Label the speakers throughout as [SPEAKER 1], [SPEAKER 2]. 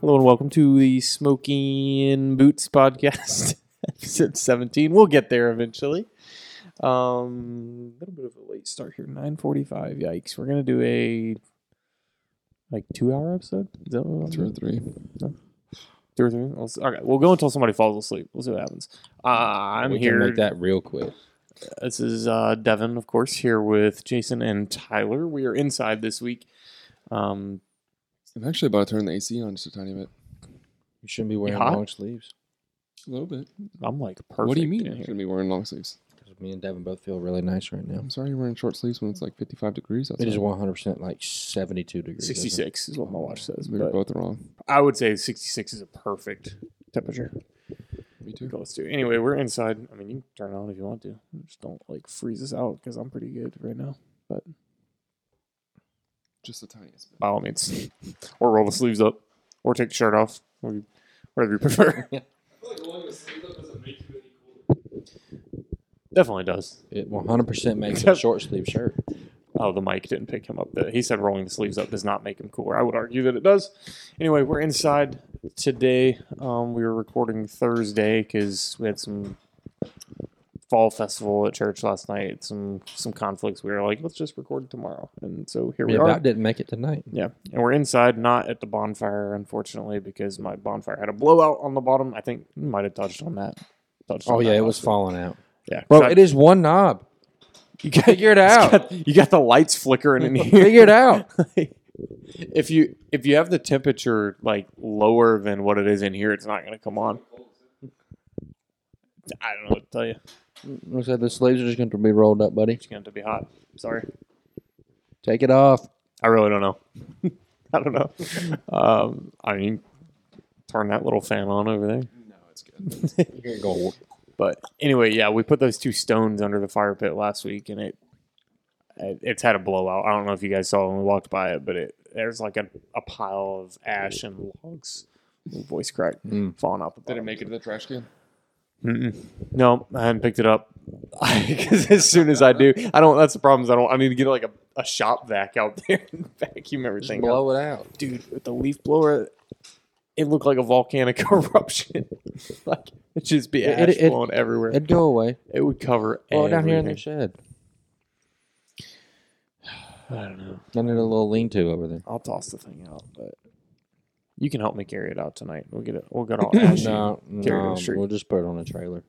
[SPEAKER 1] Hello and welcome to the Smoking Boots podcast, episode 17. We'll get there eventually. Um, a little bit of a late start here, 9:45. Yikes! We're gonna do a like two-hour episode. Is that what
[SPEAKER 2] Three or three.
[SPEAKER 1] Two or three? We'll s- Okay, we'll go until somebody falls asleep. We'll see what happens. Uh, I'm
[SPEAKER 2] we
[SPEAKER 1] here.
[SPEAKER 2] can make that real quick.
[SPEAKER 1] This is uh, Devin, of course, here with Jason and Tyler. We are inside this week. Um,
[SPEAKER 2] I'm actually about to turn the AC on just a tiny bit.
[SPEAKER 3] You shouldn't be wearing
[SPEAKER 1] hot?
[SPEAKER 3] long sleeves
[SPEAKER 2] A little bit.
[SPEAKER 1] I'm like perfect.
[SPEAKER 2] what do you mean?
[SPEAKER 1] in
[SPEAKER 2] I'm
[SPEAKER 1] here.
[SPEAKER 2] gonna be wearing long sleeves.
[SPEAKER 3] because me and Devin both feel really nice right now.
[SPEAKER 2] I'm sorry you're wearing short sleeves when it's like 55 degrees outside.
[SPEAKER 3] It is 100 percent like 72 degrees. isn't it?
[SPEAKER 1] 66 is what my watch says.
[SPEAKER 2] We were
[SPEAKER 1] but-
[SPEAKER 2] both wrong.
[SPEAKER 1] I would say 66 is a perfect temperature.
[SPEAKER 2] Me too.
[SPEAKER 1] Let's do. Anyway, we're inside. I mean, you can turn it on if you want to. Just don't like freeze us out because I'm pretty good right now. But
[SPEAKER 2] Just the tiniest bit.
[SPEAKER 1] by all means, or roll the sleeves up, or take the shirt off, or you- whatever you prefer. Definitely does.
[SPEAKER 3] It 100 percent makes it a short sleeve shirt.
[SPEAKER 1] Oh, the mic didn't pick him up. That he said rolling the sleeves up does not make him cooler. I would argue that it does. Anyway, we're inside today. Um, we were recording Thursday because we had some fall festival at church last night. Some some conflicts. We were like, let's just record tomorrow, and so here
[SPEAKER 3] We
[SPEAKER 1] we are.
[SPEAKER 3] about didn't make it tonight.
[SPEAKER 1] Yeah, and we're inside, not at the bonfire, unfortunately, because my bonfire had a blowout on the bottom. I think we might have touched on that. Touched
[SPEAKER 3] Oh
[SPEAKER 1] on
[SPEAKER 3] yeah,
[SPEAKER 1] that
[SPEAKER 3] it was
[SPEAKER 1] last week.
[SPEAKER 3] falling out.
[SPEAKER 1] Yeah,
[SPEAKER 3] Bro,
[SPEAKER 1] I-
[SPEAKER 3] it is one knob.
[SPEAKER 1] you got,
[SPEAKER 3] Figure it out.
[SPEAKER 1] you got the lights flickering in here.
[SPEAKER 3] Figure it out.
[SPEAKER 1] if you if you have the temperature like lower than what it is in here, it's not going to come on. I don't know what to tell you.
[SPEAKER 3] I said the sleeves are just going to be rolled up, buddy.
[SPEAKER 1] It's going to be hot. Sorry,
[SPEAKER 3] Take it off.
[SPEAKER 1] I really don't know. I don't know. Um, I mean, turn that little fan on over there.
[SPEAKER 2] No, it's good.
[SPEAKER 3] You're gonna go-
[SPEAKER 1] But anyway, yeah, we put those two stones under the fire pit last week, and it it- it's had a blowout. I don't know if you guys saw when we walked by it, but it there's like a, a pile of ash and logs. Voice crack
[SPEAKER 3] Mm.
[SPEAKER 1] falling out the
[SPEAKER 2] Did
[SPEAKER 1] bottom.
[SPEAKER 2] it make it to the trash can?
[SPEAKER 1] Mm-mm. No, I hadn't picked it up because as soon as I do, I don't. That's the problem. Is I don't. I need to get like a, a shop vac out there and vacuum
[SPEAKER 3] Just
[SPEAKER 1] everything. up.
[SPEAKER 3] blow it out.
[SPEAKER 1] Dude, with the leaf blower, it looked like a volcanic eruption. like it'd just be
[SPEAKER 3] It-
[SPEAKER 1] ash
[SPEAKER 3] it- it-
[SPEAKER 1] blowing everywhere. It,
[SPEAKER 3] It'd go away.
[SPEAKER 1] would cover.
[SPEAKER 3] Blow it down here in the
[SPEAKER 1] everything.
[SPEAKER 3] shed.
[SPEAKER 1] I don't know.
[SPEAKER 3] I need a little lean-to over there.
[SPEAKER 1] I'll toss the thing out, but you can help me carry it out tonight. We'll get it. We'll get all ashy.
[SPEAKER 3] No,
[SPEAKER 1] Carry it to the
[SPEAKER 3] no,
[SPEAKER 1] street.
[SPEAKER 3] we'll just put it on a trailer.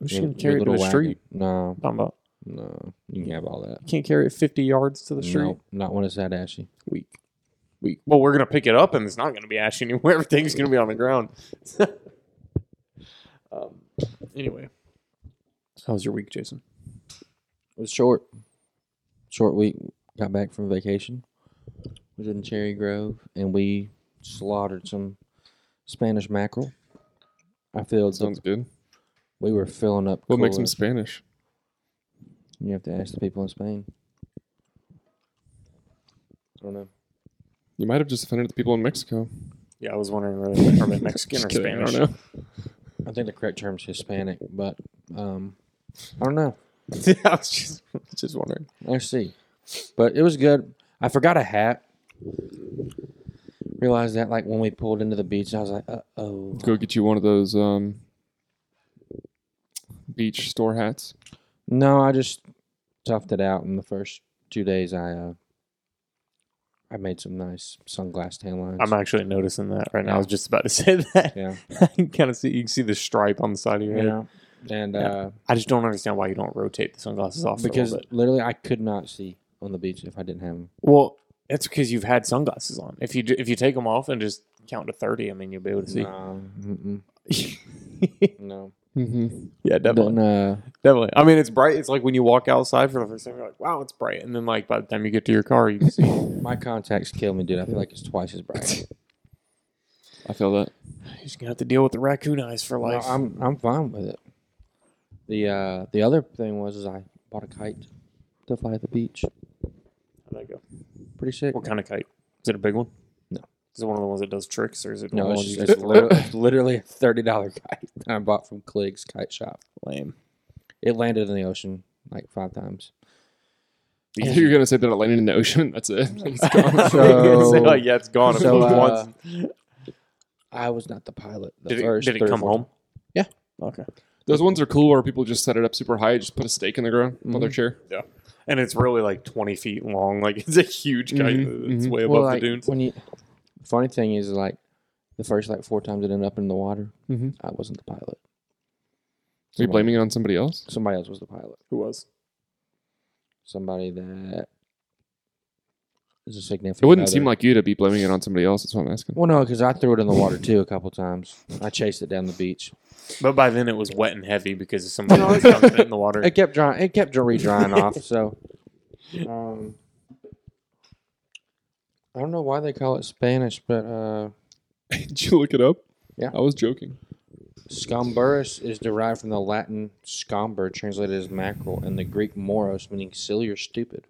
[SPEAKER 1] I'm just
[SPEAKER 3] Your-
[SPEAKER 1] gonna
[SPEAKER 3] your
[SPEAKER 1] carry it to the
[SPEAKER 3] little
[SPEAKER 1] street.
[SPEAKER 3] wagon. No,
[SPEAKER 1] Talking about
[SPEAKER 3] no, you can have all that.
[SPEAKER 1] can't carry it 50 yards to the street.
[SPEAKER 3] No, not when it's that ashy.
[SPEAKER 1] week. Week. Well, we're gonna pick it up, and it's not gonna be ash anywhere. Everything's gonna be on the ground. um, anyway, how was your week, Jason?
[SPEAKER 3] It was short. Short week. Got back from vacation. Was in Cherry Grove and we slaughtered some Spanish mackerel. I filled up.
[SPEAKER 2] Sounds good.
[SPEAKER 3] We were filling up.
[SPEAKER 2] What makes them
[SPEAKER 3] coolers.
[SPEAKER 2] Spanish?
[SPEAKER 3] You have to ask the people in Spain. I don't know.
[SPEAKER 2] You might have just offended the people in Mexico.
[SPEAKER 1] Yeah, I was wondering whether I'm Mexican
[SPEAKER 2] Just
[SPEAKER 1] or
[SPEAKER 2] kidding,
[SPEAKER 1] Spanish.
[SPEAKER 2] I don't know.
[SPEAKER 3] I think the correct term is Hispanic, but um, I don't know.
[SPEAKER 1] I was just, just wondering.
[SPEAKER 3] Let's see. But it was good. I forgot a hat. Realized that like when we pulled into the beach, I was like, uh oh.
[SPEAKER 2] Go get you one of those um, beach store hats.
[SPEAKER 3] No, I just toughed it out. In the first two days, I uh, I made some nice sunglass tan lines.
[SPEAKER 1] I'm actually noticing that right now. I was just about to say that.
[SPEAKER 3] yeah,
[SPEAKER 1] I can kind of see you can see the stripe on the side of your
[SPEAKER 3] you
[SPEAKER 1] head.
[SPEAKER 3] know, and
[SPEAKER 1] Yeah.
[SPEAKER 3] uh,
[SPEAKER 1] I just don't understand why you don't rotate the sunglasses off for a little
[SPEAKER 3] because
[SPEAKER 1] bit.
[SPEAKER 3] literally I could not see on the beach if I didn't have them.
[SPEAKER 1] Well, that's because you've had sunglasses on. If you d- if you take them off and just count to thirty, I mean you'll be able to see.
[SPEAKER 3] No, mm-mm, no.
[SPEAKER 2] Mm-hmm.
[SPEAKER 1] yeah, definitely.
[SPEAKER 3] Then, uh,
[SPEAKER 1] Definitely. I mean, it's bright. It's like when you walk outside for the first time, you're like, "Wow, it's bright," and then like by the time you get to your car, you can see.
[SPEAKER 3] my contacts kill me, dude. I feel like it's twice as bright.
[SPEAKER 2] I feel that.
[SPEAKER 1] You're just gonna have to deal with the raccoon eyes for
[SPEAKER 3] No,
[SPEAKER 1] life.
[SPEAKER 3] I'm I'm fine with it. The uh, the other thing was is I bought a kite to fly at the beach.
[SPEAKER 1] How'd that go?
[SPEAKER 3] Pretty sick.
[SPEAKER 1] What kind of kite? Is it a big one?
[SPEAKER 3] No.
[SPEAKER 1] Is it one of the ones that does tricks, or is it
[SPEAKER 3] No,
[SPEAKER 1] one
[SPEAKER 3] it's,
[SPEAKER 1] of the ones
[SPEAKER 3] just, it's literally, it's literally a thirty dollar kite that I bought from Cliggs Kite Shop.
[SPEAKER 1] lame?
[SPEAKER 3] It landed in the ocean like five times.
[SPEAKER 2] I thought you were gonna say that it landed in the ocean. That's it. It's gone.
[SPEAKER 1] It's
[SPEAKER 3] So-
[SPEAKER 1] like yeah, it's gone. It
[SPEAKER 3] so,
[SPEAKER 1] flew
[SPEAKER 3] uh,
[SPEAKER 1] once.
[SPEAKER 3] I was not the pilot. The
[SPEAKER 1] Did it,
[SPEAKER 3] first
[SPEAKER 1] did it
[SPEAKER 3] three or
[SPEAKER 1] come
[SPEAKER 3] four
[SPEAKER 1] home?
[SPEAKER 3] Yeah.
[SPEAKER 1] Okay.
[SPEAKER 2] Those ones are cool where people just set it up super high, just put a stake in the ground, on their chair.
[SPEAKER 1] And it's really like 20 feet long. Like it's a huge guy.
[SPEAKER 2] Mhm,
[SPEAKER 1] It's
[SPEAKER 2] mhm.
[SPEAKER 1] way above
[SPEAKER 3] Well, like,
[SPEAKER 1] the dunes.
[SPEAKER 3] When you, funny thing is, like the first like four times it ended up in the water,
[SPEAKER 2] Mhm.
[SPEAKER 3] I wasn't the pilot.
[SPEAKER 2] Are you
[SPEAKER 3] Somebody-
[SPEAKER 2] blaming it on somebody else?
[SPEAKER 3] Somebody else was the pilot.
[SPEAKER 1] Who was?
[SPEAKER 3] Somebody that is a significant.
[SPEAKER 2] It wouldn't
[SPEAKER 3] other.
[SPEAKER 2] seem like you to be blaming it on somebody else. That's what I'm asking.
[SPEAKER 3] Well, no, because I threw it in the water too a couple times. I chased it down the beach.
[SPEAKER 1] But by then it was wet and heavy because somebody else dumped it in the water.
[SPEAKER 3] It kept drying. It kept re drying off. So, um, I don't know why they call it Spanish, but uh,
[SPEAKER 2] Did you look it up?
[SPEAKER 3] Yeah.
[SPEAKER 2] I was joking.
[SPEAKER 3] Scomberus is derived from the Latin scomber, translated as mackerel, and the Greek moros, meaning silly or stupid.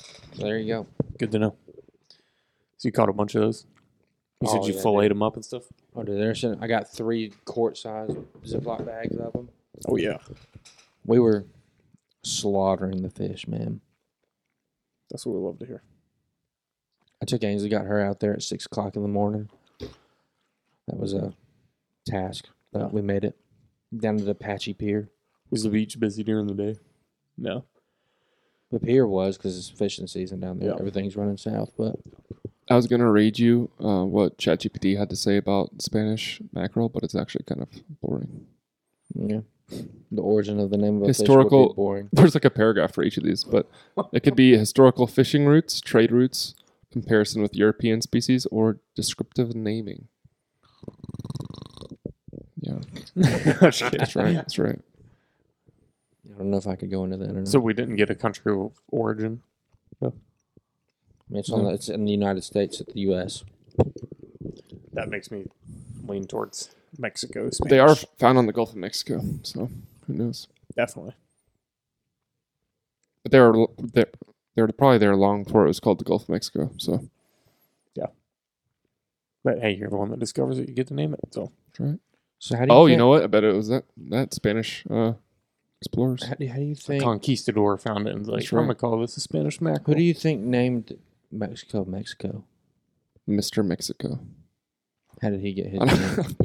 [SPEAKER 3] So there you go.
[SPEAKER 1] Good to know. So you caught a bunch of those? You
[SPEAKER 3] Oh,
[SPEAKER 1] said you
[SPEAKER 3] yeah,
[SPEAKER 1] filleted them up and stuff?
[SPEAKER 3] Oh, dude, there's I got three quart size Ziploc bags of them.
[SPEAKER 1] Oh, yeah.
[SPEAKER 3] We were slaughtering the fish, man.
[SPEAKER 1] That's what we love to hear.
[SPEAKER 3] I took Ainsley, got her out there at six o'clock in the morning. That was a task, but we made it down to the Apache Pier.
[SPEAKER 1] Was the beach busy during the day? No.
[SPEAKER 3] The pier was because it's fishing season down there.
[SPEAKER 1] Yeah.
[SPEAKER 3] Everything's running south, but
[SPEAKER 2] I was going to read you uh, what ChatGPT had to say about Spanish mackerel, but it's actually kind of boring.
[SPEAKER 3] yeah, the origin of the name of a fish would be
[SPEAKER 2] Historical-
[SPEAKER 3] boring.
[SPEAKER 2] There's like a paragraph for each of these, but it could be historical fishing routes, trade routes, comparison with European species, or descriptive naming. Yeah, that's right. That's right.
[SPEAKER 3] I don't know if I could go into that. Or not.
[SPEAKER 1] So we didn't get a country of origin.
[SPEAKER 3] I mean, it's, on the, it's in the United States, at the U.S.
[SPEAKER 1] That makes me lean towards Mexico. Spanish.
[SPEAKER 2] They are found on the Gulf of Mexico, so who knows?
[SPEAKER 1] definitely.
[SPEAKER 2] But they were they, they were probably there long before it was called the Gulf of Mexico. So
[SPEAKER 1] But hey, you're the one that discovers it. You get to name it. So
[SPEAKER 2] that's right.
[SPEAKER 3] So how do you
[SPEAKER 2] Oh, you
[SPEAKER 3] think-
[SPEAKER 2] know what? I bet it was that that Spanish uh, explorers.
[SPEAKER 3] how do, how do you think
[SPEAKER 1] conquistador found it and was like,
[SPEAKER 2] That's right.
[SPEAKER 1] I'm gonna call this a Spanish mackerel.
[SPEAKER 3] who do you think named Mexico Mexico?
[SPEAKER 2] Mr. Mexico.
[SPEAKER 3] How did he get his
[SPEAKER 2] I
[SPEAKER 3] name?
[SPEAKER 2] don't-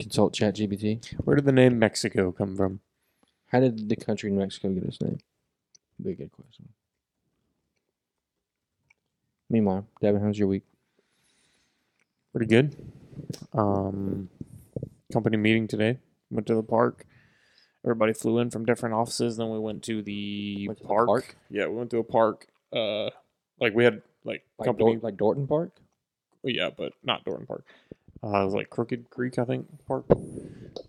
[SPEAKER 3] Consult ChatGPT.
[SPEAKER 1] Where did the name Mexico come from?
[SPEAKER 3] How did the country Mexico get its name? Be a good question. Meanwhile, Devin, how's your week?
[SPEAKER 1] Pretty good. Um, company meeting today. Went to the park. Everybody flew in from different offices. Then we went to the,
[SPEAKER 3] Went to the
[SPEAKER 1] park.
[SPEAKER 3] park?
[SPEAKER 1] Yeah, we went to a park. Uh, like we had like,
[SPEAKER 3] Like,
[SPEAKER 1] company.
[SPEAKER 3] Dor- like Dorton Park?
[SPEAKER 1] Well, yeah, but not Doran Park. Uh, it was like Crooked Creek, I think, park.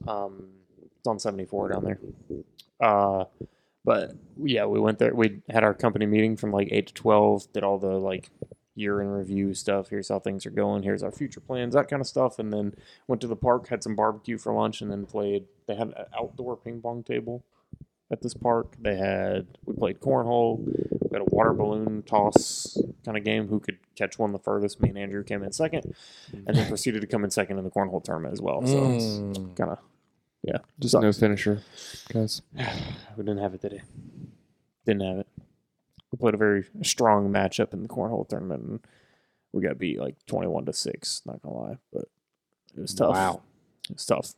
[SPEAKER 1] Um, it's on 74 down there. Uh, but yeah, we went there. We had our company meeting from like 8 to 12, did all the like year in review stuff. Here's how things are going. Here's our future plans, that kind of stuff. And then went to the park, had some barbecue for lunch, and then played. They had an outdoor ping pong table at this park. They had, we played cornhole. We had a water balloon toss kind of game. Who could catch one the furthest? Me and Andrew came in second, and then proceeded to come in second in the cornhole tournament as well. So it's
[SPEAKER 3] Mm.
[SPEAKER 1] kind of
[SPEAKER 2] Just
[SPEAKER 1] Sucks.
[SPEAKER 2] no finisher, guys.
[SPEAKER 1] we didn't have it today. Didn't have it. We played a very strong matchup in the cornhole tournament, and we got beat like twenty-one to six. Not gonna lie, but it was tough.
[SPEAKER 3] Wow.
[SPEAKER 1] it was tough.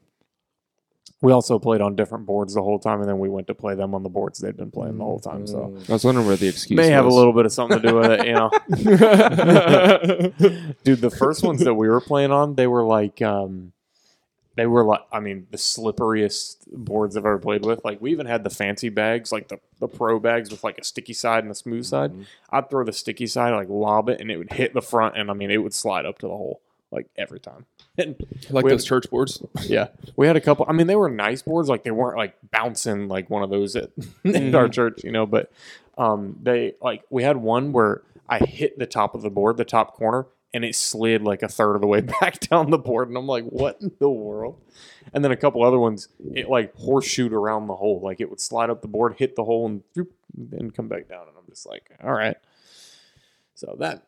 [SPEAKER 1] We also played on different boards the whole time, and then we went to play them on the boards they'd been playing the whole time. So
[SPEAKER 3] Mm.
[SPEAKER 2] I was wondering where the excuse
[SPEAKER 1] may have a
[SPEAKER 2] was.
[SPEAKER 1] little bit of something to do with it, you know.
[SPEAKER 3] Mm.
[SPEAKER 1] dude the first ones that we were playing on they were like um they were like i mean the slipperiest boards i've ever played with like we even had the fancy bags like the, the pro bags with like a sticky side and a smooth side
[SPEAKER 3] Mhm.
[SPEAKER 1] i'd throw the sticky side like lob it and it would hit the front and i mean it would slide up to the hole like every time and
[SPEAKER 2] like
[SPEAKER 1] We-
[SPEAKER 2] those church boards.
[SPEAKER 1] yeah we had a couple i mean they were nice boards like they weren't like bouncing like one of those at, at our church you know but um they like we had one where i hit the top of the board the top corner and it slid like a third of the way back down the board and i'm like what in the world and then a couple other ones it like horseshoed around the hole like it would slide up the board hit the hole and droop, then come back down and i'm just like all right so that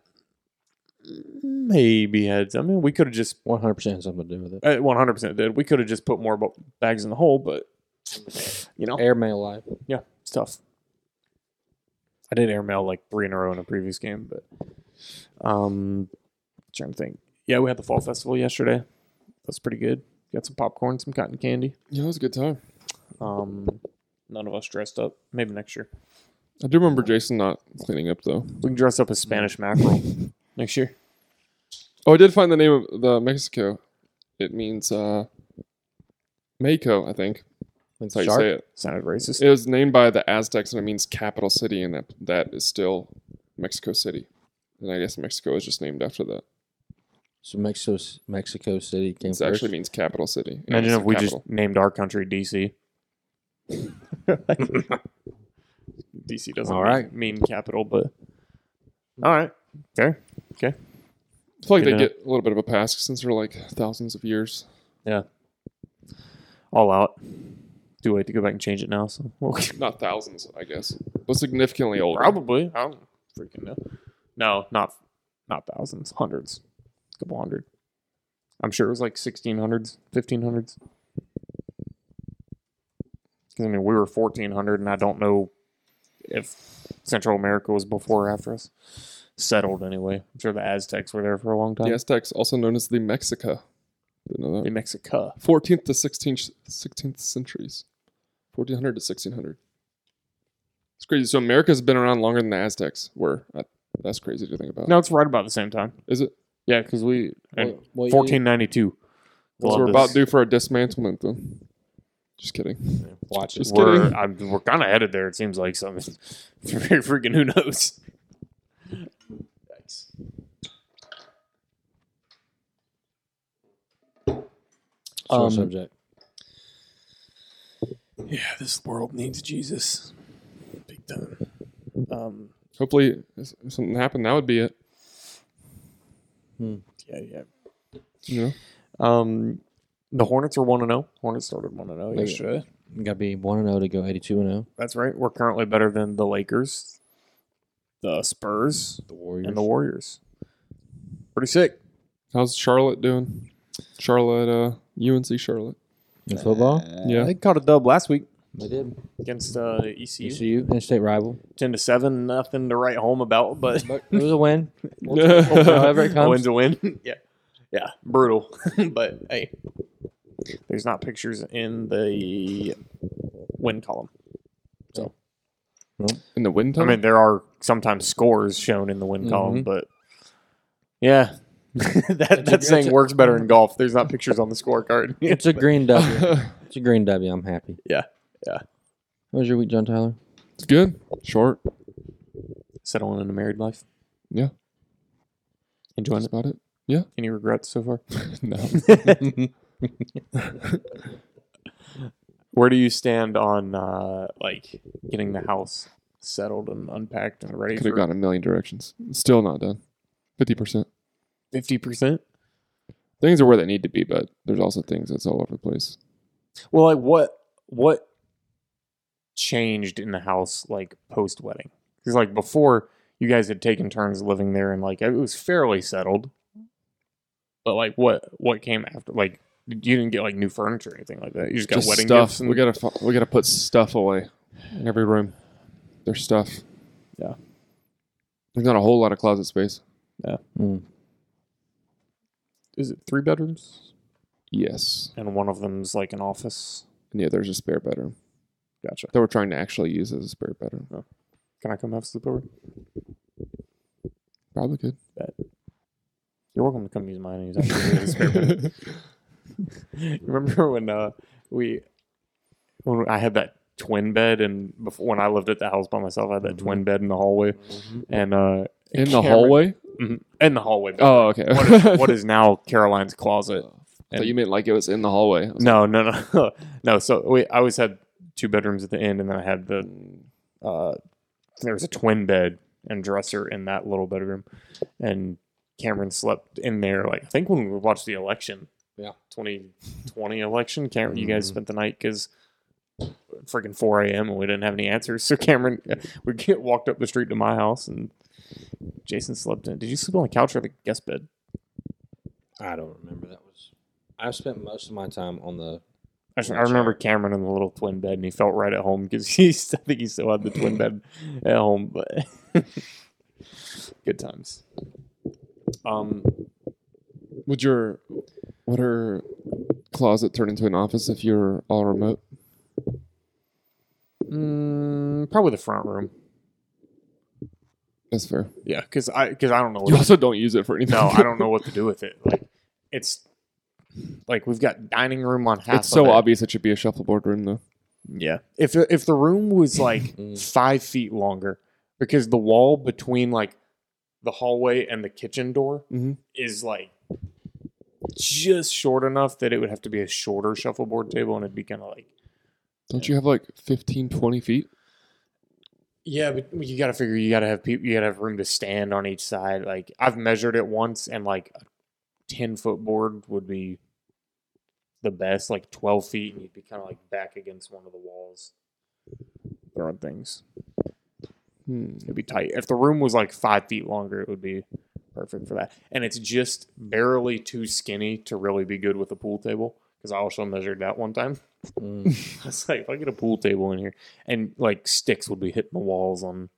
[SPEAKER 1] maybe had i mean we could have just
[SPEAKER 3] 100% has something to do with it.
[SPEAKER 1] one hundred percent did. We could have just put more bu- bags in the hole, but you know,
[SPEAKER 3] Airmail life.
[SPEAKER 1] yeah, it's tough. I did airmail like three in a row in a previous game, but um, trying to think. Yeah, we had the fall festival yesterday. That's pretty good. Got some popcorn, some cotton candy.
[SPEAKER 2] Yeah, it was a good time.
[SPEAKER 1] Um, none of us dressed up. Maybe next year
[SPEAKER 2] I do remember Jason not cleaning up though.
[SPEAKER 1] we can dress up as Spanish mackerel next year.
[SPEAKER 2] Oh, I did find the name of the Mexico. It means uh Mako, I think.
[SPEAKER 3] Like
[SPEAKER 2] That's how
[SPEAKER 3] shark?
[SPEAKER 2] you say it.
[SPEAKER 1] Sounded racist.
[SPEAKER 2] It was named by the Aztecs and it means capital city and that that is still Mexico City. And I guess Mexico is just named after that.
[SPEAKER 3] So Mexico, Mexico City came
[SPEAKER 2] It
[SPEAKER 3] first.
[SPEAKER 2] actually means capital city. and
[SPEAKER 1] Imagine
[SPEAKER 2] it's
[SPEAKER 1] if
[SPEAKER 2] the
[SPEAKER 1] we
[SPEAKER 2] capital.
[SPEAKER 1] just named our country DC. DC doesn't
[SPEAKER 3] All
[SPEAKER 1] mean-
[SPEAKER 3] right.
[SPEAKER 1] mean, capital, but all right, fair.
[SPEAKER 2] I feel like
[SPEAKER 1] you
[SPEAKER 2] they
[SPEAKER 1] know.
[SPEAKER 2] get a little bit of a pass since they're like thousands of years.
[SPEAKER 1] all out. Do we have to go back and change it now? So well,
[SPEAKER 2] Not thousands, I guess, but significantly older.
[SPEAKER 1] probably. I don't freaking know. No, not not thousands, hundreds, couple hundred. I'm sure it was like 1600s, 1500s. Because I mean, we were 1400, and I don't know if Central America was before or after us settled. Anyway, I'm sure the Aztecs were there for a long time.
[SPEAKER 2] The Aztecs, also known as the Mexica. Didn't know that.
[SPEAKER 1] in Mexico.
[SPEAKER 2] 14th to 16th, 16th centuries 1400 to 1600 it's crazy so america's been around longer than the aztecs were I, that's crazy to think about
[SPEAKER 1] No, it's right about the same time.
[SPEAKER 2] is it
[SPEAKER 1] Yeah, because we and
[SPEAKER 3] What- what year-
[SPEAKER 1] 1492.
[SPEAKER 2] so we're
[SPEAKER 1] Columbus.
[SPEAKER 2] about due for a dismantlement then just kidding
[SPEAKER 3] Watch it.
[SPEAKER 2] Just
[SPEAKER 1] we're
[SPEAKER 2] kidding.
[SPEAKER 1] I'm, we're kind of headed there. It seems like something. freaking who knows.
[SPEAKER 3] Sore
[SPEAKER 1] Um,
[SPEAKER 3] subject.
[SPEAKER 1] Yeah, this world needs Jesus, big time. Um,
[SPEAKER 2] hopefully if something happened that would be it
[SPEAKER 1] yeah, yeah.
[SPEAKER 2] you know
[SPEAKER 1] Um, the Hornets are one to zero. Hornets started one to zero
[SPEAKER 3] Yeah.
[SPEAKER 1] yesterday.
[SPEAKER 3] You gotta be one and zero to go eighty two and oh. zero.
[SPEAKER 1] That's right. We're currently better than the Lakers, the Spurs,
[SPEAKER 3] The Warriors.
[SPEAKER 1] and the Warriors. Pretty sick.
[SPEAKER 2] how's charlotte doing charlotte uh unc charlotte
[SPEAKER 3] in football,
[SPEAKER 2] Yeah.
[SPEAKER 1] they caught a dub last week
[SPEAKER 3] they did.
[SPEAKER 1] against uh, ECU.
[SPEAKER 3] ECU, in-state rival.
[SPEAKER 1] Ten to seven. Nothing to write home about, but
[SPEAKER 3] But it was a win.
[SPEAKER 2] However
[SPEAKER 3] it comes.
[SPEAKER 1] A win's a win. yeah. Yeah. Brutal. but hey, there's not pictures in the win column.
[SPEAKER 2] in the wind
[SPEAKER 1] I
[SPEAKER 2] time
[SPEAKER 1] mean, there are sometimes scores shown in the win column, but yeah. that that
[SPEAKER 3] it's
[SPEAKER 1] saying
[SPEAKER 3] a-
[SPEAKER 1] works better in golf. There's not pictures on the scorecard.
[SPEAKER 3] It's a green W. It's a green W. I'm happy.
[SPEAKER 1] Yeah, yeah.
[SPEAKER 3] How was your week, John Tyler?
[SPEAKER 2] it's good short
[SPEAKER 1] Settling into married life.
[SPEAKER 2] Yeah.
[SPEAKER 1] Enjoying
[SPEAKER 2] that's
[SPEAKER 1] it.
[SPEAKER 2] about it
[SPEAKER 1] Any regrets so far?
[SPEAKER 2] no
[SPEAKER 1] Mm-hmm. Where do you stand on uh, like getting the house settled and unpacked and ready
[SPEAKER 2] could have
[SPEAKER 1] for
[SPEAKER 2] gone a million directions still not done 50%
[SPEAKER 1] fifty percent?
[SPEAKER 2] things are where they need to be, but there's also things that's all over the place.
[SPEAKER 1] Well, like what what changed in the house like post wedding? Because like before, you guys had taken turns living there, and like it was fairly settled. But like what what came after? Like you didn't get like new furniture or anything like that. You just got
[SPEAKER 2] Just
[SPEAKER 1] wedding
[SPEAKER 2] stuff.
[SPEAKER 1] gifts. And,
[SPEAKER 2] we gotta fu- we gotta put stuff away in every room. There's stuff.
[SPEAKER 1] Yeah.
[SPEAKER 2] There's not a whole lot of closet space.
[SPEAKER 3] Mm.
[SPEAKER 1] is it three bedrooms?
[SPEAKER 2] Yes.
[SPEAKER 1] And one of them's like an office.
[SPEAKER 2] And yeah, there's a spare bedroom
[SPEAKER 1] Gotcha.
[SPEAKER 2] that we're trying to actually use as a spare bedroom.
[SPEAKER 1] Can I come have a sleepover?
[SPEAKER 2] Probably could.
[SPEAKER 1] You're welcome to come use mine. anytime. It's spare bedroom. Remember when uh, we when I had that twin bed and before when I lived at the house by myself, I had that twin bed in the hallway and uh,
[SPEAKER 2] in the
[SPEAKER 1] Cameron-
[SPEAKER 2] hallway?
[SPEAKER 1] mhm, in the hallway. bed.
[SPEAKER 2] Oh, okay.
[SPEAKER 1] what, is, what is now Caroline's closet?
[SPEAKER 2] so you meant like it was in the hallway? I was
[SPEAKER 1] No, no, no, no. So we, I always had two bedrooms at the end, and then I had the
[SPEAKER 2] "Hmm,
[SPEAKER 1] uh, there was a twin bed and dresser in that little bedroom, and Cameron slept in there. Like I think when we watched the election,
[SPEAKER 3] Yeah.
[SPEAKER 1] twenty twenty election, Cameron, you guys
[SPEAKER 3] Mhm.
[SPEAKER 1] spent the night because freaking four a.m. and we didn't have any answers. So Cameron, we get, walked up the street to my house, and Jason slept in. Did you sleep on the couch or the guest bed?
[SPEAKER 3] I don't remember. That was. I spent most of my time on the.
[SPEAKER 1] I, just- I remember Cameron in the little twin bed, and he felt right at home because he. I think he still had the twin bed at home, but good times. Um,
[SPEAKER 2] Would your would her closet turn into an office if you're all remote?
[SPEAKER 1] Mm, probably the front room.
[SPEAKER 2] That's fair.
[SPEAKER 1] Yeah, because I because I don't know.
[SPEAKER 2] You
[SPEAKER 1] What
[SPEAKER 2] also don't use it for anything.
[SPEAKER 1] no, I don't know what to do with it. Like it's like we've got dining room on half.
[SPEAKER 2] It's so
[SPEAKER 1] of it.
[SPEAKER 2] obvious it should be a shuffleboard room though.
[SPEAKER 1] Yeah. If if the room was like
[SPEAKER 3] Mm.
[SPEAKER 1] five feet longer, because the wall between like the hallway and the kitchen door
[SPEAKER 2] Mhm.
[SPEAKER 1] is like just short enough that it would have to be a shorter shuffleboard table, and it'd be kind of like
[SPEAKER 2] Don't you have like 15, 20 feet?
[SPEAKER 1] yeah, but you got to figure you got to have people, you got to have room to stand on each side. Like I've measured it once, and like a ten foot board would be the best, like twelve feet, and you'd be kind of like back against one of the walls. Throwing things.
[SPEAKER 2] Hmm.
[SPEAKER 1] It'd be tight. If the room was like five feet longer, it would be perfect for that. And it's just barely too skinny to really be good with a pool table. Because I also measured that one time.
[SPEAKER 3] Mm.
[SPEAKER 1] I was like, if I get a pool table in here, and like sticks would be hitting the walls on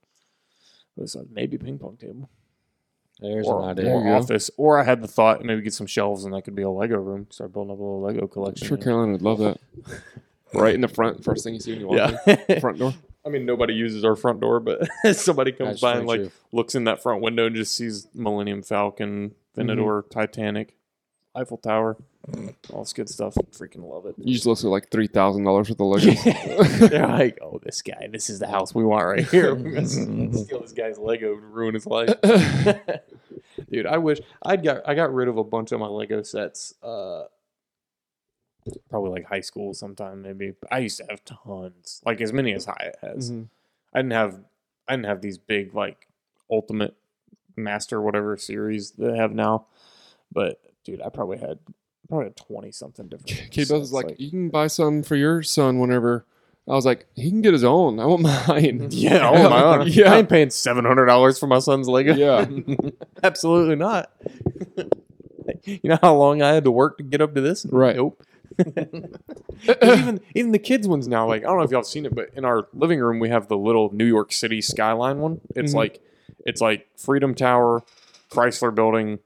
[SPEAKER 1] this uh, maybe ping pong table
[SPEAKER 3] There's
[SPEAKER 1] or,
[SPEAKER 3] an
[SPEAKER 1] or
[SPEAKER 3] idea.
[SPEAKER 2] There you go.
[SPEAKER 1] office. Or I had the thought maybe get some shelves and that could be a Lego room. Start building up a little Lego
[SPEAKER 2] I'm
[SPEAKER 1] collection.
[SPEAKER 2] sure Caroline would love that. right in the front, first thing you see when you walk in.
[SPEAKER 1] yeah.
[SPEAKER 2] Front door.
[SPEAKER 1] I mean, nobody uses our front door, but somebody comes
[SPEAKER 3] That's
[SPEAKER 1] by
[SPEAKER 3] very
[SPEAKER 1] and like
[SPEAKER 3] true.
[SPEAKER 1] looks in that front window and just sees Millennium Falcon, Venator, Titanic, Eiffel Tower, all this good stuff. Freaking love it.
[SPEAKER 2] You just listed like three thousand dollars for the Legos.
[SPEAKER 1] They're like, oh, this guy, this is the house we want right here. We're gonna steal this guy's Lego and ruin his life. Dude, I wish I'd got I got rid of a bunch of my Lego sets. Uh, probably like high school sometime maybe. I used to have tons, like as many as Hyatt has.
[SPEAKER 2] Mhm.
[SPEAKER 1] I didn't have I didn't have these big like ultimate master whatever series that I have now. But dude, I probably had probably had twenty something different.
[SPEAKER 2] K Buzz
[SPEAKER 1] sets,
[SPEAKER 2] is like, you can buy some for your son whenever. I was like, he can get his own. I want mine.
[SPEAKER 1] yeah, oh my god.
[SPEAKER 2] Yeah.
[SPEAKER 1] I ain't paying seven hundred dollars for my son's Lego.
[SPEAKER 2] Yeah.
[SPEAKER 1] Absolutely not. you know how long I had to work to get up to this?
[SPEAKER 2] Right.
[SPEAKER 1] Nope. 'Cause even even the kids ones now, like I don't know if y'all have seen it, but in our living room we have the little New York City skyline one. It's
[SPEAKER 2] Mhm.
[SPEAKER 1] like it's like Freedom Tower, Chrysler Building,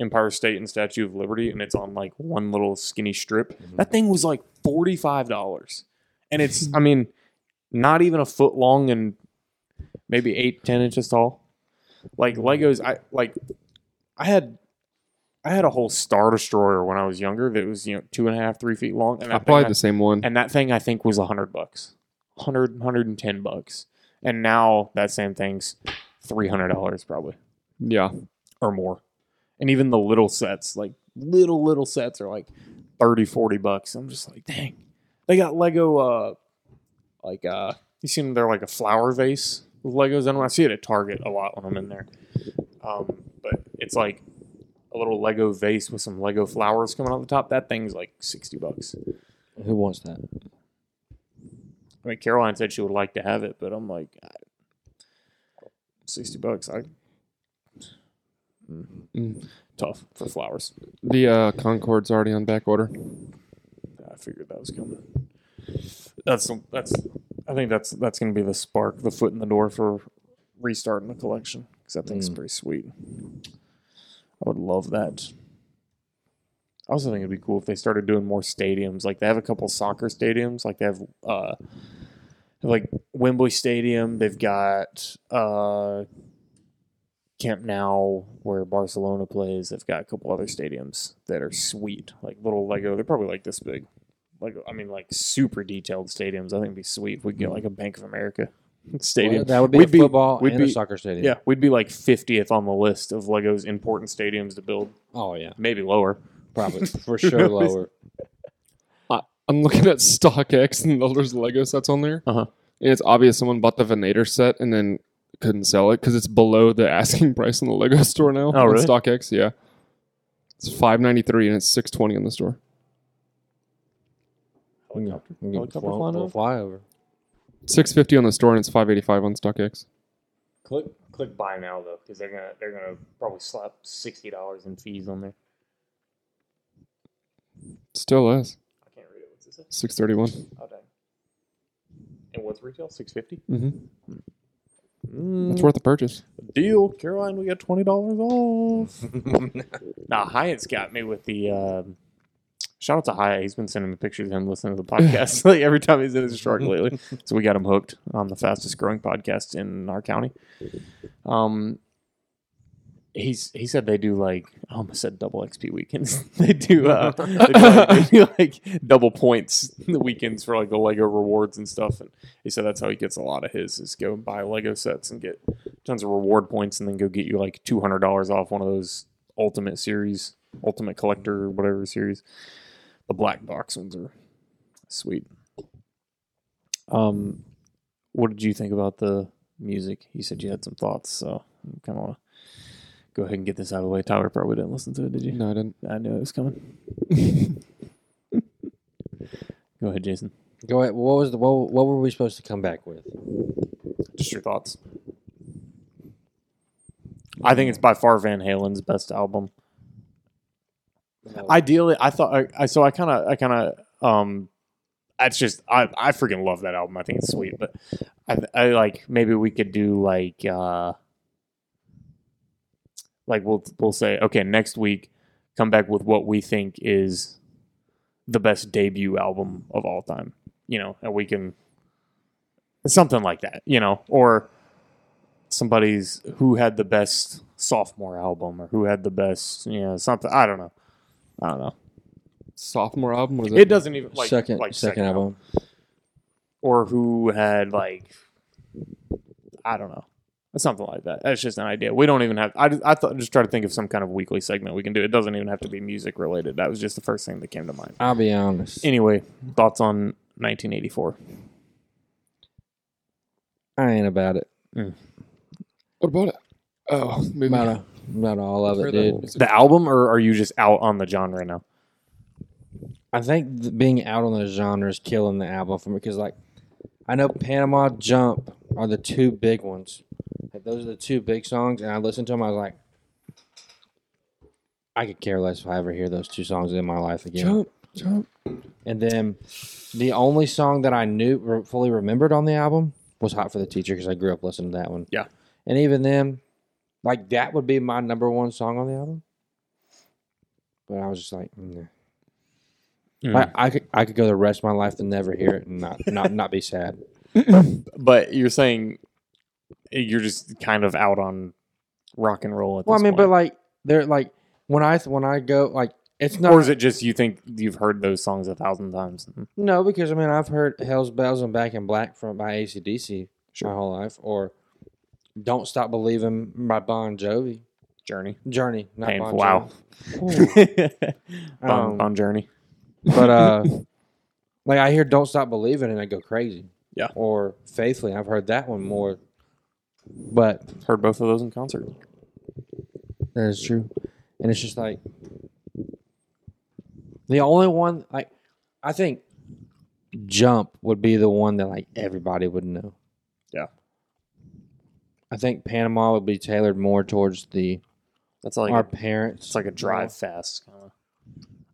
[SPEAKER 1] Empire State, and Statue of Liberty, and it's on like one little skinny strip. That thing was like forty five dollars, and it's I mean, not even a foot long and maybe eight ten inches tall. Like Legos, I like I had. I had a whole Star Destroyer when I was younger that was, you know, two and a half, three feet long. And
[SPEAKER 2] I
[SPEAKER 1] that thing
[SPEAKER 2] probably
[SPEAKER 1] I-
[SPEAKER 2] had the same one.
[SPEAKER 1] and that thing I think was 100 bucks. 100 110 bucks. And now that same thing's $300 probably
[SPEAKER 2] Yeah.
[SPEAKER 1] or more. And even the little sets, like little little sets are like 30 40 bucks. I'm just like, "Dang. They got Lego uh like uh you seen they're like a flower vase with Legos in them. I see it at Target a lot when I'm in there. Um but it's like a little Lego vase with some Lego flowers coming out the top. That thing's like 60 bucks.
[SPEAKER 3] Who wants that?
[SPEAKER 1] I mean, Caroline said she would like to have it, but I'm like, I, sixty bucks. I
[SPEAKER 2] Mm.
[SPEAKER 1] tough for flowers.
[SPEAKER 2] The uh, Concorde's already on back order.
[SPEAKER 1] I figured that was coming. That's that's. I think that's that's going to be the spark, the foot in the door for restarting the collection because I think it's
[SPEAKER 3] Mm.
[SPEAKER 1] pretty sweet. I would love that. I also think it'd be cool if they started doing more stadiums. Like they have a couple soccer stadiums. Like they have uh, like Wembley Stadium. They've got uh, Camp Now where Barcelona plays. They've got a couple other stadiums that are sweet, like little Lego. They're probably like this big. Like I mean, like super detailed stadiums. I think it'd be sweet. if We could get like a Bank of America stadium.
[SPEAKER 3] Well, that would be
[SPEAKER 1] We'd
[SPEAKER 3] a
[SPEAKER 1] be-
[SPEAKER 3] football
[SPEAKER 1] we'd
[SPEAKER 3] and a
[SPEAKER 1] be-
[SPEAKER 3] soccer stadium.
[SPEAKER 1] yeah, we'd be like 50th on the list of Lego's important stadiums to build.
[SPEAKER 3] Oh yeah.
[SPEAKER 1] Maybe lower.
[SPEAKER 3] Probably for sure lower.
[SPEAKER 2] I'm looking at StockX and there's Lego sets on there.
[SPEAKER 1] Uh-huh.
[SPEAKER 2] And it's obvious someone bought the Venator set and then couldn't sell it because it's below the asking price in the Lego store now.
[SPEAKER 1] Oh,
[SPEAKER 2] on
[SPEAKER 1] really?
[SPEAKER 2] StockX, yeah. It's five ninety three and it's six twenty in the store.
[SPEAKER 1] Helicopter.
[SPEAKER 3] We can
[SPEAKER 1] Helicopter
[SPEAKER 3] fly-
[SPEAKER 1] flying
[SPEAKER 3] we'll
[SPEAKER 1] over?
[SPEAKER 3] fly over.
[SPEAKER 2] Six fifty on the store and it's five eighty five on StockX.
[SPEAKER 1] Click click buy now though, because they're gonna they're gonna probably slap sixty dollars in fees on there.
[SPEAKER 2] Still is
[SPEAKER 1] I can't read it. What's it say?
[SPEAKER 2] six thirty one.
[SPEAKER 1] Oh dang. And what's retail? Six fifty.
[SPEAKER 2] Mm-hmm. It's
[SPEAKER 1] Mm,
[SPEAKER 2] worth the purchase.
[SPEAKER 1] deal, Caroline. We got twenty dollars off. Now Hyatt's got me with the um, shout out to Hyatt. He's been sending me pictures of him listening to the podcast like every time he's in his truck lately. So we got him hooked on the fastest growing podcast in our county. Um, he's he said they do like I almost said double XP weekends. they do uh, they do, like, they do like double points the weekends for like the Lego rewards and stuff. And he said that's how he gets a lot of his is go and buy Lego sets and get tons of reward points and then go get you like two hundred dollars off one of those Ultimate series, Ultimate Collector, whatever series. The black box ones are sweet. Um, what did you think about the music? You said you had some thoughts, so I kind of want to go ahead and get this out of the way. Tyler probably didn't listen to it, did you?
[SPEAKER 2] No, I didn't.
[SPEAKER 1] I knew it was coming. go ahead, Jason.
[SPEAKER 3] Go ahead. What was the what, what were we supposed to come back with?
[SPEAKER 1] Just your thoughts. I think it's by far Van Halen's best album. ideally i thought I, I so i kind of i kind of um that's just i i freaking love that album i think it's sweet but i i like maybe we could do like uh like we'll we'll say okay next week come back with what we think is the best debut album of all time you know and we can something like that you know or somebody's who had the best sophomore album or who had the best you know something i don't know I don't know.
[SPEAKER 2] Sophomore album was
[SPEAKER 1] It doesn't even like
[SPEAKER 3] second,
[SPEAKER 1] like
[SPEAKER 3] second album.
[SPEAKER 1] or who had like I don't know something like that. That's just an idea. We don't even have. I just, I thought just try to think of some kind of weekly segment we can do. It doesn't even have to be music related. That was just the first thing that came to mind.
[SPEAKER 3] I'll be honest.
[SPEAKER 1] Anyway, thoughts on 1984?
[SPEAKER 3] I ain't about it.
[SPEAKER 2] What about it? Oh, maybe.
[SPEAKER 3] About a, about all of it,
[SPEAKER 2] Prefer that
[SPEAKER 3] dude.
[SPEAKER 2] music.
[SPEAKER 1] The album, or are you just out on the genre now?
[SPEAKER 3] I think th- being out on the genre is killing the album for me because, like, I know Panama Jump are the two big ones. Like, those are the two big songs, and I listened to them. I was like, I could care less if I ever hear those two songs in my life again.
[SPEAKER 2] Jump, jump.
[SPEAKER 3] And then the only song that I knew re- fully remembered on the album was "Hot for the Teacher" because I grew up listening to that one.
[SPEAKER 1] Yeah.
[SPEAKER 3] and even then, like that would be my number one song on the album. But I was just like, mm, nah.
[SPEAKER 1] Hmm.
[SPEAKER 3] I, I could I could go the rest of my life and never hear it and not not not be sad.
[SPEAKER 1] But you're saying you're just kind of out on rock and roll at
[SPEAKER 3] Well, I
[SPEAKER 1] this
[SPEAKER 3] mean,
[SPEAKER 1] point.
[SPEAKER 3] but like they're like when I when I go like it's
[SPEAKER 1] or
[SPEAKER 3] not
[SPEAKER 1] is it just you think you've heard those songs a thousand times?
[SPEAKER 3] no because I mean I've heard "Hell's Bells" and "Back in Black" from by ACDC my whole life or "Don't Stop Believing" by Bon Jovi.
[SPEAKER 1] Journey.
[SPEAKER 3] Journey, not
[SPEAKER 1] Painful.
[SPEAKER 3] Bon
[SPEAKER 1] Wow.
[SPEAKER 3] Jovi.
[SPEAKER 1] Bon-
[SPEAKER 3] Um,
[SPEAKER 1] Bon Journey.
[SPEAKER 3] but uh, like I hear "Don't Stop Believing" and I go crazy.
[SPEAKER 1] Yeah. Mm.
[SPEAKER 3] Or "Faithfully," I've heard that one more. But
[SPEAKER 1] Heard both of those in concert.
[SPEAKER 3] That is true. And it's just like the only one like I think Jump would be the one that like everybody would know.
[SPEAKER 1] Yeah.
[SPEAKER 3] I think Panama would be tailored more towards the
[SPEAKER 1] That's like
[SPEAKER 3] our
[SPEAKER 1] a,
[SPEAKER 3] parents.
[SPEAKER 1] it's like a drive fast. Kinda.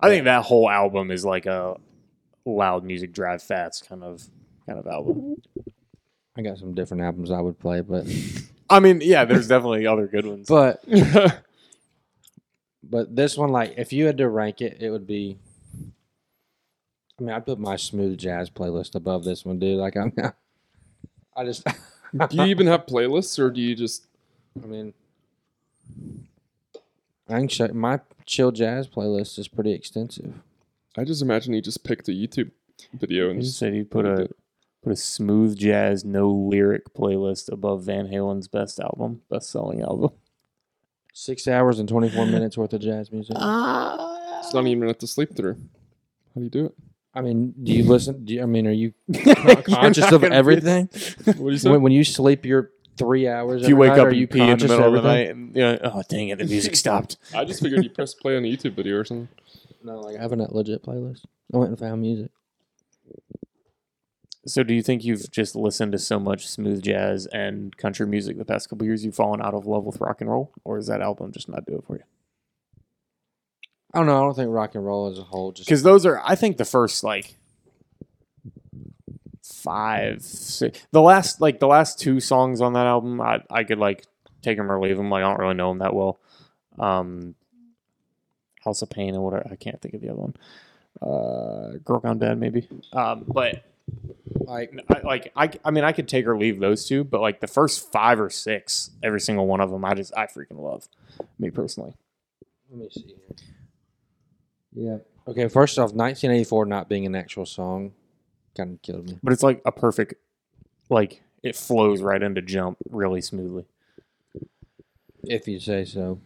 [SPEAKER 1] I think that whole album is like a loud music drive fast kind of kind of album.
[SPEAKER 3] I got some different albums I would play, but
[SPEAKER 1] I mean, yeah, there's definitely other good ones.
[SPEAKER 3] but
[SPEAKER 2] Jump.
[SPEAKER 3] but this one like if you had to rank it, it would be I mean, I'd put my smooth jazz playlist above this one, dude. Like I'm I just
[SPEAKER 2] do you even have playlists, or do you just?
[SPEAKER 3] I mean, I can show, my chill jazz playlist is pretty extensive.
[SPEAKER 2] I just imagine you just picked a YouTube video and
[SPEAKER 1] you
[SPEAKER 2] just
[SPEAKER 1] said you put a put a smooth jazz, no lyric playlist above Van Halen's best album, best selling album.
[SPEAKER 3] Six hours and 24 minutes worth of jazz music.
[SPEAKER 1] Uh, Ah.
[SPEAKER 2] it's not even enough to sleep through. How do you do it?
[SPEAKER 3] I mean, do you listen? Do you, I mean, are you
[SPEAKER 1] You're
[SPEAKER 3] conscious
[SPEAKER 1] not
[SPEAKER 3] of
[SPEAKER 1] gonna be-
[SPEAKER 3] everything?
[SPEAKER 2] What do you say?
[SPEAKER 3] When, when you sleep, you're three hours.
[SPEAKER 1] If you
[SPEAKER 3] every
[SPEAKER 1] wake
[SPEAKER 3] night,
[SPEAKER 1] up
[SPEAKER 3] are
[SPEAKER 1] and you pee in the
[SPEAKER 3] conscious
[SPEAKER 1] middle of the
[SPEAKER 3] everything?
[SPEAKER 1] night, and you're like, oh dang it, the music stopped.
[SPEAKER 2] I just figured you press play on a YouTube video or something.
[SPEAKER 3] No, like I have a legit playlist. I went and found music.
[SPEAKER 1] So, do you think you've just listened to so much smooth jazz and country music the past couple years, you've fallen out of love with rock and roll, or is that album just not do it for you?
[SPEAKER 3] I don't know. I don't think rock and roll as a whole just
[SPEAKER 1] Because those are, I think, the first like five, six. The last like the last two songs on that album, I I could like take them or leave them. Like I don't really know them that well. Um, House of Pain and whatever. I can't think of the other one. Uh, Girl Gone Bad maybe. Um, but
[SPEAKER 3] Like
[SPEAKER 1] I, like I I mean I could take or leave those two, but like the first five or six, every single one of them, I just I freaking love. Me personally.
[SPEAKER 3] Let me see here. Yeah. Okay, first off, 1984 not being an actual song kind of killed me.
[SPEAKER 1] but it's like a perfect like it flows right into jump really smoothly
[SPEAKER 3] If you say so.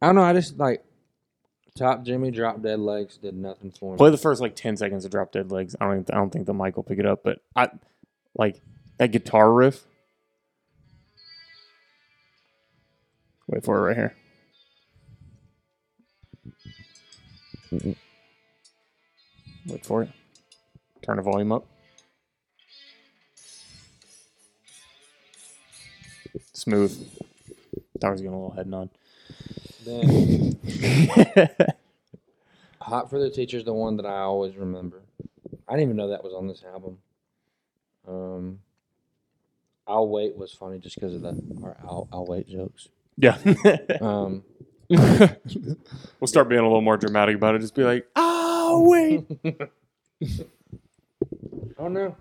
[SPEAKER 3] I don't know. I just like Top Jimmy, Drop Dead Legs, did nothing for me.
[SPEAKER 1] play the first like 10 seconds of drop dead legs i don't even- i don't think the mic will pick it up but i like that guitar riff wait for it right here wait for it turn the volume up smooth that was getting a little head nod
[SPEAKER 3] Then, Hot for the Teacher's the one that I always remember. I didn't even know that was on this album. Um, I'll Wait was funny just because of the our I'll, I'll Wait jokes.
[SPEAKER 1] yeah
[SPEAKER 3] Um,
[SPEAKER 1] We'll start being a little more dramatic about it. Just be like, oh, wait.
[SPEAKER 3] I don't know.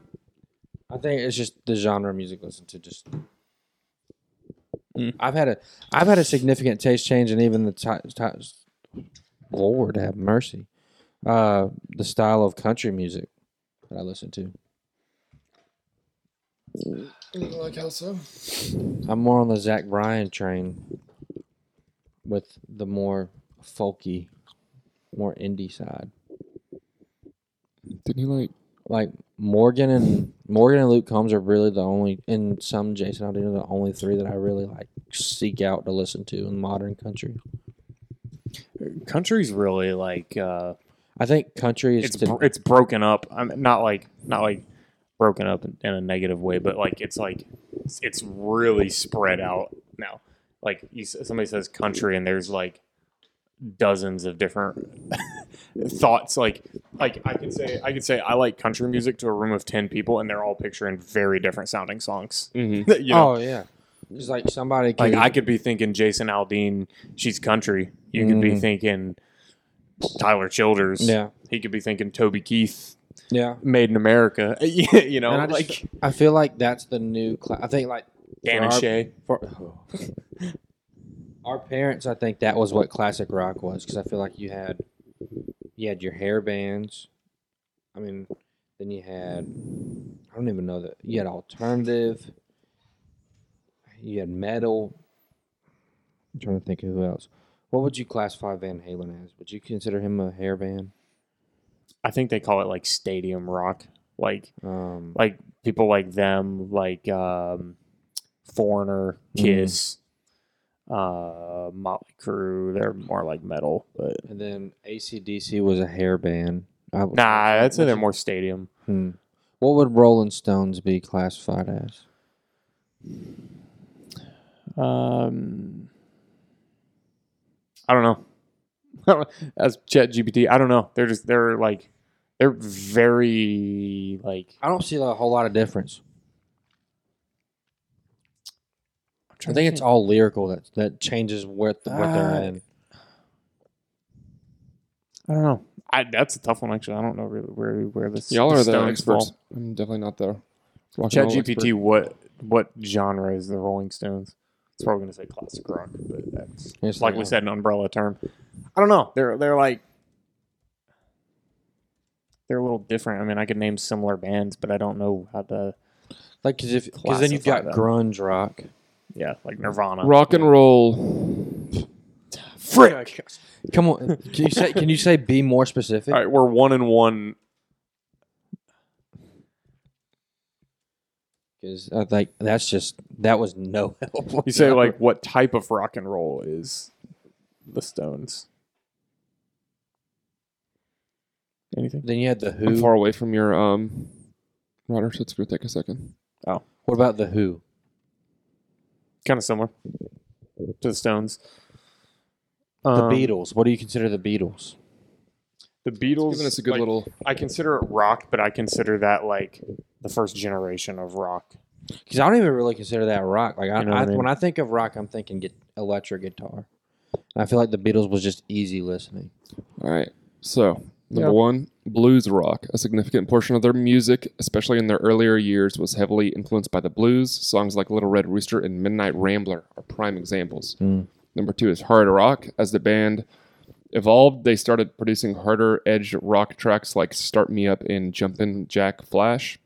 [SPEAKER 3] I think it's just the genre of music I listen to. Just
[SPEAKER 1] Mm.
[SPEAKER 3] I've had a I've had a significant taste change, and even the ty- ty- Lord have mercy, uh, the style of country music that I listen to.
[SPEAKER 2] Like how so?
[SPEAKER 3] I'm more on the Zach Bryan train with the more folky, more indie side.
[SPEAKER 2] Didn't he like?
[SPEAKER 3] Like Morgan and Morgan and Luke Combs are really the only, and some Jason Aldean are the only three that I really like seek out to listen to in modern country.
[SPEAKER 1] Country's really like uh,
[SPEAKER 3] I think country is
[SPEAKER 1] it's
[SPEAKER 3] to-
[SPEAKER 1] bro- it's broken up. I'm not like not like broken up in, in a negative way, but like it's like it's, it's really spread out now. Like you, s- somebody says country, and there's like dozens of different thoughts. Like like I could say I could say I like country music to a room of ten people, and they're all picturing very different sounding songs.
[SPEAKER 2] Mm-hmm.
[SPEAKER 1] you know?
[SPEAKER 3] oh yeah, it's like somebody can
[SPEAKER 1] Like I could be thinking Jason Aldean, she's country. You could be
[SPEAKER 3] Mhm.
[SPEAKER 1] thinking Tyler Childers.
[SPEAKER 3] yeah
[SPEAKER 1] He could be thinking Toby Keith,
[SPEAKER 3] yeah.
[SPEAKER 1] Made in America. you know,
[SPEAKER 3] And I just-
[SPEAKER 1] like
[SPEAKER 3] I feel like that's the new. Cl- I think like
[SPEAKER 1] Dan and
[SPEAKER 3] Rob-
[SPEAKER 1] Shay.
[SPEAKER 3] for our parents i think that was what classic rock was because i feel like you had you had your hair bands i mean then you had i don't even know that you had alternative you had metal i'm trying to think of who else what would you classify van halen as would you consider him a hair band
[SPEAKER 1] I think they call it like stadium rock. Like
[SPEAKER 3] um
[SPEAKER 1] like people like them, like um Foreigner, Kiss, uh Motley Crue. They're more like metal, but
[SPEAKER 3] and then acdc was a hair band I would-
[SPEAKER 1] nah, I'd say they're more stadium.
[SPEAKER 3] hmm. what would rolling stones be classified as
[SPEAKER 1] Um, I don't know. As Chat GPT, I don't know. They're just they're like they're very like
[SPEAKER 3] I don't see a whole lot of difference. I
[SPEAKER 1] trying to
[SPEAKER 3] think it's all lyrical that that changes what what
[SPEAKER 1] Uh,
[SPEAKER 3] they're in.
[SPEAKER 1] I don't know. I, that's a tough one actually. I don't know really where where this
[SPEAKER 2] Y'all are
[SPEAKER 1] this
[SPEAKER 2] the
[SPEAKER 1] stones
[SPEAKER 2] experts.
[SPEAKER 1] fall.
[SPEAKER 2] I'm definitely not the. rock
[SPEAKER 1] Chat
[SPEAKER 2] and roll
[SPEAKER 1] GPT, what what genre is the Rolling Stones? It's probably going to say classic rock, but that's
[SPEAKER 3] It's
[SPEAKER 1] like we said, an umbrella term. I don't know. They're they're like they're a little different. I mean, I could name similar bands, but I don't know how to.
[SPEAKER 3] like because if because then you've
[SPEAKER 1] classify
[SPEAKER 3] got
[SPEAKER 1] them.
[SPEAKER 3] grunge rock.
[SPEAKER 1] Yeah, like Nirvana.
[SPEAKER 2] expert. Rock and roll.
[SPEAKER 1] Frick.
[SPEAKER 3] Come on, can you say can you say be more specific?
[SPEAKER 1] All right, we're one and one.
[SPEAKER 3] Because uh, like that's just that was no help.
[SPEAKER 1] You say like what type of rock and roll is the Stones? Anything?
[SPEAKER 3] Then you had the
[SPEAKER 2] I'm
[SPEAKER 3] Who.
[SPEAKER 2] far away from your um. Router, so it's gonna take a second.
[SPEAKER 3] What about the Who?
[SPEAKER 1] Kind of similar to the Stones.
[SPEAKER 3] The
[SPEAKER 1] Um,
[SPEAKER 3] Beatles. What do you consider the Beatles?
[SPEAKER 1] The Beatles.
[SPEAKER 2] Giving us a good
[SPEAKER 1] like,
[SPEAKER 2] little.
[SPEAKER 1] I consider it rock, but I consider that like the first generation of rock.
[SPEAKER 3] Because I don't even really consider that rock. Like I,
[SPEAKER 1] You know what
[SPEAKER 3] I,
[SPEAKER 1] I mean?
[SPEAKER 3] when I think of rock, I'm thinking get electric guitar. I feel like the Beatles was just easy listening.
[SPEAKER 2] All right. So, number
[SPEAKER 1] Yeah.
[SPEAKER 2] one, blues rock. A significant portion of their music, especially in their earlier years, was heavily influenced by the blues. Songs like Little Red Rooster and Midnight Rambler are prime examples.
[SPEAKER 3] Mm.
[SPEAKER 2] Number two is hard rock. As the band evolved, they started producing harder edged rock tracks like Start Me Up and Jumpin' Jack Flash.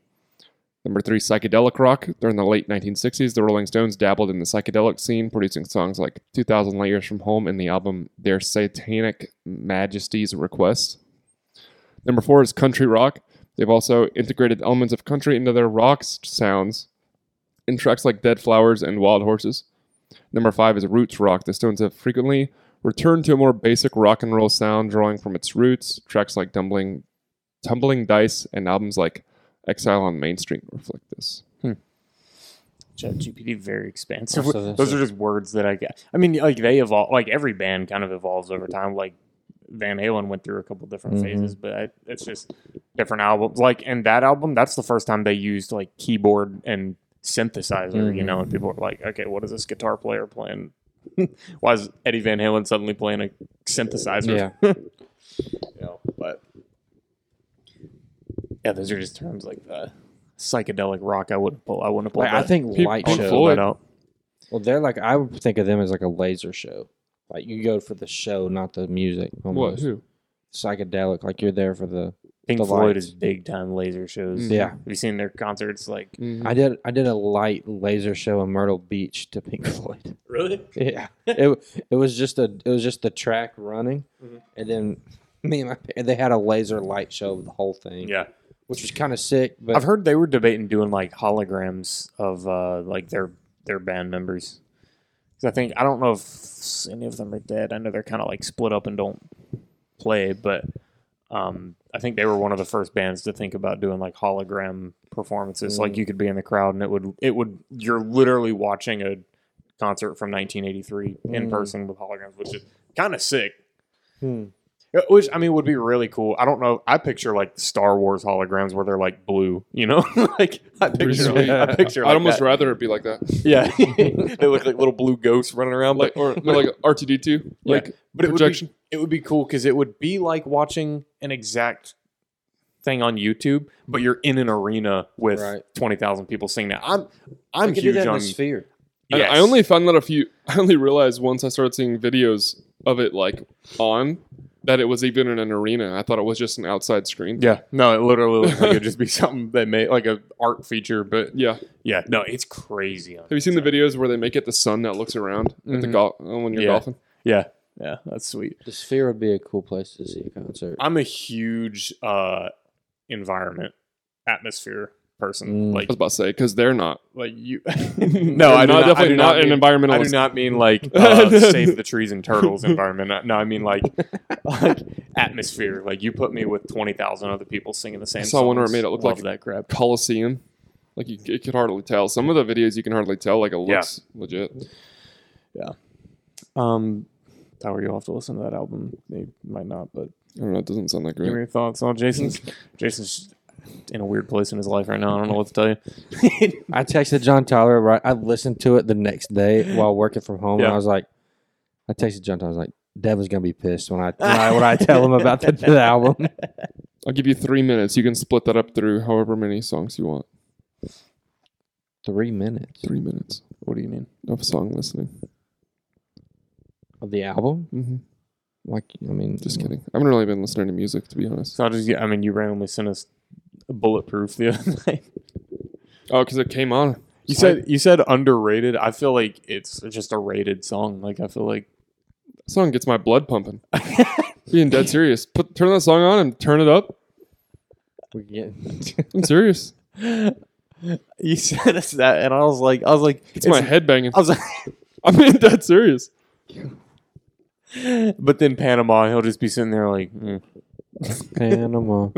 [SPEAKER 2] Number three, psychedelic rock. During the late 1960s, the Rolling Stones dabbled in the psychedelic scene, producing songs like 2000 Light Years from Home and the album Their Satanic Majesty's Request. Number four is country rock. They've also integrated elements of country into their rock s- sounds in tracks like Dead Flowers and Wild Horses. Number five is roots rock. The Stones have frequently returned to a more basic rock and roll sound, drawing from its roots. Tracks like Tumbling, Tumbling Dice and albums like Exile on Main Street reflect this.
[SPEAKER 1] ChatGPT very expansive.
[SPEAKER 3] Also, that's
[SPEAKER 1] Those
[SPEAKER 3] a-
[SPEAKER 1] are just words that I get. I mean, like they evolve. Like every band kind of evolves over time. Like Van Halen went through a couple different
[SPEAKER 3] Mhm.
[SPEAKER 1] phases, but I, it's just different albums. Like in that album, that's the first time they used like keyboard and synthesizer. You
[SPEAKER 3] Mm-hmm.
[SPEAKER 1] know, and people were like, "Okay, what is this guitar player playing? Why is Eddie Van Halen suddenly playing a synthesizer?"
[SPEAKER 3] Yeah.
[SPEAKER 1] you know, but yeah, those are just terms like the psychedelic rock. I wouldn't pull. I wouldn't pull.
[SPEAKER 3] Like, I
[SPEAKER 1] that-
[SPEAKER 3] think
[SPEAKER 2] Pink-
[SPEAKER 3] light
[SPEAKER 2] Pink
[SPEAKER 3] show.
[SPEAKER 2] Floyd.
[SPEAKER 1] out.
[SPEAKER 3] Well, they're like I would think of them as like a laser show. Like you go for the show, not the music.
[SPEAKER 2] What?
[SPEAKER 3] almost.
[SPEAKER 2] Who?
[SPEAKER 3] Psychedelic. Like you're there for the.
[SPEAKER 1] Pink
[SPEAKER 3] the
[SPEAKER 1] Floyd
[SPEAKER 3] lights.
[SPEAKER 1] is big time laser shows.
[SPEAKER 2] Mm.
[SPEAKER 3] Yeah,
[SPEAKER 1] Have you seen their concerts? Like
[SPEAKER 2] Mhm.
[SPEAKER 3] I did. I did a light laser show in Myrtle Beach to Pink Floyd.
[SPEAKER 1] really?
[SPEAKER 3] Yeah, it it was just a it was just the track running,
[SPEAKER 1] Mhm.
[SPEAKER 3] and then me and my pa- they had a laser light show of the whole thing,
[SPEAKER 1] Yeah,
[SPEAKER 3] which was kind of sick. But
[SPEAKER 1] I've heard they were debating doing like holograms of uh like their their band members. 'Cause I think I don't know if any of them are dead. I know they're kind of like split up and don't play, but um I think they were one of the first bands to think about doing like hologram performances. Like
[SPEAKER 3] Mm.
[SPEAKER 1] you could be in the crowd and it would it would you're literally watching a concert from 1983 in
[SPEAKER 3] Mm.
[SPEAKER 1] person with holograms, which is kind of sick.
[SPEAKER 3] hmm,
[SPEAKER 1] Yeah, Which I mean would be really cool. I don't know. I picture like Star Wars holograms where they're like blue, you know? like I picture, like,
[SPEAKER 2] sweet.
[SPEAKER 1] I picture.
[SPEAKER 2] I'd
[SPEAKER 1] Like
[SPEAKER 2] almost
[SPEAKER 1] that.
[SPEAKER 2] rather it be like that,
[SPEAKER 1] yeah. they look like little blue ghosts running around,
[SPEAKER 2] like
[SPEAKER 1] but
[SPEAKER 2] or no, like RTD two,
[SPEAKER 1] Yeah.
[SPEAKER 2] like
[SPEAKER 1] but it would be,
[SPEAKER 2] projection.
[SPEAKER 1] it would be cool because it would be like watching an exact thing on YouTube, but you're in an arena with
[SPEAKER 3] Right.
[SPEAKER 1] twenty thousand people singing that. I'm I'm
[SPEAKER 3] we could do
[SPEAKER 1] huge
[SPEAKER 3] that in
[SPEAKER 1] on.
[SPEAKER 3] the sphere.
[SPEAKER 2] I-
[SPEAKER 1] Yes.
[SPEAKER 2] I only found that a few. I only realized once I started seeing videos of it like on that it was even in an arena. I thought it was just an outside screen.
[SPEAKER 1] yeah, no, it literally looks like it'd just be something they made like a art feature, but
[SPEAKER 2] Yeah.
[SPEAKER 1] yeah, no, it's crazy. On
[SPEAKER 2] Have you seen the videos where they make it the sun that looks around at the
[SPEAKER 1] Mhm.
[SPEAKER 2] golf when you're
[SPEAKER 1] Yeah.
[SPEAKER 2] golfing?
[SPEAKER 1] Yeah, yeah, that's sweet.
[SPEAKER 3] The sphere would be a cool place to see a concert.
[SPEAKER 1] I'm a huge uh environment atmosphere person.
[SPEAKER 3] Mm.
[SPEAKER 2] I
[SPEAKER 1] Like
[SPEAKER 2] was about to say because they're not.
[SPEAKER 1] like you No, I
[SPEAKER 2] They're
[SPEAKER 1] do not, I do
[SPEAKER 2] definitely
[SPEAKER 1] not,
[SPEAKER 2] not,
[SPEAKER 1] mean, I
[SPEAKER 2] an
[SPEAKER 1] do
[SPEAKER 2] environmentalist.
[SPEAKER 1] not mean like uh, save the trees and turtles environment. No, I mean like like atmosphere. Like you put me with 20,000 other people singing the same
[SPEAKER 2] I saw one where it
[SPEAKER 1] songs.
[SPEAKER 2] made it look
[SPEAKER 1] Love
[SPEAKER 2] like-
[SPEAKER 1] that crap.
[SPEAKER 2] Coliseum, like you, you could hardly tell. Some of the videos you can hardly tell. Like it
[SPEAKER 1] Yeah.
[SPEAKER 2] looks legit.
[SPEAKER 1] Um Tower, you'll have to listen to that album. They might not, but
[SPEAKER 2] I don't know. It doesn't sound that
[SPEAKER 1] give me
[SPEAKER 2] great.
[SPEAKER 1] your thoughts on Jason's. Jason's in a weird place in his life right now. I don't know what to tell you.
[SPEAKER 3] I texted John Tyler. Right, I listened to it the next day while working from home, and
[SPEAKER 1] Yeah.
[SPEAKER 3] I was like, I texted John Tyler. I was like, Devin's gonna be pissed when I when I, when I tell him about the, the album.
[SPEAKER 2] I'll give you three minutes. You can split that up through however many songs you want.
[SPEAKER 3] Three minutes
[SPEAKER 2] Three minutes
[SPEAKER 1] what do you mean?
[SPEAKER 2] of song listening.
[SPEAKER 3] of the album.
[SPEAKER 2] hmm
[SPEAKER 3] Mm-hmm. Like, I mean,
[SPEAKER 2] Just kidding. I haven't really been listening to music to be honest.
[SPEAKER 1] So I just, yeah, I mean, you randomly sent us a bulletproof the other night.
[SPEAKER 2] Oh, because it came on.
[SPEAKER 1] You
[SPEAKER 2] Sorry.
[SPEAKER 1] said you said underrated. I feel like it's just a rated song. Like I feel like
[SPEAKER 2] That song gets my blood pumping. Being dead serious. Put turn that song on and turn it up.
[SPEAKER 3] We can get,
[SPEAKER 2] I'm serious.
[SPEAKER 1] you said us that, and I was like, I was like,
[SPEAKER 2] It's, my head banging.
[SPEAKER 1] I was like,
[SPEAKER 2] I'm being dead serious.
[SPEAKER 1] but then Panama, he'll just be sitting there like, mm.
[SPEAKER 3] Panama.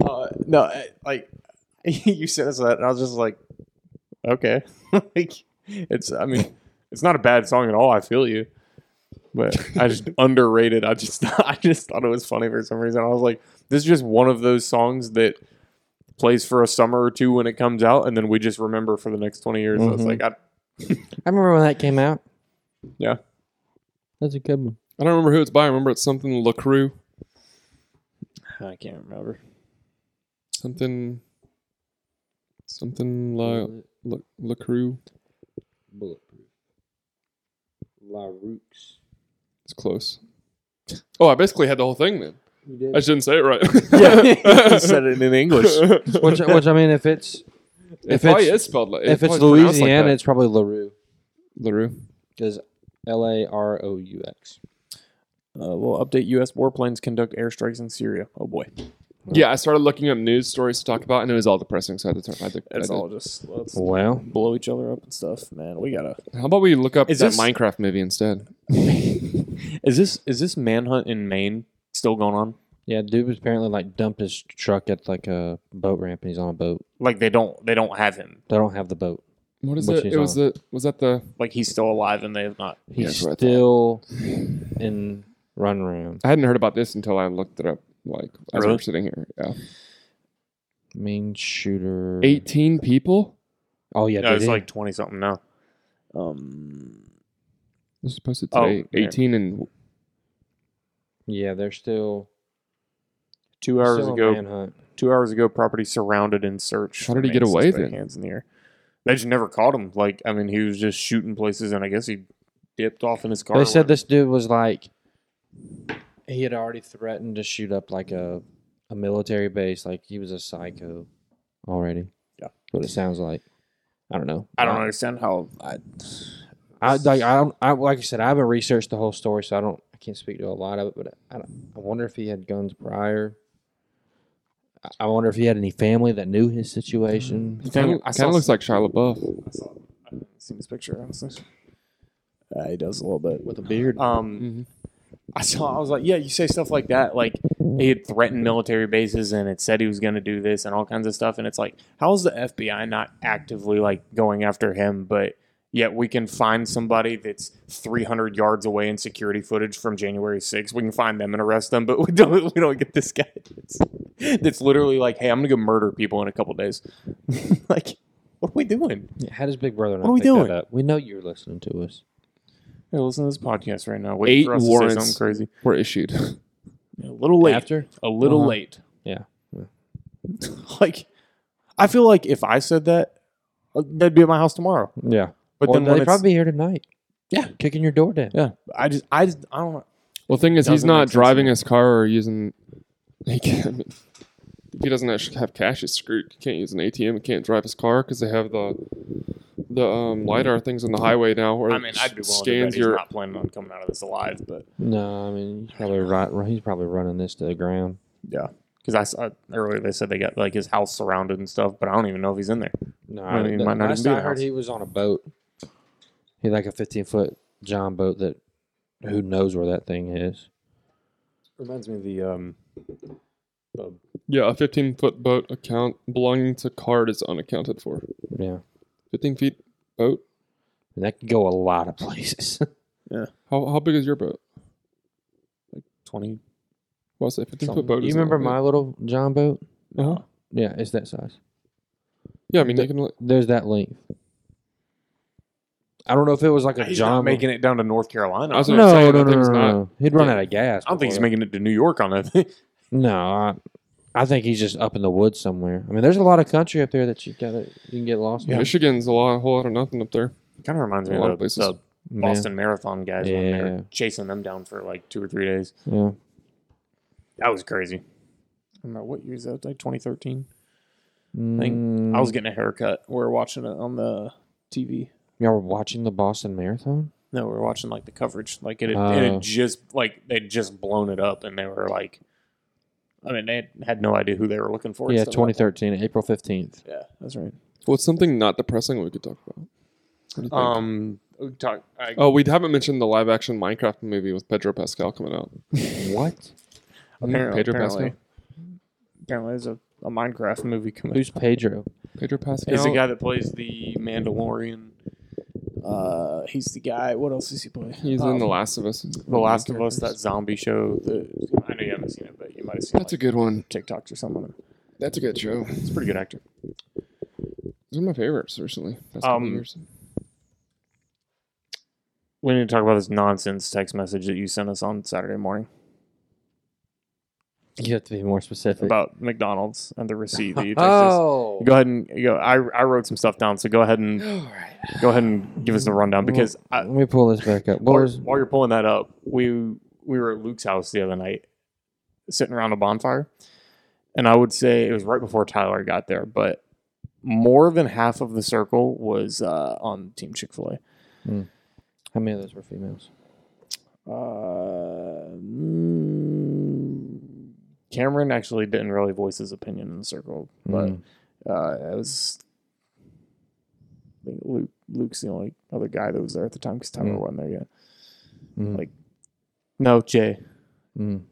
[SPEAKER 1] uh, no, I- like you said us that, and I was just like, okay, like it's. I mean, it's not a bad song at all. I feel you. but I just underrated. I just I just thought it was funny for some reason. I was like, this is just one of those songs that plays for a summer or two when it comes out, and then we just remember for the next twenty years. So it's
[SPEAKER 3] Mhm.
[SPEAKER 1] like I,
[SPEAKER 3] I remember when that came out.
[SPEAKER 1] Yeah.
[SPEAKER 3] That's a good one.
[SPEAKER 2] I don't remember who it's by. I remember it's something LaCrue.
[SPEAKER 1] I can't remember.
[SPEAKER 2] Something. Something La, La, LaCrue.
[SPEAKER 3] Bulletproof. La Rooks.
[SPEAKER 2] It's close. Oh, I basically had the whole thing then.
[SPEAKER 3] You
[SPEAKER 2] I shouldn't say it right.
[SPEAKER 1] Yeah, Uh, said it in English.
[SPEAKER 3] Which, which I mean, if it's
[SPEAKER 2] It
[SPEAKER 3] If
[SPEAKER 2] probably
[SPEAKER 3] it's-
[SPEAKER 2] is spelled like
[SPEAKER 3] if it's Louisiana, it's probably LaRue.
[SPEAKER 2] LaRue.
[SPEAKER 3] Because L A R O U X.
[SPEAKER 1] Uh, we'll update U.S. warplanes conduct airstrikes in Syria. Oh boy,
[SPEAKER 2] Yeah, I started looking up news stories to talk about, and it was all depressing. So I had to turn. I had to, I
[SPEAKER 1] it's
[SPEAKER 2] did.
[SPEAKER 1] all just let's
[SPEAKER 3] Well,
[SPEAKER 1] blow each other up and stuff. Man, we gotta.
[SPEAKER 2] How about we look up
[SPEAKER 1] Is
[SPEAKER 2] that
[SPEAKER 1] this-
[SPEAKER 2] Minecraft movie instead?
[SPEAKER 1] Is this is this manhunt in Maine still going on?
[SPEAKER 3] yeah, dude was apparently like dumped his truck at like a boat ramp and he's on a boat.
[SPEAKER 1] Like they don't they don't have him.
[SPEAKER 3] They don't have the boat.
[SPEAKER 2] What is
[SPEAKER 3] Which
[SPEAKER 2] it?
[SPEAKER 3] is
[SPEAKER 2] It was
[SPEAKER 3] on.
[SPEAKER 2] the was that the
[SPEAKER 1] Like he's still alive and they have not.
[SPEAKER 2] Yeah,
[SPEAKER 3] He's
[SPEAKER 2] that's what I thought.
[SPEAKER 3] still in run around.
[SPEAKER 2] I hadn't heard about this until I looked it up. Like as we
[SPEAKER 1] Really?
[SPEAKER 2] were sitting here, yeah.
[SPEAKER 3] Main shooter.
[SPEAKER 2] Eighteen people.
[SPEAKER 3] Oh yeah,
[SPEAKER 1] No,
[SPEAKER 3] dude,
[SPEAKER 1] it's
[SPEAKER 3] he-
[SPEAKER 1] like twenty something now. Um,
[SPEAKER 2] This is posted
[SPEAKER 1] Oh,
[SPEAKER 2] today.
[SPEAKER 1] yeah.
[SPEAKER 2] Eighteen and
[SPEAKER 3] yeah, they're still
[SPEAKER 1] two hours
[SPEAKER 3] still on
[SPEAKER 1] ago,
[SPEAKER 3] manhunt.
[SPEAKER 1] two hours ago, property surrounded and searched.
[SPEAKER 2] How did he
[SPEAKER 1] Remains
[SPEAKER 2] get away
[SPEAKER 1] suspect
[SPEAKER 2] then?
[SPEAKER 1] Hands in the air. They just never caught him. Like I mean, he was just shooting places, and I guess he dipped off in his car.
[SPEAKER 3] They
[SPEAKER 1] or
[SPEAKER 3] said
[SPEAKER 1] whatever.
[SPEAKER 3] this dude was like he had already threatened to shoot up like a a military base. Like he was a psycho already.
[SPEAKER 1] Yeah.
[SPEAKER 3] what it sounds like. I don't know.
[SPEAKER 1] I don't understand how. I,
[SPEAKER 3] I like I don't I like I said I haven't researched the whole story, so I don't I can't speak to a lot of it. But I don't, I wonder if he had guns prior. I- I wonder if he had any family that knew his situation.
[SPEAKER 2] kind
[SPEAKER 1] I
[SPEAKER 2] of
[SPEAKER 1] saw
[SPEAKER 2] looks like Shia LaBeouf.
[SPEAKER 1] I saw. I haven't seen this picture. Honestly. Uh, he does a little bit
[SPEAKER 3] With a beard.
[SPEAKER 1] Um,
[SPEAKER 2] Mhm.
[SPEAKER 1] I saw. I was like, yeah, you say stuff like that. Like he had threatened military bases, and it said he was going to do this and all kinds of stuff. And it's like, how is the FBI not actively like going after him, but yet we can find somebody that's 300 yards away in security footage from January 6th. We can find them and arrest them, but we don't. We don't get this guy. That's, that's literally like, hey, I'm going to go murder people in a couple days. like, what are we doing?
[SPEAKER 3] Yeah, How does Big Brother not
[SPEAKER 1] What are we
[SPEAKER 3] pick that
[SPEAKER 1] doing?
[SPEAKER 3] up? We know you're listening to us.
[SPEAKER 1] Hey, listen to this podcast right now. Wait
[SPEAKER 2] Eight
[SPEAKER 1] for us
[SPEAKER 2] warrants.
[SPEAKER 1] to say something crazy.
[SPEAKER 2] Were issued.
[SPEAKER 1] A little late.
[SPEAKER 3] After
[SPEAKER 1] a little
[SPEAKER 3] Uh-huh.
[SPEAKER 1] late.
[SPEAKER 3] Yeah. Yeah.
[SPEAKER 1] like, I feel like if I said that, uh, they'd be at my house tomorrow.
[SPEAKER 3] yeah,
[SPEAKER 1] But then when
[SPEAKER 3] they
[SPEAKER 1] it's,
[SPEAKER 3] probably be here tonight.
[SPEAKER 1] Yeah.
[SPEAKER 3] kicking your door down.
[SPEAKER 1] yeah, I just, I just, I don't. know.
[SPEAKER 2] Well, thing is, he's
[SPEAKER 1] Doesn't make
[SPEAKER 2] not
[SPEAKER 1] sense to
[SPEAKER 2] driving
[SPEAKER 1] me.
[SPEAKER 2] his car or using. He can't, I mean, if he doesn't actually have cash, he's screwed. He can't use an ATM. He can't drive his car because they have the the um, lidar things on the highway now where
[SPEAKER 1] I mean, I'd be willing to
[SPEAKER 2] it
[SPEAKER 1] bet
[SPEAKER 2] scans
[SPEAKER 1] he's
[SPEAKER 2] your.
[SPEAKER 1] not planning on coming out of this alive, but
[SPEAKER 3] No, I mean he's probably right. He's probably running this to the ground.
[SPEAKER 1] yeah, because I saw earlier they said they got like his house surrounded and stuff, but I don't even know if he's in there.
[SPEAKER 3] No,
[SPEAKER 1] I mean,
[SPEAKER 3] the
[SPEAKER 1] might not
[SPEAKER 3] last
[SPEAKER 1] even be
[SPEAKER 3] I
[SPEAKER 1] a
[SPEAKER 3] heard
[SPEAKER 1] house.
[SPEAKER 3] he was on a boat. He had like a fifteen foot John boat that who knows where that thing is.
[SPEAKER 1] Reminds me of the um, the
[SPEAKER 2] Yeah, a 15 foot boat account belonging to card is unaccounted for.
[SPEAKER 3] Yeah.
[SPEAKER 2] 15 feet boat?
[SPEAKER 3] And that could go a lot of places.
[SPEAKER 2] How, how big is your boat?
[SPEAKER 1] twenty.
[SPEAKER 2] Well, I say 15
[SPEAKER 1] Something.
[SPEAKER 2] foot boat.
[SPEAKER 3] you
[SPEAKER 2] isn't that
[SPEAKER 3] remember
[SPEAKER 2] big.
[SPEAKER 3] my little John boat?
[SPEAKER 1] Uh-huh.
[SPEAKER 3] Yeah, it's that size.
[SPEAKER 2] Yeah, I mean, you can. li-
[SPEAKER 3] There's that length. I don't know if it was like a
[SPEAKER 1] He's
[SPEAKER 3] John
[SPEAKER 1] not making it down to North Carolina. I,
[SPEAKER 2] I was
[SPEAKER 1] don't
[SPEAKER 2] gonna-
[SPEAKER 1] think
[SPEAKER 2] what I'm saying, that
[SPEAKER 3] No, no, no, no,
[SPEAKER 2] thing's not-
[SPEAKER 3] no, no. He'd run out of gas.
[SPEAKER 1] think he's
[SPEAKER 3] before
[SPEAKER 1] making it to New York on that.
[SPEAKER 3] that. No, I, I think he's just up in the woods somewhere. I mean, there's a lot of country up there that you gotta you can get lost. in.
[SPEAKER 2] Michigan's a lot, a whole lot of nothing up there.
[SPEAKER 1] kind of reminds me
[SPEAKER 2] A lot
[SPEAKER 1] of
[SPEAKER 2] of
[SPEAKER 1] the,
[SPEAKER 2] places.
[SPEAKER 1] the
[SPEAKER 3] Man.
[SPEAKER 1] Boston Marathon guys when
[SPEAKER 3] Yeah.
[SPEAKER 1] they're chasing them down for like two or three days.
[SPEAKER 3] Yeah.
[SPEAKER 1] That was crazy. I don't know what year is that? Like 2013. think
[SPEAKER 3] Mm.
[SPEAKER 1] I was getting a haircut. We were watching it on the TV.
[SPEAKER 3] Y'all were watching the Boston Marathon?
[SPEAKER 1] No, we were watching like the coverage. Like it had, it
[SPEAKER 3] Oh.
[SPEAKER 1] had just like they'd just blown it up, and they were like, I mean, they had no idea who they were looking for. and
[SPEAKER 3] yeah,
[SPEAKER 1] stuff like
[SPEAKER 3] 2013, April
[SPEAKER 1] that.
[SPEAKER 3] 15th.
[SPEAKER 1] Yeah, that's right.
[SPEAKER 2] Well, it's something not depressing we could talk about. What do you think?
[SPEAKER 1] Um, we talk. I,
[SPEAKER 2] oh, we haven't mentioned the live action Minecraft movie with Pedro Pascal coming out.
[SPEAKER 3] What?
[SPEAKER 1] apparently,
[SPEAKER 2] Pedro
[SPEAKER 1] apparently,
[SPEAKER 2] Pascal.
[SPEAKER 1] apparently, there's a, a Minecraft movie coming.
[SPEAKER 3] Who's Pedro?
[SPEAKER 2] Pedro Pascal.
[SPEAKER 1] He's the guy that plays the Mandalorian. Uh, he's the guy. What else does he play?
[SPEAKER 2] He's in
[SPEAKER 1] Um,
[SPEAKER 2] The Last of Us.
[SPEAKER 1] The Last of Us, that zombie show. The, I know you haven't seen it, but you might have seen
[SPEAKER 2] That's a
[SPEAKER 1] like,
[SPEAKER 2] good one.
[SPEAKER 1] TikToks or something. on him.
[SPEAKER 2] That's a good show.
[SPEAKER 1] He's a pretty good actor.
[SPEAKER 2] It's one of my favorites, personally. That's
[SPEAKER 1] Um, We need to talk about this nonsense text message that you sent us on Saturday morning
[SPEAKER 3] You have to be more specific.
[SPEAKER 1] about McDonald's and the receipt that you texted us.
[SPEAKER 3] oh,
[SPEAKER 1] Go ahead and go. I, I wrote some stuff down, so go ahead and
[SPEAKER 3] all right.
[SPEAKER 1] go ahead and give us the rundown because I,
[SPEAKER 3] Let me pull this back up. What
[SPEAKER 1] while,
[SPEAKER 3] was
[SPEAKER 1] while you're pulling that up, we we were at Luke's house the other night, sitting around a bonfire, and I would say it was right before Tyler got there, but more than half of the circle was uh, on Team Chick Fil
[SPEAKER 3] how many of those were females?
[SPEAKER 1] A. Uh, mm, Cameron actually didn't really voice his opinion in the circle, but
[SPEAKER 3] Mm.
[SPEAKER 1] uh, it was. I think Luke, Luke's the only other guy that was there at the time because Tyler
[SPEAKER 3] Mm.
[SPEAKER 1] wasn't there yet.
[SPEAKER 3] Mm.
[SPEAKER 1] like- No, Jay.
[SPEAKER 3] Mm.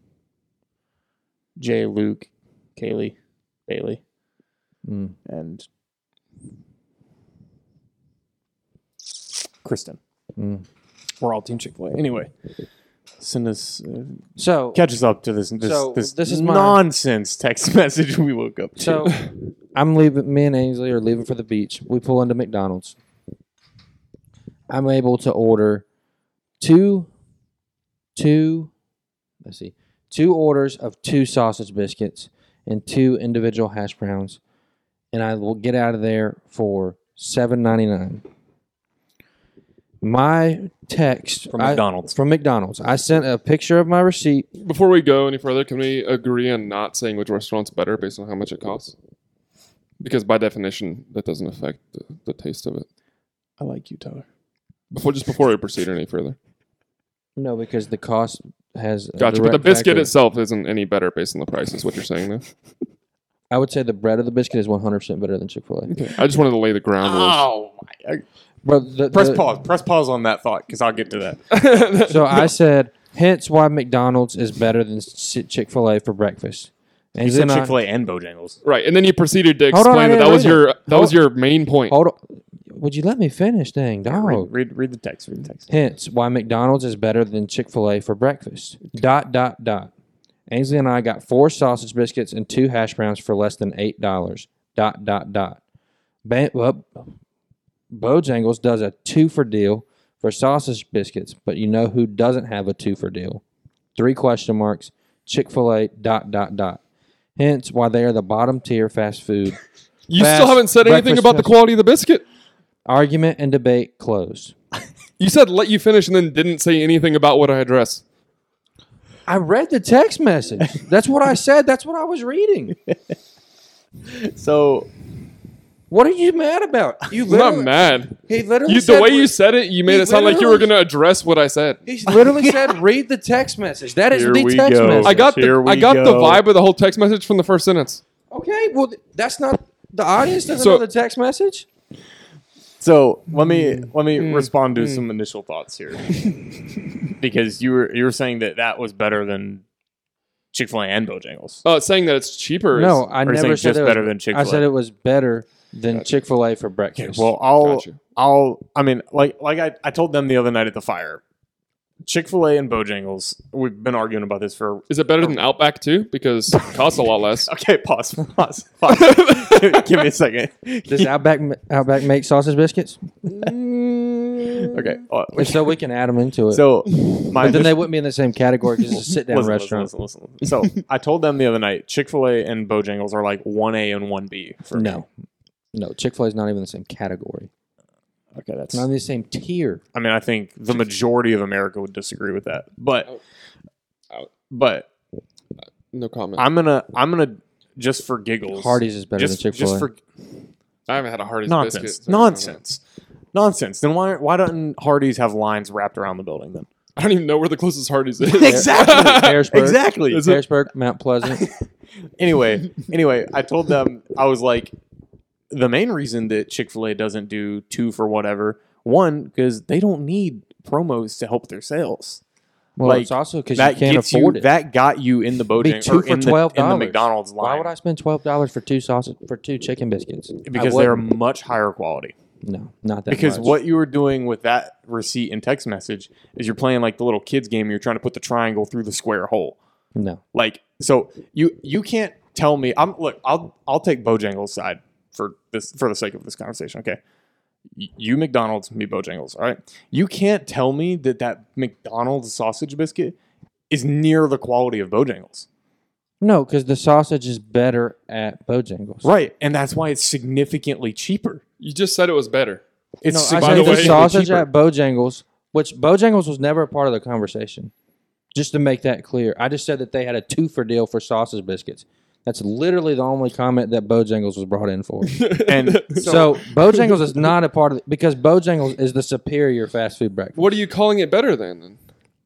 [SPEAKER 1] Jay, Luke, Kaylee, Bailey,
[SPEAKER 3] Mm.
[SPEAKER 1] and Kristen.
[SPEAKER 3] Mm.
[SPEAKER 1] We're all Team Chick Fil A. Anyway, send us uh,
[SPEAKER 3] So
[SPEAKER 1] catch us up to this this,
[SPEAKER 3] So,
[SPEAKER 1] this,
[SPEAKER 3] this is my-
[SPEAKER 1] nonsense text message we woke up to.
[SPEAKER 3] So I'm leaving. Me and Ainsley are leaving for the beach. We pull into McDonald's. I'm able to order two, two. Let's see, two orders of two sausage biscuits and two individual hash browns, and I will get out of there for seven ninety nine. My text
[SPEAKER 1] from
[SPEAKER 3] I-
[SPEAKER 1] McDonald's.
[SPEAKER 3] from McDonald's. I sent a picture of my receipt.
[SPEAKER 2] Before we go any further, can we agree on not saying which restaurant's better based on how much it costs? Because by definition, that doesn't affect the, the taste of it.
[SPEAKER 1] I like you, Tyler.
[SPEAKER 2] Before just before we proceed any further,
[SPEAKER 3] No, because the cost has a
[SPEAKER 2] gotcha. But the
[SPEAKER 3] direct
[SPEAKER 2] biscuit
[SPEAKER 3] factor.
[SPEAKER 2] itself isn't any better based on the price. Is what you're saying? Though.
[SPEAKER 3] I would say the bread of the biscuit is 100% better than Chick fil A.
[SPEAKER 2] Okay. I just wanted to lay the ground
[SPEAKER 3] Ah.
[SPEAKER 2] rules.
[SPEAKER 1] Oh my!
[SPEAKER 3] But the,
[SPEAKER 1] Press
[SPEAKER 3] the-
[SPEAKER 1] pause. Press pause on that thought because I'll get to that.
[SPEAKER 3] So I said, hence why McDonald's is better than Chick fil A for breakfast. And
[SPEAKER 1] You
[SPEAKER 3] then
[SPEAKER 1] said
[SPEAKER 3] I-
[SPEAKER 1] Chick Fil A and Bojangles.
[SPEAKER 2] Right, and then you proceeded to
[SPEAKER 3] Hold on,
[SPEAKER 2] explain
[SPEAKER 3] I
[SPEAKER 2] that that
[SPEAKER 3] didn't
[SPEAKER 2] was
[SPEAKER 3] read it.
[SPEAKER 2] your that was
[SPEAKER 3] Hold-
[SPEAKER 2] your main point.
[SPEAKER 3] Hold on. Would you let me finish, dang dog?
[SPEAKER 1] Read, read read the text. Read the text.
[SPEAKER 3] Hence why McDonald's is better than Chick fil A for breakfast. Dot, dot, dot. Ainsley and I got four sausage biscuits and two hash browns for less than $8. Dot, dot, dot. Ba- well, Bojangles does a two for deal for sausage biscuits, but you know who doesn't have a two for deal? Three question marks, Chick fil A, dot, dot, dot. Hence why they are the bottom tier fast food.
[SPEAKER 2] You
[SPEAKER 3] Fast
[SPEAKER 2] still haven't said anything
[SPEAKER 3] breakfast
[SPEAKER 2] about the
[SPEAKER 3] fast-
[SPEAKER 2] quality of the biscuit.
[SPEAKER 3] Argument and debate closed.
[SPEAKER 2] You said let you finish and then didn't say anything about what I address.
[SPEAKER 3] I read the text message. That's what I said. That's what I was reading.
[SPEAKER 1] So
[SPEAKER 3] What are you mad about? You
[SPEAKER 2] I'm not
[SPEAKER 3] literally-
[SPEAKER 2] mad.
[SPEAKER 3] He literally
[SPEAKER 2] You, the
[SPEAKER 3] said,
[SPEAKER 2] way you said it, you made
[SPEAKER 3] he
[SPEAKER 2] it sound like you were
[SPEAKER 3] literally-
[SPEAKER 2] going to address what I said.
[SPEAKER 3] he literally said, "Read the text message." That is
[SPEAKER 1] Here
[SPEAKER 3] the
[SPEAKER 1] we
[SPEAKER 3] text
[SPEAKER 1] go.
[SPEAKER 3] message.
[SPEAKER 2] I got
[SPEAKER 1] Here
[SPEAKER 2] the
[SPEAKER 1] we
[SPEAKER 2] I got the
[SPEAKER 1] go.
[SPEAKER 2] vibe of the whole text message from the first sentence.
[SPEAKER 3] okay, well, th- that's not the audience doesn't
[SPEAKER 2] So-
[SPEAKER 3] know the text message.
[SPEAKER 1] So let me let me respond to some initial thoughts here, because you were you were saying that that was better than Chick Fil A and Bojangles.
[SPEAKER 2] Uh, saying that it's cheaper. is-
[SPEAKER 3] No, I
[SPEAKER 1] or saying
[SPEAKER 3] never said
[SPEAKER 1] just
[SPEAKER 3] it was,
[SPEAKER 1] better than Chick-fil-A.
[SPEAKER 3] I said it was better than Chick Fil A for breakfast.
[SPEAKER 1] Okay, well, I'll
[SPEAKER 2] Gotcha.
[SPEAKER 1] I'll I mean like like I, I told them the other night at the fire, Chick Fil A and Bojangles. We've been arguing about this for.
[SPEAKER 2] is it better than Outback too? Because it costs a lot less.
[SPEAKER 1] Okay, pause, pause, pause. give, give me a second.
[SPEAKER 3] does Outback Outback make sausage biscuits? Mm.
[SPEAKER 1] Okay, uh,
[SPEAKER 3] If so, we can add them into it.
[SPEAKER 1] so my
[SPEAKER 3] but then
[SPEAKER 1] initial-
[SPEAKER 3] they wouldn't be in the same category because it's a sit down
[SPEAKER 1] Listen,
[SPEAKER 3] restaurant.
[SPEAKER 1] listen, listen, listen. So I told them the other night, Chick Fil A and Bojangles are like one A and one B. For me.
[SPEAKER 3] No, no, Chick Fil A is not even in the same category.
[SPEAKER 1] okay, that's
[SPEAKER 3] It's not in the same tier.
[SPEAKER 1] I mean, I think the majority of America would disagree with that. But
[SPEAKER 2] Out.
[SPEAKER 1] but
[SPEAKER 2] No comment. I,
[SPEAKER 1] I'm gonna I'm gonna just for giggles.
[SPEAKER 3] Hardee's is better
[SPEAKER 1] just,
[SPEAKER 3] than Chick Fil
[SPEAKER 1] just
[SPEAKER 3] A.
[SPEAKER 1] for
[SPEAKER 2] haven't had a Hardee's
[SPEAKER 1] nonsense,
[SPEAKER 2] biscuit. so I don't know.
[SPEAKER 1] nonsense, nonsense. Then why why don't Hardee's have lines wrapped around the building then?
[SPEAKER 2] I don't even know where the closest Hardee's is.
[SPEAKER 1] Exactly.
[SPEAKER 3] Harrisburg.
[SPEAKER 1] Exactly.
[SPEAKER 3] Harrisburg, Mount Pleasant.
[SPEAKER 1] anyway, anyway, I told them I was like, the main reason that Chick Fil A doesn't do two for whatever one because they don't need promos to help their sales.
[SPEAKER 3] Well,
[SPEAKER 1] Like,
[SPEAKER 3] it's also because you
[SPEAKER 1] That
[SPEAKER 3] can't
[SPEAKER 1] gets
[SPEAKER 3] afford
[SPEAKER 1] you.
[SPEAKER 3] it.
[SPEAKER 1] That got you in the
[SPEAKER 3] It'd be
[SPEAKER 1] Bojangles
[SPEAKER 3] two
[SPEAKER 1] or
[SPEAKER 3] for
[SPEAKER 1] in the,
[SPEAKER 3] twelve
[SPEAKER 1] in the
[SPEAKER 3] dollars.
[SPEAKER 1] McDonald's line.
[SPEAKER 3] Why would I spend twelve dollars for two sausage for two chicken biscuits? I
[SPEAKER 1] Because they're
[SPEAKER 3] wouldn't.
[SPEAKER 1] much higher quality.
[SPEAKER 3] No, not that
[SPEAKER 1] because
[SPEAKER 3] much.
[SPEAKER 1] what you were doing with that receipt and text message is you're playing like the little kids game. You're trying to put the triangle through the square hole.
[SPEAKER 3] No,
[SPEAKER 1] Like so, you you can't tell me. I'm look. I'll I'll take Bojangles' side for this for the sake of this conversation. Okay, Y- you McDonald's, me Bojangles. All right, you can't tell me that that McDonald's sausage biscuit is near the quality of Bojangles.
[SPEAKER 3] no, because the sausage is better at Bojangles.
[SPEAKER 1] Right, and that's why it's significantly cheaper.
[SPEAKER 2] You just said it was better.
[SPEAKER 1] It's
[SPEAKER 3] No, I
[SPEAKER 2] by
[SPEAKER 3] said
[SPEAKER 2] the
[SPEAKER 3] the,
[SPEAKER 2] way-
[SPEAKER 3] sausage
[SPEAKER 1] cheaper.
[SPEAKER 3] at Bojangles, which Bojangles was never a part of the conversation. Just to make that clear, I just said that they had a two for deal for sausage biscuits. That's literally the only comment that Bojangles was brought in for.
[SPEAKER 1] and
[SPEAKER 3] so Bojangles is not a part of the, because Bojangles is the superior fast food breakfast.
[SPEAKER 2] What are you calling it better than?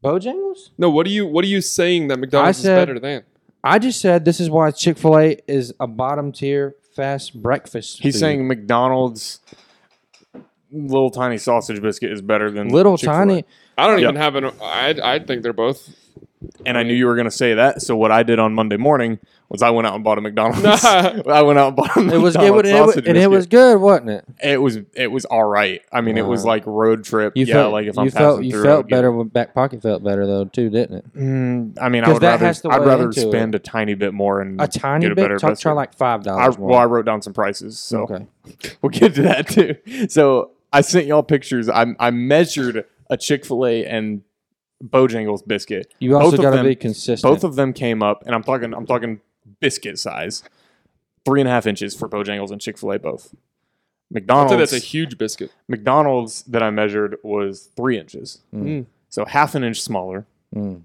[SPEAKER 3] Bojangles?
[SPEAKER 2] No, what are you what are you saying that McDonald's
[SPEAKER 3] said-
[SPEAKER 2] is better than?
[SPEAKER 3] I just said this is why Chick Fil A is a bottom tier fast breakfast.
[SPEAKER 1] He's
[SPEAKER 3] food.
[SPEAKER 1] saying McDonald's little tiny sausage biscuit is better than
[SPEAKER 3] little
[SPEAKER 1] Chick-fil-A.
[SPEAKER 3] tiny.
[SPEAKER 2] I don't
[SPEAKER 1] Yeah.
[SPEAKER 2] even have an. I I think they're both.
[SPEAKER 1] And I knew you were going to say that. So what I did on Monday morning was I went out and bought a McDonald's. I went out and bought a
[SPEAKER 3] It
[SPEAKER 1] McDonald's
[SPEAKER 3] was it, would, it,
[SPEAKER 1] sausage
[SPEAKER 3] would- and it
[SPEAKER 1] biscuit.
[SPEAKER 3] was good, wasn't it?
[SPEAKER 1] it was it was all right. I mean, it was
[SPEAKER 3] Wow.
[SPEAKER 1] like road trip.
[SPEAKER 3] Uh, You
[SPEAKER 1] yeah,
[SPEAKER 3] felt
[SPEAKER 1] like if
[SPEAKER 3] you
[SPEAKER 1] I'm
[SPEAKER 3] felt
[SPEAKER 1] passing
[SPEAKER 3] you
[SPEAKER 1] through, I'll
[SPEAKER 3] felt
[SPEAKER 1] get-
[SPEAKER 3] better when back pocket felt better though too, didn't it?
[SPEAKER 1] Mm, I mean, I
[SPEAKER 3] 'Cause
[SPEAKER 1] would
[SPEAKER 3] that
[SPEAKER 1] rather
[SPEAKER 3] has to
[SPEAKER 1] I'd
[SPEAKER 3] weigh
[SPEAKER 1] rather
[SPEAKER 3] into it.
[SPEAKER 1] spend a tiny bit more and
[SPEAKER 3] A tiny
[SPEAKER 1] Mm. get a
[SPEAKER 3] bit.
[SPEAKER 1] better
[SPEAKER 3] Try,
[SPEAKER 1] biscuit.
[SPEAKER 3] try like five
[SPEAKER 1] I,
[SPEAKER 3] dollars.
[SPEAKER 1] well, I wrote down some prices. So
[SPEAKER 3] okay.
[SPEAKER 1] We'll get to that too. So I sent y'all pictures. I, I measured a Chick Fil A and Bojangles biscuit.
[SPEAKER 3] You also
[SPEAKER 1] of
[SPEAKER 3] got to
[SPEAKER 1] them-
[SPEAKER 3] be consistent.
[SPEAKER 1] Both of them came up, and I'm talking I'm talking biscuit size, three and a half inches for Bojangles and Chick Fil A both.
[SPEAKER 2] I'd
[SPEAKER 3] Oh,
[SPEAKER 2] say
[SPEAKER 1] McDonald's
[SPEAKER 2] that's a huge biscuit.
[SPEAKER 1] McDonald's that I measured was three inches,
[SPEAKER 3] Mm.
[SPEAKER 1] so half an inch smaller
[SPEAKER 3] Mm.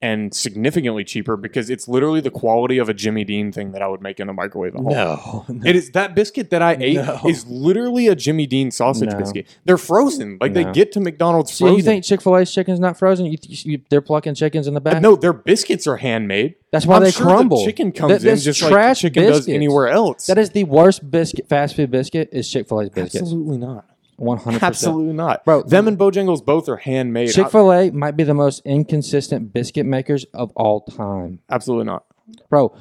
[SPEAKER 1] and significantly cheaper because it's literally the quality of a Jimmy Dean thing that I would make in the microwave at home.
[SPEAKER 3] No,
[SPEAKER 1] It is that biscuit that I ate
[SPEAKER 3] No.
[SPEAKER 1] is literally a Jimmy Dean sausage
[SPEAKER 3] No.
[SPEAKER 1] biscuit. They're frozen. Like
[SPEAKER 3] No.
[SPEAKER 1] they get to McDonald's
[SPEAKER 3] So
[SPEAKER 1] frozen.
[SPEAKER 3] you think Chick Fil A's chicken's not frozen? You, th- you, they're plucking chickens in the back.
[SPEAKER 1] no, their biscuits are handmade.
[SPEAKER 3] that's why
[SPEAKER 1] I'm
[SPEAKER 3] they
[SPEAKER 1] sure the
[SPEAKER 3] crumble.
[SPEAKER 1] chicken
[SPEAKER 3] That-
[SPEAKER 1] comes in
[SPEAKER 3] that's
[SPEAKER 1] just like the chicken does
[SPEAKER 3] biscuits.
[SPEAKER 1] anywhere else.
[SPEAKER 3] That is the worst biscuit, fast food biscuit is Chick Fil A's biscuits.
[SPEAKER 1] absolutely not.
[SPEAKER 3] One hundred percent.
[SPEAKER 1] Absolutely not.
[SPEAKER 3] Bro,
[SPEAKER 1] them and Bojangles both are handmade.
[SPEAKER 3] Chick Fil A might be the most inconsistent biscuit makers of all time,
[SPEAKER 1] I- absolutely not.
[SPEAKER 3] bro.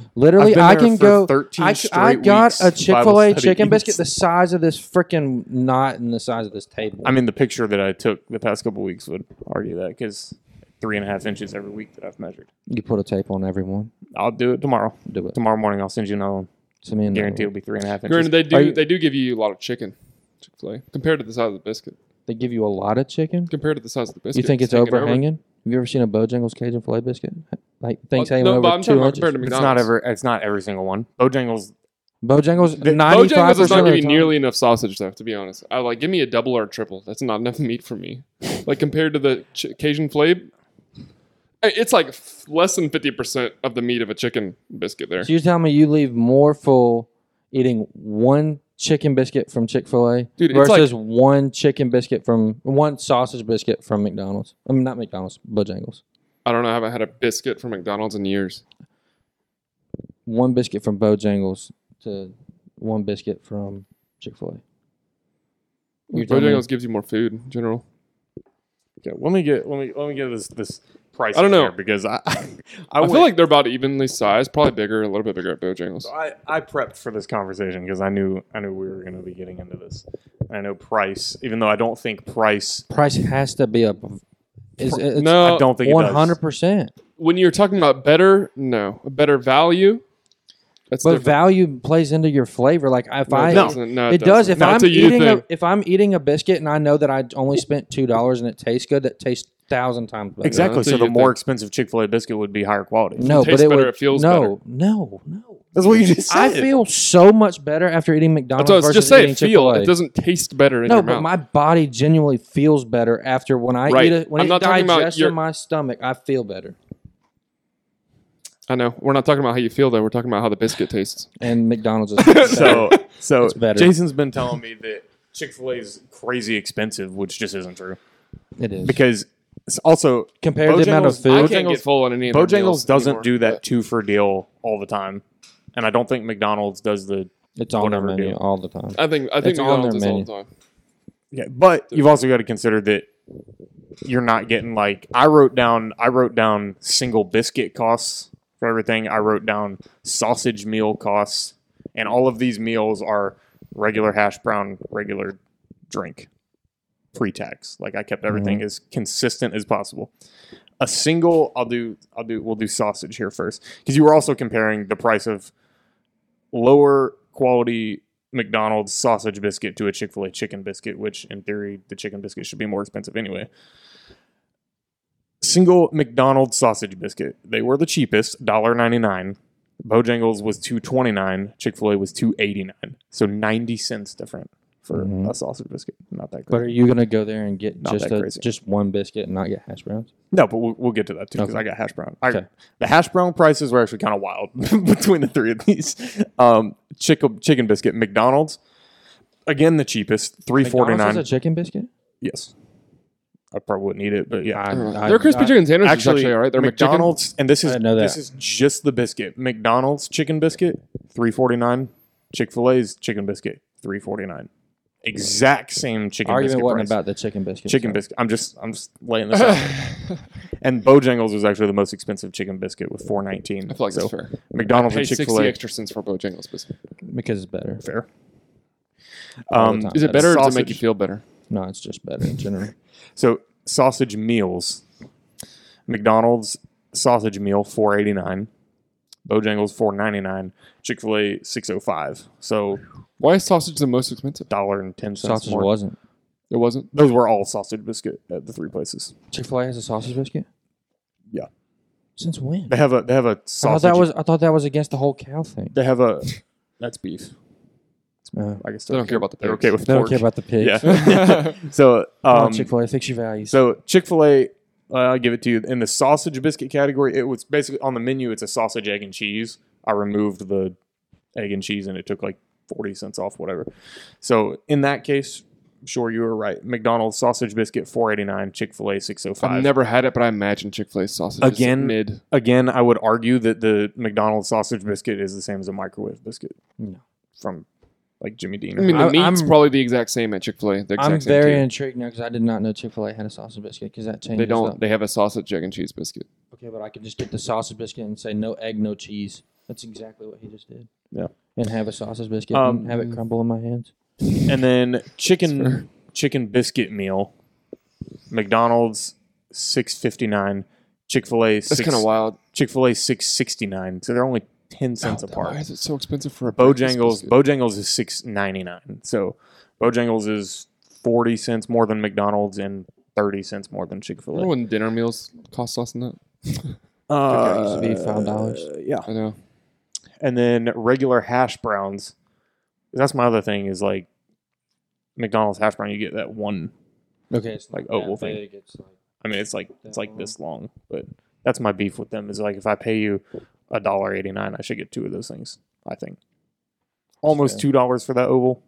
[SPEAKER 1] I've
[SPEAKER 3] Literally,
[SPEAKER 1] been
[SPEAKER 3] I
[SPEAKER 1] there
[SPEAKER 3] can
[SPEAKER 1] for
[SPEAKER 3] go.
[SPEAKER 1] 13
[SPEAKER 3] I, c- I
[SPEAKER 1] straight
[SPEAKER 3] got
[SPEAKER 1] weeks
[SPEAKER 3] a
[SPEAKER 1] Bible
[SPEAKER 3] Chick Fil A
[SPEAKER 1] study
[SPEAKER 3] chicken
[SPEAKER 1] eats.
[SPEAKER 3] biscuit the size of this freaking knot and the size of this table.
[SPEAKER 1] I mean, the picture that I took the past couple weeks would argue that because three and a half inches every week that I've measured.
[SPEAKER 3] you put a tape on everyone.
[SPEAKER 1] I'll do it tomorrow.
[SPEAKER 3] Do it.
[SPEAKER 1] Tomorrow morning, I'll send you another one.
[SPEAKER 3] To me,
[SPEAKER 1] Guarantee it'll be three and a half inches.
[SPEAKER 2] Granted, they do
[SPEAKER 3] Are you-
[SPEAKER 2] they do give you a lot of chicken, Chick Fil A, compared to the size of the biscuit.
[SPEAKER 3] They give you a lot of chicken.
[SPEAKER 2] Compared to the size of the biscuit,
[SPEAKER 3] You think it's
[SPEAKER 2] taken over.
[SPEAKER 3] overhanging? Have you ever seen a Bojangles Cajun filet biscuit? Like things
[SPEAKER 2] Uh,
[SPEAKER 3] hanging
[SPEAKER 2] no, but
[SPEAKER 3] over
[SPEAKER 2] I'm talking
[SPEAKER 3] two
[SPEAKER 2] about
[SPEAKER 3] inches.
[SPEAKER 2] compared to
[SPEAKER 1] it's
[SPEAKER 2] McDonald's.
[SPEAKER 1] not every. It's not every single one. Bojangles
[SPEAKER 3] Bojangles
[SPEAKER 1] The-
[SPEAKER 3] ninety five
[SPEAKER 2] Bojangles does not
[SPEAKER 3] percent of
[SPEAKER 2] give
[SPEAKER 3] the
[SPEAKER 2] you
[SPEAKER 3] time.
[SPEAKER 2] nearly enough sausage, though. To be honest, I like give me a double or a triple. That's not enough meat for me. Like compared to the ch- Cajun flabe, i- it's like f- less than fifty percent of the meat of a chicken biscuit. There,
[SPEAKER 3] So you're telling me you leave more full eating one chicken biscuit from Chick Fil A
[SPEAKER 2] Dude, it's
[SPEAKER 3] versus one chicken biscuit from one sausage biscuit from McDonald's. I mean, not McDonald's, Bojangles.
[SPEAKER 2] I don't know. I haven't had a biscuit from McDonald's in years.
[SPEAKER 3] One biscuit from Bojangles to one biscuit from Chick Fil A.
[SPEAKER 2] Bojangles gives you more food in general.
[SPEAKER 1] Okay, let me get let me let me get this this price.
[SPEAKER 2] I don't
[SPEAKER 1] here
[SPEAKER 2] know.
[SPEAKER 1] because I I,
[SPEAKER 2] I,
[SPEAKER 1] went,
[SPEAKER 2] feel like they're about evenly sized, probably bigger, a little bit bigger at Bojangles.
[SPEAKER 1] I, I prepped for this conversation because I knew I knew we were going to be getting into this. And I know price, even though I don't think price.
[SPEAKER 3] Price has to be up. It's, it's
[SPEAKER 2] No,
[SPEAKER 1] I don't think
[SPEAKER 3] one
[SPEAKER 1] one
[SPEAKER 3] hundred percent.
[SPEAKER 2] when you're talking about better, no, better value. That's
[SPEAKER 3] But
[SPEAKER 2] different.
[SPEAKER 3] value plays into your flavor. Like if
[SPEAKER 2] No,
[SPEAKER 3] I
[SPEAKER 2] it
[SPEAKER 1] No.
[SPEAKER 2] doesn't. no,
[SPEAKER 3] it does.
[SPEAKER 2] doesn't.
[SPEAKER 3] If
[SPEAKER 2] No,
[SPEAKER 3] I'm
[SPEAKER 2] it's a you
[SPEAKER 3] eating
[SPEAKER 2] thing.
[SPEAKER 3] a, if I'm eating a biscuit and I know that I only spent two dollars and it tastes good, that tastes thousand times better.
[SPEAKER 1] Exactly.
[SPEAKER 2] that's
[SPEAKER 1] So
[SPEAKER 2] what
[SPEAKER 1] the
[SPEAKER 2] you
[SPEAKER 1] more
[SPEAKER 2] think.
[SPEAKER 1] expensive Chick Fil A biscuit would be higher quality.
[SPEAKER 3] No, but
[SPEAKER 2] tastes
[SPEAKER 3] it
[SPEAKER 2] better,
[SPEAKER 3] would.
[SPEAKER 2] it feels
[SPEAKER 3] no, no, no.
[SPEAKER 1] that's what you just said.
[SPEAKER 3] I feel so much better after eating McDonald's
[SPEAKER 2] That's what I was
[SPEAKER 3] versus
[SPEAKER 2] just saying.
[SPEAKER 3] eating
[SPEAKER 2] Feel
[SPEAKER 3] Chick-fil-A.
[SPEAKER 2] it doesn't taste better in
[SPEAKER 3] no,
[SPEAKER 2] your
[SPEAKER 3] but
[SPEAKER 2] mouth.
[SPEAKER 3] my body genuinely feels better after when I
[SPEAKER 2] Right.
[SPEAKER 3] eat it. When
[SPEAKER 2] I'm
[SPEAKER 3] it
[SPEAKER 2] not talking about
[SPEAKER 3] digests
[SPEAKER 2] your-
[SPEAKER 3] in my stomach, I feel better.
[SPEAKER 2] I know. We're not talking about how you feel though. We're talking about how the biscuit tastes.
[SPEAKER 3] And McDonald's is better.
[SPEAKER 1] so so.
[SPEAKER 3] better.
[SPEAKER 1] Jason's been telling me that Chick Fil A is crazy expensive, which just isn't true
[SPEAKER 3] it is
[SPEAKER 1] because it's also
[SPEAKER 3] compared to the amount of
[SPEAKER 1] Bojangles-
[SPEAKER 2] I
[SPEAKER 3] food.
[SPEAKER 2] can't get full on any. Of their meals
[SPEAKER 1] Bojangles doesn't
[SPEAKER 2] anymore,
[SPEAKER 1] do that
[SPEAKER 2] but
[SPEAKER 1] two for deal all the time, and I don't think McDonald's does the
[SPEAKER 3] It's on our
[SPEAKER 1] whatever
[SPEAKER 3] menu
[SPEAKER 1] deal.
[SPEAKER 3] all the time.
[SPEAKER 2] I think I think
[SPEAKER 3] It's on their
[SPEAKER 2] McDonald's is all the time.
[SPEAKER 1] Yeah, but you've also got to consider that you're not getting like I wrote down. I wrote down single biscuit costs for everything. I wrote down sausage meal costs, and all of these meals are regular hash brown, regular drink pre tax. Like I kept everything as consistent as possible. A single, I'll do, I'll do, we'll do sausage here first because you were also comparing the price of lower quality McDonald's sausage biscuit to a Chick fil A chicken biscuit, which in theory, the chicken biscuit should be more expensive anyway. Single McDonald's sausage biscuit. They were the cheapest, $1.99. Bojangles was two twenty nine. Chick fil A was two eighty nine. So ninety cents different for
[SPEAKER 3] Mhm.
[SPEAKER 1] a sausage biscuit. Not that
[SPEAKER 3] But
[SPEAKER 1] great.
[SPEAKER 3] are you gonna go there and get
[SPEAKER 1] Not
[SPEAKER 3] just
[SPEAKER 1] that
[SPEAKER 3] a,
[SPEAKER 1] crazy.
[SPEAKER 3] just one biscuit and not get hash browns?
[SPEAKER 1] no, but we'll, we'll get to that too because
[SPEAKER 3] Okay.
[SPEAKER 1] I got hash brown. I,
[SPEAKER 3] Okay.
[SPEAKER 1] The hash brown prices were actually kind of wild between the three of these. Um, chick- chicken biscuit, McDonald's, again the cheapest, three forty
[SPEAKER 3] McDonald's has
[SPEAKER 1] nine.
[SPEAKER 3] a chicken biscuit.
[SPEAKER 1] yes, I probably wouldn't eat it, but yeah.
[SPEAKER 3] I-
[SPEAKER 2] Their crispy
[SPEAKER 3] I-
[SPEAKER 2] chicken sandwich is
[SPEAKER 1] Actually,
[SPEAKER 2] actually all right. Their McChicken.
[SPEAKER 1] McDonald's, and this
[SPEAKER 3] I
[SPEAKER 1] is
[SPEAKER 3] didn't know that.
[SPEAKER 1] this is just the biscuit. McDonald's chicken biscuit, three forty nine. Chick fil A's chicken biscuit, three forty nine. Exact same chicken
[SPEAKER 3] Argument
[SPEAKER 1] biscuit
[SPEAKER 3] wasn't
[SPEAKER 1] price.
[SPEAKER 3] about the chicken biscuit.
[SPEAKER 1] chicken biscuit. I'm just I'm just laying this out. and Bojangles was actually the most expensive chicken biscuit with four nineteen.
[SPEAKER 2] I feel like
[SPEAKER 1] so
[SPEAKER 2] that's fair.
[SPEAKER 1] McDonald's
[SPEAKER 2] Pay
[SPEAKER 1] and Chick fil
[SPEAKER 2] sixty
[SPEAKER 1] A
[SPEAKER 2] extra cents for Bojangles biscuit.
[SPEAKER 3] because it's better.
[SPEAKER 1] fair.
[SPEAKER 3] All the
[SPEAKER 1] Um,
[SPEAKER 3] time.
[SPEAKER 2] Is it
[SPEAKER 3] That's
[SPEAKER 2] better? or Does it make you
[SPEAKER 1] sausage.
[SPEAKER 2] feel better?
[SPEAKER 3] No, it's just better in general.
[SPEAKER 1] so sausage meals, McDonald's sausage meal four eighty nine, Bojangles four ninety nine, Chick fil A six oh five. So
[SPEAKER 2] Why is sausage the most expensive?
[SPEAKER 1] dollar and ten cents
[SPEAKER 3] sausage
[SPEAKER 1] more.
[SPEAKER 3] wasn't.
[SPEAKER 2] It wasn't.
[SPEAKER 1] Those were all sausage biscuit at the three places.
[SPEAKER 3] Chick Fil A has a sausage biscuit.
[SPEAKER 1] Yeah.
[SPEAKER 3] Since when?
[SPEAKER 1] They have a they have a
[SPEAKER 3] I thought
[SPEAKER 1] sausage.
[SPEAKER 3] that was I thought that was against the whole cow thing.
[SPEAKER 1] they have a that's beef.
[SPEAKER 3] Uh,
[SPEAKER 1] I guess
[SPEAKER 2] They don't care about the
[SPEAKER 1] they're
[SPEAKER 2] pigs.
[SPEAKER 1] okay with
[SPEAKER 3] they don't
[SPEAKER 1] pork.
[SPEAKER 3] care about the pigs.
[SPEAKER 1] Yeah. so um,
[SPEAKER 3] Chick Fil A, fix your values.
[SPEAKER 1] So Chick Fil A, uh, I'll give it to you in the sausage biscuit category. It was basically on the menu. It's a sausage, egg, and cheese. I removed the egg and cheese, and it took like forty cents off, whatever. So in that case, sure you were right. McDonald's sausage biscuit four eighty nine, Chick Fil A six oh
[SPEAKER 2] I've
[SPEAKER 1] five.
[SPEAKER 2] never had it, but I imagine Chick Fil A sausage is
[SPEAKER 1] Again-
[SPEAKER 2] mid.
[SPEAKER 1] Again, I would argue that the McDonald's sausage biscuit is the same as a microwave biscuit
[SPEAKER 3] No.
[SPEAKER 1] from like Jimmy Dean.
[SPEAKER 2] I mean, the
[SPEAKER 3] I-
[SPEAKER 2] meat's
[SPEAKER 3] I'm-
[SPEAKER 2] probably the exact same at Chick Fil A. The exact
[SPEAKER 3] I'm
[SPEAKER 2] same
[SPEAKER 3] very
[SPEAKER 2] too.
[SPEAKER 3] intrigued now because I did not know Chick Fil A had a sausage biscuit because that changes.
[SPEAKER 2] They don't.
[SPEAKER 3] up.
[SPEAKER 2] They have a sausage, egg, and cheese biscuit.
[SPEAKER 3] Okay, but I could just get the sausage biscuit and say no egg, no cheese. That's exactly what he just did.
[SPEAKER 1] Yeah.
[SPEAKER 3] And have a sausage biscuit
[SPEAKER 1] Um,
[SPEAKER 3] and have it crumble in my hands.
[SPEAKER 1] and then chicken chicken biscuit meal, McDonald's six fifty nine, Chick fil A
[SPEAKER 2] That's kind of wild.
[SPEAKER 1] Chick fil A six sixty nine. So they're only ten cents
[SPEAKER 2] Why
[SPEAKER 1] apart.
[SPEAKER 2] is it so expensive for a breakfast
[SPEAKER 1] Bojangles
[SPEAKER 2] biscuit?
[SPEAKER 1] Bojangles is six ninety nine. So Bojangles is forty cents more than McDonald's and thirty cents more than Chick
[SPEAKER 2] Remember
[SPEAKER 3] Oh,
[SPEAKER 1] fil
[SPEAKER 2] when dinner meals cost less than that?
[SPEAKER 1] A.
[SPEAKER 3] that used to be $5.
[SPEAKER 1] Yeah.
[SPEAKER 2] I know.
[SPEAKER 1] and then regular hash browns. That's my other thing is like McDonald's hash brown. You get that one.
[SPEAKER 3] Okay, it's
[SPEAKER 1] Like oh,
[SPEAKER 3] not that
[SPEAKER 1] oval thing.
[SPEAKER 3] big, It's like,
[SPEAKER 1] I mean, it's like it's like this long, but that's my beef with them. Is like if I pay you a dollar eighty nine, I should get two of those things. I think almost
[SPEAKER 3] Fair.
[SPEAKER 1] two dollars for that oval.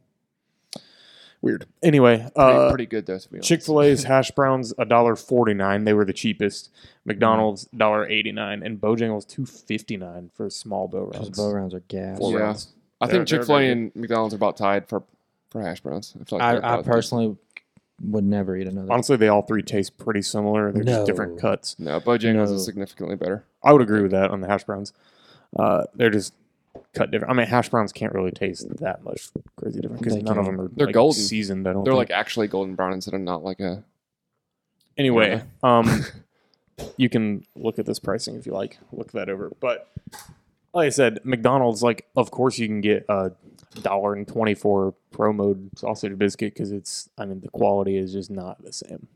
[SPEAKER 1] Weird. Anyway,
[SPEAKER 2] Pretty,
[SPEAKER 1] uh,
[SPEAKER 2] pretty good though, to be honest.
[SPEAKER 1] Chick fil A's hash browns a dollar forty nine. They were the cheapest. McDonald's dollar eighty nine, and Bojangles two fifty nine for small bow
[SPEAKER 3] because
[SPEAKER 1] rounds.
[SPEAKER 3] bow rounds are gas.
[SPEAKER 1] Four
[SPEAKER 2] Yeah.
[SPEAKER 1] rounds.
[SPEAKER 2] I
[SPEAKER 1] They're-
[SPEAKER 2] think
[SPEAKER 1] they're
[SPEAKER 2] Chick Fil A
[SPEAKER 1] very
[SPEAKER 2] and McDonald's are about tied for for hash browns. I, feel like they're
[SPEAKER 3] I, I
[SPEAKER 2] about-
[SPEAKER 3] personally would never eat another.
[SPEAKER 1] Honestly, they all three taste pretty similar. They're
[SPEAKER 3] No.
[SPEAKER 1] just different cuts.
[SPEAKER 2] no Bojangles
[SPEAKER 3] No.
[SPEAKER 2] is significantly better.
[SPEAKER 1] I would agree with that on the hash browns. Uh, they're just cut different. I mean, hash browns can't really taste that much crazy different because
[SPEAKER 3] They
[SPEAKER 1] none of
[SPEAKER 3] can't.
[SPEAKER 1] them are
[SPEAKER 2] They're
[SPEAKER 1] like,
[SPEAKER 2] golden.
[SPEAKER 1] seasoned. I don't.
[SPEAKER 2] They're
[SPEAKER 1] think.
[SPEAKER 2] like actually golden brown instead of not like a.
[SPEAKER 1] anyway. Um, you can look at this pricing if you like. Look that over. But like I said, McDonald's like of course you can get a dollar and twenty four pro mode sausage biscuit because it's I mean the quality is just not the same.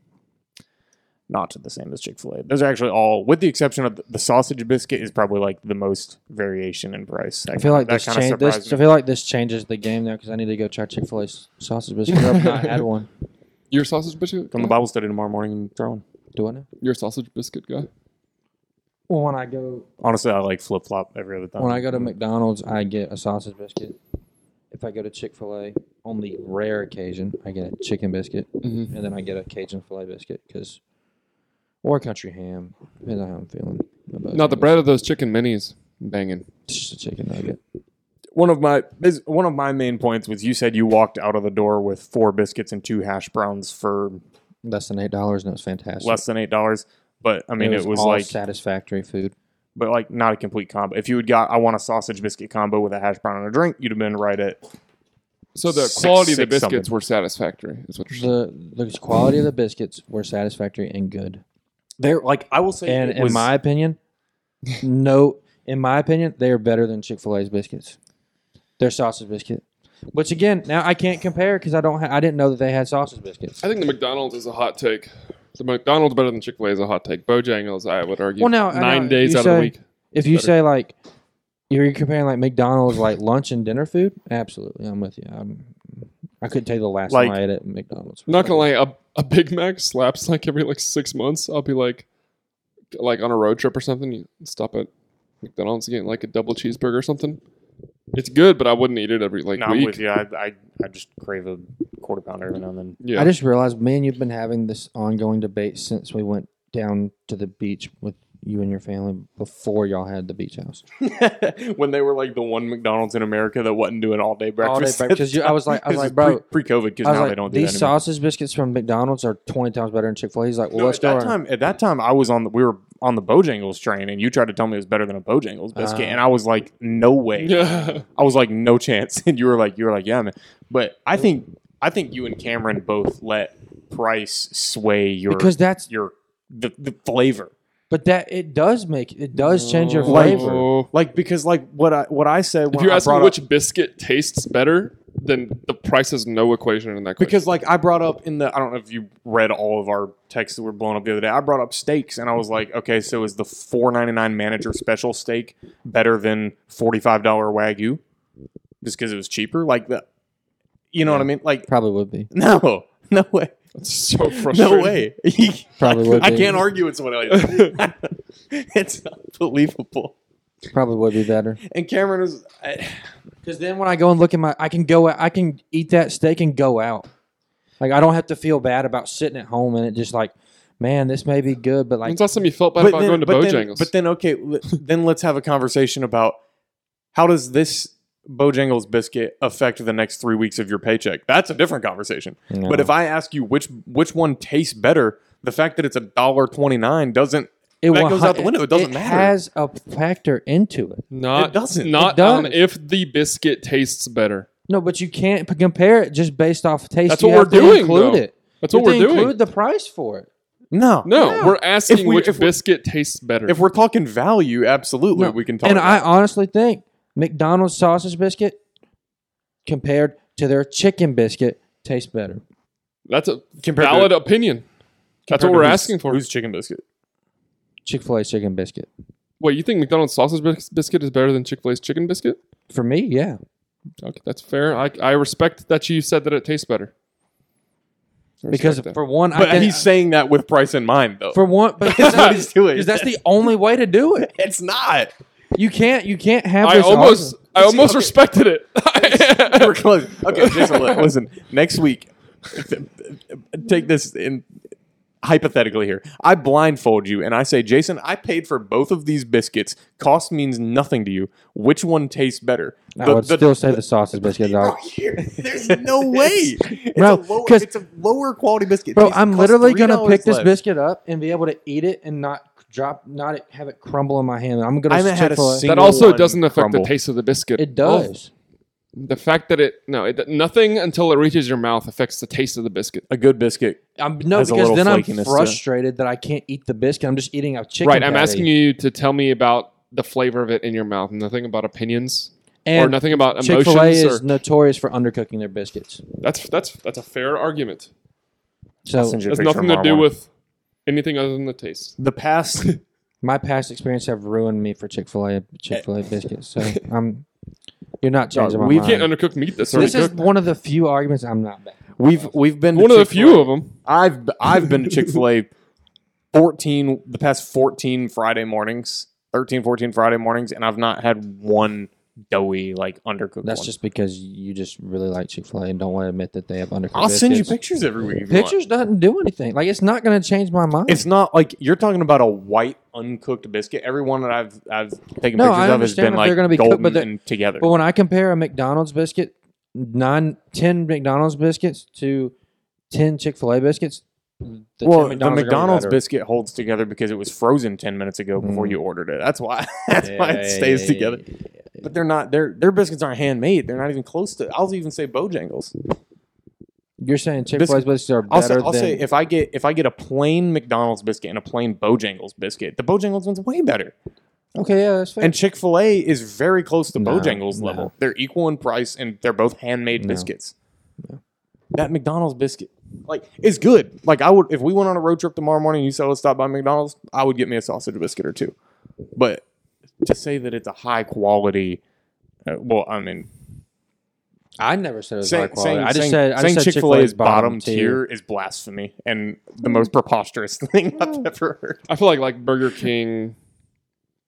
[SPEAKER 1] Not the same as Chick Fil A. Those are actually all, with the exception of the, the sausage biscuit, is probably like the most variation in price.
[SPEAKER 3] I feel like
[SPEAKER 1] that
[SPEAKER 3] this,
[SPEAKER 1] kinda
[SPEAKER 3] change,
[SPEAKER 1] surprised
[SPEAKER 3] this
[SPEAKER 1] me.
[SPEAKER 3] I feel like this changes the game now because I need to go try Chick Fil A sausage biscuit. I've not had one.
[SPEAKER 2] Your sausage biscuit.
[SPEAKER 1] From the Bible study tomorrow morning and throw 'em.
[SPEAKER 3] Do I know?
[SPEAKER 2] Your sausage biscuit guy.
[SPEAKER 3] Well, when I go
[SPEAKER 1] Honestly, I like flip flop every other time.
[SPEAKER 3] when I go to McDonald's, I get a sausage biscuit. If I go to Chick Fil A, on the rare occasion, I get a chicken biscuit,
[SPEAKER 2] Mhm.
[SPEAKER 1] Mm-hmm.
[SPEAKER 3] and then I get a Cajun filet biscuit because, or country ham, depends on how I'm feeling. about
[SPEAKER 2] Not the
[SPEAKER 3] Bojangles.
[SPEAKER 2] bread of those chicken minis. Banging.
[SPEAKER 3] Just a chicken nugget.
[SPEAKER 1] one of my is one of my main points was you said you walked out of the door with four biscuits and two hash browns for
[SPEAKER 3] Less than eight dollars, and it was fantastic.
[SPEAKER 1] less than eight dollars. But I mean, it was,
[SPEAKER 3] all
[SPEAKER 1] like,
[SPEAKER 3] satisfactory food.
[SPEAKER 1] but like not a complete combo. If you had got, I want a sausage biscuit combo with a hash brown and a drink, you'd have been right at
[SPEAKER 2] So the
[SPEAKER 1] Six-
[SPEAKER 2] quality of the
[SPEAKER 1] six
[SPEAKER 2] biscuits
[SPEAKER 1] something.
[SPEAKER 2] were satisfactory. Is what you're saying.
[SPEAKER 3] The the quality of the biscuits were satisfactory and good.
[SPEAKER 1] They're like I will say,
[SPEAKER 3] And
[SPEAKER 1] it
[SPEAKER 3] in
[SPEAKER 1] was-
[SPEAKER 3] my opinion, no, in my opinion, they are better than Chick Fil A's biscuits. Their sausage biscuit, which again, now I can't compare because I don't. Ha- I didn't know that they had sausage biscuits.
[SPEAKER 2] I think the McDonald's is a hot take. The McDonald's better than Chick Fil A is a hot take. Bojangles, I would argue.
[SPEAKER 3] Well, now- I
[SPEAKER 2] nine
[SPEAKER 3] know,
[SPEAKER 2] days
[SPEAKER 3] you
[SPEAKER 2] out of the
[SPEAKER 3] say-
[SPEAKER 2] week.
[SPEAKER 3] If you
[SPEAKER 2] better.
[SPEAKER 3] say like you're comparing like McDonald's like lunch and dinner food, absolutely, I'm with you. I'm, I couldn't tell you the last
[SPEAKER 1] Like-
[SPEAKER 3] time I ate at McDonald's.
[SPEAKER 2] Not gonna lie, a, a Big Mac slaps like every like six months. I'll be like, like on a road trip or something. You stop at McDonald's and get like a double cheeseburger or something. It's good, but I wouldn't eat it every like
[SPEAKER 1] No, I'm
[SPEAKER 2] week.
[SPEAKER 1] with you. I, I I just crave a quarter pounder every now and then.
[SPEAKER 2] Yeah,
[SPEAKER 3] I just realized, man, you've been having this ongoing debate since we went down to the beach with you and your family before y'all had the beach house.
[SPEAKER 1] when they were like the one McDonald's in America that wasn't doing all day
[SPEAKER 3] All day
[SPEAKER 1] breakfast.
[SPEAKER 3] breakfast. You- I was like, I was
[SPEAKER 1] This is
[SPEAKER 3] like, bro.
[SPEAKER 1] pre COVID because
[SPEAKER 3] I was
[SPEAKER 1] now
[SPEAKER 3] like,
[SPEAKER 1] they don't do
[SPEAKER 3] these
[SPEAKER 1] that anymore.
[SPEAKER 3] sausage biscuits from McDonald's are twenty times better than Chick Fil A. He's like, well,
[SPEAKER 1] No,
[SPEAKER 3] let's
[SPEAKER 1] at
[SPEAKER 3] go.
[SPEAKER 1] that
[SPEAKER 3] around.
[SPEAKER 1] time, at that time, I was on. The, we were on the Bojangles train, and you tried to tell me it was better than a Bojangles biscuit,
[SPEAKER 3] Ah.
[SPEAKER 1] and I was like, no way.
[SPEAKER 2] yeah.
[SPEAKER 1] I was like, no chance. And you were like, you were like, yeah, man. But I think, I think you and Cameron both let price sway your
[SPEAKER 3] because that's,
[SPEAKER 1] your the, the flavor.
[SPEAKER 3] but that it does make it does change your
[SPEAKER 2] No.
[SPEAKER 3] flavor.
[SPEAKER 1] Like because like what I what I said
[SPEAKER 2] Oh. If
[SPEAKER 1] when
[SPEAKER 2] you
[SPEAKER 1] I
[SPEAKER 2] ask me
[SPEAKER 1] brought
[SPEAKER 2] which
[SPEAKER 1] up,
[SPEAKER 2] biscuit tastes better, then the price has no equation in that. Question.
[SPEAKER 1] because like I brought up in the I don't know if you read all of our texts that were blown up the other day. I brought up steaks and I was like, okay, so is the four ninety nine manager special steak better than forty five dollar wagyu? Just because it was cheaper, like the, you know what I mean? Like
[SPEAKER 3] Probably would be.
[SPEAKER 1] no, no way,
[SPEAKER 2] it's so frustrating.
[SPEAKER 1] no way.
[SPEAKER 3] Probably would.
[SPEAKER 1] I
[SPEAKER 3] be.
[SPEAKER 1] can't argue it's what I like. it's unbelievable.
[SPEAKER 3] Probably would be better.
[SPEAKER 1] And Cameron was I,
[SPEAKER 3] Because then when I go and look at my, I can go, I can eat that steak and go out. Like I don't have to feel bad about sitting at home and it just like, man, this may be good, but like
[SPEAKER 2] When's the last time you felt bad
[SPEAKER 1] but
[SPEAKER 2] about
[SPEAKER 1] then,
[SPEAKER 2] going to
[SPEAKER 1] but
[SPEAKER 2] Bojangles?
[SPEAKER 1] then, but then okay, l- then let's have a conversation about how does this Bojangles biscuit affect the next three weeks of your paycheck? That's a different conversation.
[SPEAKER 3] No.
[SPEAKER 1] But if I ask you which which one tastes better, the fact that it's a dollar twenty nine doesn't
[SPEAKER 3] it
[SPEAKER 1] that
[SPEAKER 3] will
[SPEAKER 1] goes
[SPEAKER 3] hi-
[SPEAKER 1] out the window. It doesn't matter.
[SPEAKER 3] has a factor into it.
[SPEAKER 2] Not
[SPEAKER 1] It doesn't.
[SPEAKER 2] Not
[SPEAKER 3] It does.
[SPEAKER 2] on if the biscuit tastes better.
[SPEAKER 3] No, but you can't p- compare it just based off taste.
[SPEAKER 2] That's
[SPEAKER 3] You
[SPEAKER 2] what
[SPEAKER 3] have
[SPEAKER 2] we're
[SPEAKER 3] to
[SPEAKER 2] doing,
[SPEAKER 3] Include
[SPEAKER 2] though.
[SPEAKER 3] it.
[SPEAKER 2] That's
[SPEAKER 3] You
[SPEAKER 2] what we're
[SPEAKER 3] have to
[SPEAKER 2] doing.
[SPEAKER 3] Include the price for it.
[SPEAKER 1] no
[SPEAKER 2] no,
[SPEAKER 3] No.
[SPEAKER 2] we're asking
[SPEAKER 1] If we-
[SPEAKER 2] which
[SPEAKER 1] if we-
[SPEAKER 2] biscuit tastes better.
[SPEAKER 1] If we're talking value, absolutely
[SPEAKER 3] No.
[SPEAKER 1] we can talk.
[SPEAKER 3] and
[SPEAKER 1] about
[SPEAKER 3] I honestly think McDonald's sausage biscuit compared to their chicken biscuit tastes better.
[SPEAKER 2] That's a
[SPEAKER 1] Compared to-
[SPEAKER 2] valid opinion. That's what
[SPEAKER 1] Compared to
[SPEAKER 2] we're
[SPEAKER 1] who's-
[SPEAKER 2] asking for.
[SPEAKER 1] Who's chicken biscuit?
[SPEAKER 3] Chick Fil A chicken biscuit
[SPEAKER 2] Wait, you think McDonald's sausage bis- biscuit is better than Chick Fil A's chicken biscuit?
[SPEAKER 3] for me, yeah.
[SPEAKER 2] Okay, that's fair. I, I respect that you said that it tastes better. I
[SPEAKER 3] Because
[SPEAKER 2] respect that.
[SPEAKER 3] for one, I
[SPEAKER 1] But
[SPEAKER 3] think,
[SPEAKER 1] he's saying that with price in mind, though.
[SPEAKER 3] for one, but
[SPEAKER 1] That's what he's doing.
[SPEAKER 3] because that's the only way to do it.
[SPEAKER 1] It's not.
[SPEAKER 3] You can't, you can't have.
[SPEAKER 2] I
[SPEAKER 3] this
[SPEAKER 2] almost
[SPEAKER 3] argument.
[SPEAKER 2] I almost
[SPEAKER 1] okay.
[SPEAKER 2] respected it.
[SPEAKER 1] We're close. Okay, Jason, li- listen. Next week, take this in hypothetically here. I blindfold you and I say, Jason, I paid for both of these biscuits. Cost means nothing to you. Which one tastes better?
[SPEAKER 3] I
[SPEAKER 1] The-
[SPEAKER 3] would
[SPEAKER 1] the-
[SPEAKER 3] still say the sausage biscuit, dog.
[SPEAKER 1] Bro, here- there's no way, it's
[SPEAKER 3] Bro,
[SPEAKER 1] a lower,
[SPEAKER 3] 'cause-
[SPEAKER 1] it's a lower quality biscuit.
[SPEAKER 3] Bro,
[SPEAKER 1] Jason,
[SPEAKER 3] I'm
[SPEAKER 1] costs
[SPEAKER 3] literally gonna
[SPEAKER 1] $3
[SPEAKER 3] pick this
[SPEAKER 1] less.
[SPEAKER 3] biscuit up and be able to eat it and not drop, not have it crumble in my hand. I'm gonna
[SPEAKER 1] I haven't had a
[SPEAKER 3] Chick-fil-A.
[SPEAKER 1] single-
[SPEAKER 2] that also
[SPEAKER 1] one
[SPEAKER 2] doesn't affect
[SPEAKER 1] crumble.
[SPEAKER 2] the taste of the biscuit.
[SPEAKER 3] It does.
[SPEAKER 2] the fact that it no, it, nothing until it reaches your mouth affects the taste of the biscuit.
[SPEAKER 1] A good biscuit.
[SPEAKER 3] I'm, no,
[SPEAKER 1] Has a
[SPEAKER 3] because
[SPEAKER 1] little
[SPEAKER 3] then I'm
[SPEAKER 1] flakiness to it.
[SPEAKER 3] frustrated that I can't eat the biscuit. I'm just eating a chicken.
[SPEAKER 2] right, I'm asking you to tell me about the flavor of it in your mouth. Nothing about opinions or nothing about
[SPEAKER 3] Chick Fil A
[SPEAKER 2] emotions.
[SPEAKER 3] is
[SPEAKER 2] Or,
[SPEAKER 3] notorious for undercooking their biscuits.
[SPEAKER 2] that's that's that's a fair argument.
[SPEAKER 1] I'll
[SPEAKER 3] So
[SPEAKER 1] send you a
[SPEAKER 2] It has
[SPEAKER 1] picture
[SPEAKER 2] nothing to
[SPEAKER 1] tomorrow
[SPEAKER 2] do
[SPEAKER 1] morning.
[SPEAKER 2] with anything other than the taste.
[SPEAKER 1] the past.
[SPEAKER 3] my past experience have ruined me for Chick Fil A Chick
[SPEAKER 1] Eh.
[SPEAKER 3] Fil A biscuits. So I'm, you're not changing my
[SPEAKER 1] we
[SPEAKER 3] mind.
[SPEAKER 2] You can't undercook meat that's already
[SPEAKER 3] this is
[SPEAKER 2] cooked.
[SPEAKER 3] one of the few arguments I'm not back.
[SPEAKER 1] We've we've been to
[SPEAKER 2] One of the
[SPEAKER 1] Chick-fil-A.
[SPEAKER 2] few of them.
[SPEAKER 1] I've I've been to Chick Fil A fourteen the past fourteen Friday mornings, 13, 14 Friday mornings, and I've not had one doughy like undercooked.
[SPEAKER 3] That's
[SPEAKER 1] one.
[SPEAKER 3] just because you just really like Chick Fil A and don't want to admit that they have undercooked.
[SPEAKER 1] I'll send you
[SPEAKER 3] biscuits.
[SPEAKER 1] pictures every week. If you want.
[SPEAKER 3] Pictures doesn't do anything. Like it's not going to change my mind.
[SPEAKER 1] It's not like you're talking about a white uncooked biscuit. Everyone that I've I've taken
[SPEAKER 3] No,
[SPEAKER 1] pictures
[SPEAKER 3] I
[SPEAKER 1] of has
[SPEAKER 3] understand
[SPEAKER 1] been
[SPEAKER 3] if
[SPEAKER 1] like
[SPEAKER 3] they're gonna be cooked,
[SPEAKER 1] golden
[SPEAKER 3] but they're-
[SPEAKER 1] and together.
[SPEAKER 3] But when I compare a McDonald's biscuit, nine, 10 McDonald's biscuits to 10 Chick fil A biscuits, the 10
[SPEAKER 1] well, the
[SPEAKER 3] McDonald's are gonna be
[SPEAKER 1] McDonald's
[SPEAKER 3] better.
[SPEAKER 1] biscuit holds together because it was frozen ten minutes ago before
[SPEAKER 3] Mm.
[SPEAKER 1] you ordered it. That's why. That's why it stays
[SPEAKER 3] Yeah,
[SPEAKER 1] together.
[SPEAKER 3] yeah, yeah, yeah,
[SPEAKER 1] but they're not. Their their biscuits aren't handmade. They're not even close to. I'll even say Bojangles.
[SPEAKER 3] You're saying Chick Fil A's biscuits are
[SPEAKER 1] I'll,
[SPEAKER 3] better
[SPEAKER 1] say, I'll
[SPEAKER 3] than
[SPEAKER 1] say if I get if I get a plain McDonald's biscuit and a plain Bojangles biscuit, the Bojangles one's way better.
[SPEAKER 3] okay, yeah, that's fair.
[SPEAKER 1] And Chick Fil A is very close to
[SPEAKER 3] No,
[SPEAKER 1] Bojangles
[SPEAKER 3] no.
[SPEAKER 1] level. They're equal in price, and they're both handmade
[SPEAKER 3] No.
[SPEAKER 1] biscuits. That McDonald's biscuit, like, is good. Like, I would if we went on a road trip tomorrow morning, and you said let's stop by McDonald's, I would get me a sausage biscuit or two. But to say that it's a high quality, uh, well, I mean,
[SPEAKER 3] I never said it was high
[SPEAKER 1] saying,
[SPEAKER 3] quality. I just
[SPEAKER 1] saying,
[SPEAKER 3] said I just
[SPEAKER 1] saying
[SPEAKER 3] said
[SPEAKER 1] Chick Fil A
[SPEAKER 3] Chick-fil-A's
[SPEAKER 1] is bottom tier is blasphemy and the most preposterous thing I've ever heard.
[SPEAKER 2] I feel like like Burger King,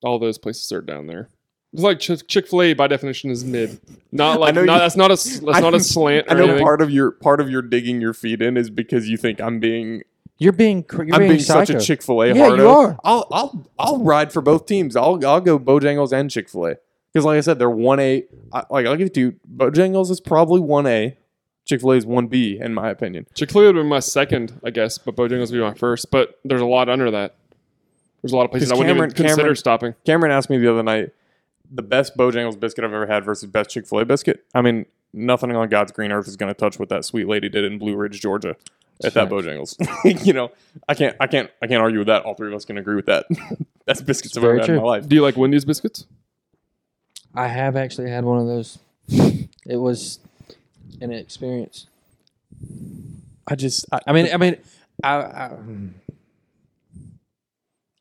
[SPEAKER 2] all those places are down there. It's like Chick Fil A by definition is mid. Not like
[SPEAKER 1] know
[SPEAKER 2] not,
[SPEAKER 1] you-
[SPEAKER 2] that's not a s- that's
[SPEAKER 1] I-
[SPEAKER 2] not a slant.
[SPEAKER 1] I
[SPEAKER 2] Or
[SPEAKER 1] know
[SPEAKER 2] anything.
[SPEAKER 1] part of your part of your digging your feet in is because you think I'm being
[SPEAKER 3] You're being cr- you're
[SPEAKER 1] I'm being, such
[SPEAKER 3] psycho.
[SPEAKER 1] a Chick Fil A
[SPEAKER 3] Yeah,
[SPEAKER 1] hardo.
[SPEAKER 3] you are.
[SPEAKER 1] I'll I'll I'll ride for both teams. I'll I'll go Bojangles and Chick Fil A because, like I said, they're one A. I- Like I'll give it to you, Bojangles is probably one A. Chick Fil A is one B in my opinion.
[SPEAKER 2] Chick Fil A would be my second, I guess, but Bojangles would be my first. But there's a lot under that. There's a lot of places I
[SPEAKER 1] Because
[SPEAKER 2] wouldn't
[SPEAKER 1] Cameron-
[SPEAKER 2] even consider
[SPEAKER 1] Cameron-
[SPEAKER 2] stopping.
[SPEAKER 1] Cameron asked me the other night the best Bojangles biscuit I've ever had versus best Chick Fil A biscuit. I mean, nothing on God's green earth is going to touch what that sweet lady did in Blue Ridge, Georgia, at that Bojangles. you know, I can't, I can't, I can't argue with that. All three of us can agree with that. That's biscuits I've ever
[SPEAKER 3] very
[SPEAKER 1] had in my
[SPEAKER 3] true.
[SPEAKER 1] life.
[SPEAKER 2] Do you like Wendy's biscuits?
[SPEAKER 3] I have actually had one of those. It was an experience.
[SPEAKER 1] I just, I,
[SPEAKER 3] I mean, I mean, I, I, mm.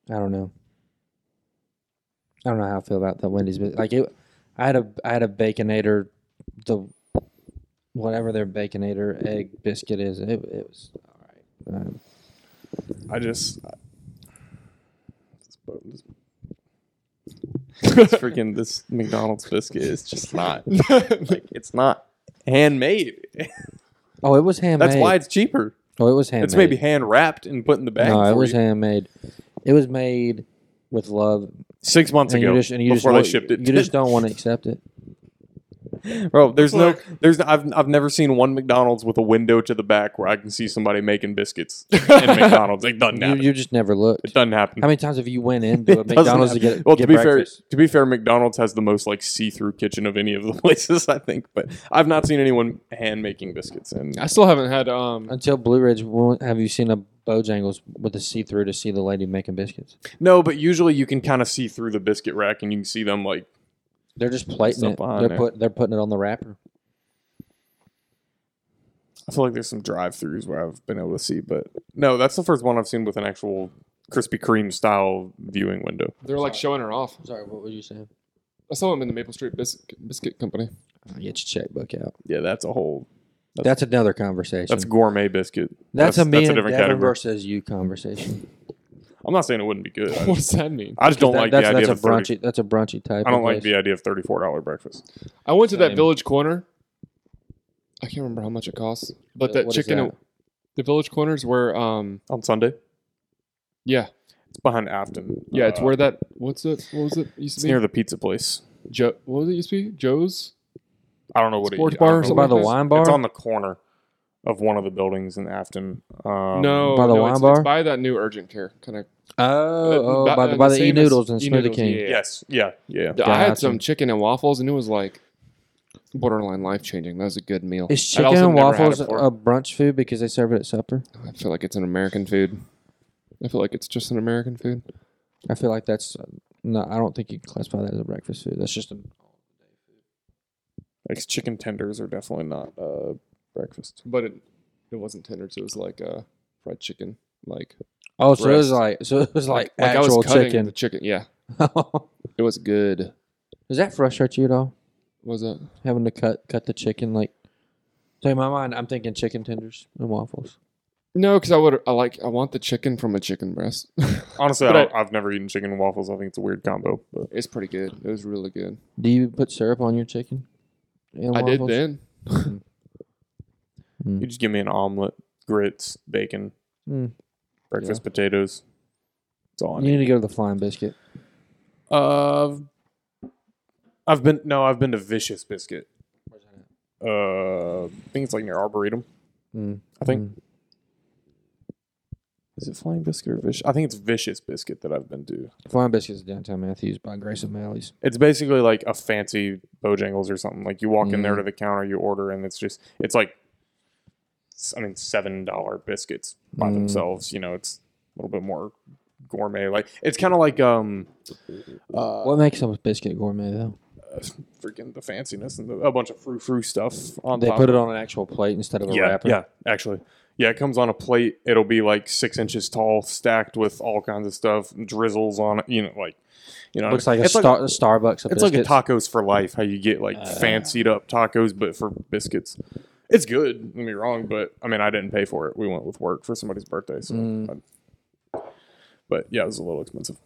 [SPEAKER 3] I don't know. I don't know how I feel about the Wendy's, but like it, I had a, I had a baconator, the, whatever their baconator egg biscuit is. It, it was all right. Um,
[SPEAKER 1] I just. this freaking this McDonald's biscuit is just not like it's not handmade.
[SPEAKER 3] oh, it was handmade.
[SPEAKER 1] That's why it's cheaper.
[SPEAKER 3] Oh, it was handmade.
[SPEAKER 1] It's maybe hand wrapped and put in the bag.
[SPEAKER 3] No, it
[SPEAKER 1] for
[SPEAKER 3] was
[SPEAKER 1] you.
[SPEAKER 3] handmade. It was made with love,
[SPEAKER 1] six months
[SPEAKER 3] and
[SPEAKER 1] ago
[SPEAKER 3] you just and you just
[SPEAKER 1] before
[SPEAKER 3] don't-
[SPEAKER 1] they shipped it.
[SPEAKER 3] You just don't want to accept it.
[SPEAKER 1] Bro, there's no,
[SPEAKER 2] Look.
[SPEAKER 1] there's I've I've never seen one McDonald's with a window to the back where I can see somebody making biscuits in McDonald's. It doesn't
[SPEAKER 3] You,
[SPEAKER 1] happen.
[SPEAKER 3] you just never looked.
[SPEAKER 1] it doesn't happen.
[SPEAKER 3] How many times have you went into a
[SPEAKER 1] It doesn't
[SPEAKER 3] McDonald's to
[SPEAKER 1] happen.
[SPEAKER 3] get
[SPEAKER 1] well
[SPEAKER 3] get
[SPEAKER 1] to be
[SPEAKER 3] breakfast?
[SPEAKER 1] fair to be fair mcdonald's has the most like see-through kitchen of any of the places i think but i've not seen anyone hand making biscuits and
[SPEAKER 2] I still haven't had. Um,
[SPEAKER 3] Until Blue Ridge, won't- have you seen a Bojangles with a see through to see the lady making biscuits?
[SPEAKER 1] no but usually you can kind of see through the biscuit rack and you can see them like
[SPEAKER 3] They're just plating
[SPEAKER 1] Stuff
[SPEAKER 3] it.
[SPEAKER 1] behind
[SPEAKER 3] They're
[SPEAKER 1] there.
[SPEAKER 3] put, they're putting it on the wrapper.
[SPEAKER 1] i feel like there's some drive-throughs where i've been able to see but no that's the first one i've seen with an actual krispy kreme style viewing window
[SPEAKER 2] they're like showing her off.
[SPEAKER 3] Sorry, what were you saying?
[SPEAKER 2] I saw them in the Maple Street Biscuit, biscuit Company.
[SPEAKER 3] Uh, Get your checkbook out.
[SPEAKER 1] yeah that's a whole
[SPEAKER 3] That's another conversation.
[SPEAKER 1] that's gourmet biscuit
[SPEAKER 3] That's, a me
[SPEAKER 1] that's a
[SPEAKER 3] and
[SPEAKER 1] different
[SPEAKER 3] Devin
[SPEAKER 1] category
[SPEAKER 3] versus you conversation.
[SPEAKER 1] i'm not saying it wouldn't be good i
[SPEAKER 2] What
[SPEAKER 1] just,
[SPEAKER 2] does that mean?
[SPEAKER 1] I just don't
[SPEAKER 3] That-
[SPEAKER 1] like
[SPEAKER 3] that's
[SPEAKER 1] the idea
[SPEAKER 3] that's
[SPEAKER 1] of
[SPEAKER 3] a
[SPEAKER 1] a 30,
[SPEAKER 3] brunchy. That's a brunchy type.
[SPEAKER 1] i don't
[SPEAKER 3] of
[SPEAKER 1] like
[SPEAKER 3] place.
[SPEAKER 1] the idea of $34 breakfast
[SPEAKER 2] I went to that
[SPEAKER 3] Same.
[SPEAKER 2] Village Corner. I can't remember how much it costs, but
[SPEAKER 3] What-
[SPEAKER 2] that
[SPEAKER 3] what is
[SPEAKER 2] chicken,
[SPEAKER 3] that?
[SPEAKER 2] the Village Corners where, um,
[SPEAKER 1] on sunday
[SPEAKER 2] yeah,
[SPEAKER 1] it's behind afton
[SPEAKER 2] yeah, it's
[SPEAKER 1] Uh,
[SPEAKER 2] where that what's it? What was it?
[SPEAKER 1] It's
[SPEAKER 2] Used to be
[SPEAKER 1] near the pizza place.
[SPEAKER 2] Joe. What was it used to be? Joe's.
[SPEAKER 1] I don't know what
[SPEAKER 2] Sports
[SPEAKER 1] it, I don't
[SPEAKER 2] bar
[SPEAKER 1] know
[SPEAKER 2] or
[SPEAKER 3] So
[SPEAKER 2] something
[SPEAKER 3] by
[SPEAKER 1] what
[SPEAKER 3] the
[SPEAKER 2] like this?
[SPEAKER 3] wine
[SPEAKER 1] it-
[SPEAKER 3] bar.
[SPEAKER 1] It's on the corner of one of the buildings in Afton. Um,
[SPEAKER 2] no,
[SPEAKER 3] By the
[SPEAKER 2] no,
[SPEAKER 3] wine
[SPEAKER 2] it's,
[SPEAKER 3] bar?
[SPEAKER 2] It's by that new urgent care kind of.
[SPEAKER 3] oh, oh, by the by the e noodles and Smoothie King.
[SPEAKER 2] Yeah.
[SPEAKER 1] Yes. Yeah. Yeah.
[SPEAKER 2] Dude, I had
[SPEAKER 3] Gotcha.
[SPEAKER 2] some chicken and waffles, and it was like borderline life changing. That was a good meal.
[SPEAKER 3] Is
[SPEAKER 2] I'd
[SPEAKER 3] chicken
[SPEAKER 2] also
[SPEAKER 3] and
[SPEAKER 2] never had it
[SPEAKER 3] waffles a
[SPEAKER 2] before.
[SPEAKER 3] brunch food because they serve it at supper?
[SPEAKER 2] I feel like it's an American food. I feel like it's just an American food.
[SPEAKER 3] I feel like that's uh, no. I don't think you can classify that as a breakfast food. That's just a
[SPEAKER 1] Like chicken tenders are definitely not uh, breakfast.
[SPEAKER 2] But it, it wasn't tenders. It was like uh, fried chicken. Like
[SPEAKER 3] oh, so it was
[SPEAKER 2] Breast.
[SPEAKER 3] like so it was like,
[SPEAKER 2] like
[SPEAKER 3] actual
[SPEAKER 2] the
[SPEAKER 3] chicken.
[SPEAKER 2] chicken. Yeah,
[SPEAKER 3] Does
[SPEAKER 2] it was good.
[SPEAKER 3] that frustrate you at all?
[SPEAKER 2] What was that?
[SPEAKER 3] Having to cut cut the chicken like. So in my mind, I'm thinking chicken tenders and waffles.
[SPEAKER 2] No, because I would. I like. I want the chicken from a chicken breast.
[SPEAKER 1] Honestly, I
[SPEAKER 2] But I-
[SPEAKER 1] don't, I, have never eaten chicken and waffles. I think it's a weird combo. But
[SPEAKER 2] it's pretty good. It was really good.
[SPEAKER 3] Do you put syrup on your chicken? and
[SPEAKER 2] I did
[SPEAKER 3] waffles?
[SPEAKER 2] then.
[SPEAKER 1] you just give me an omelet, grits, bacon,
[SPEAKER 3] Mm.
[SPEAKER 1] breakfast potatoes. That's all I
[SPEAKER 3] You
[SPEAKER 1] need.
[SPEAKER 3] need to go to the flying biscuit.
[SPEAKER 1] Uh, I've been no, I've been to Vicious Biscuit.
[SPEAKER 3] Hmm.
[SPEAKER 1] Uh, I think it's like near Arboretum.
[SPEAKER 3] Mm.
[SPEAKER 1] I think Is it Flying Biscuit or Vicious? I think it's Vicious Biscuit that I've been to.
[SPEAKER 3] Hmm. Flying Biscuits of Downtown Matthews by Grace O'Malley's.
[SPEAKER 1] It's basically like a fancy Bojangles or something. Like you walk in there to the counter, you order, and it's just it's like s- I mean seven dollar biscuits by
[SPEAKER 3] Mm.
[SPEAKER 1] themselves. You know, it's a little bit more gourmet. Like it's kind of like um, uh,
[SPEAKER 3] What makes up a biscuit gourmet though?
[SPEAKER 1] freaking the fanciness and the, a bunch of frou frou stuff on
[SPEAKER 3] They
[SPEAKER 1] top.
[SPEAKER 3] put it on an actual plate instead of a
[SPEAKER 1] yeah,
[SPEAKER 3] wrapper.
[SPEAKER 1] yeah, actually, yeah, it comes on a plate. It'll be like six inches tall, stacked with all kinds of stuff, drizzles on it. You know, like you know,
[SPEAKER 3] Looks like a,
[SPEAKER 1] it's
[SPEAKER 3] star- a Starbucks. Of
[SPEAKER 1] it's like a
[SPEAKER 3] biscuits. Uh.
[SPEAKER 1] tacos for life. How you get like fancied up tacos, but for biscuits. It's good. Don't get me wrong, but I mean, I didn't pay for it. We went with work for somebody's birthday, so.
[SPEAKER 3] Mm.
[SPEAKER 1] I- but yeah, it was a little expensive.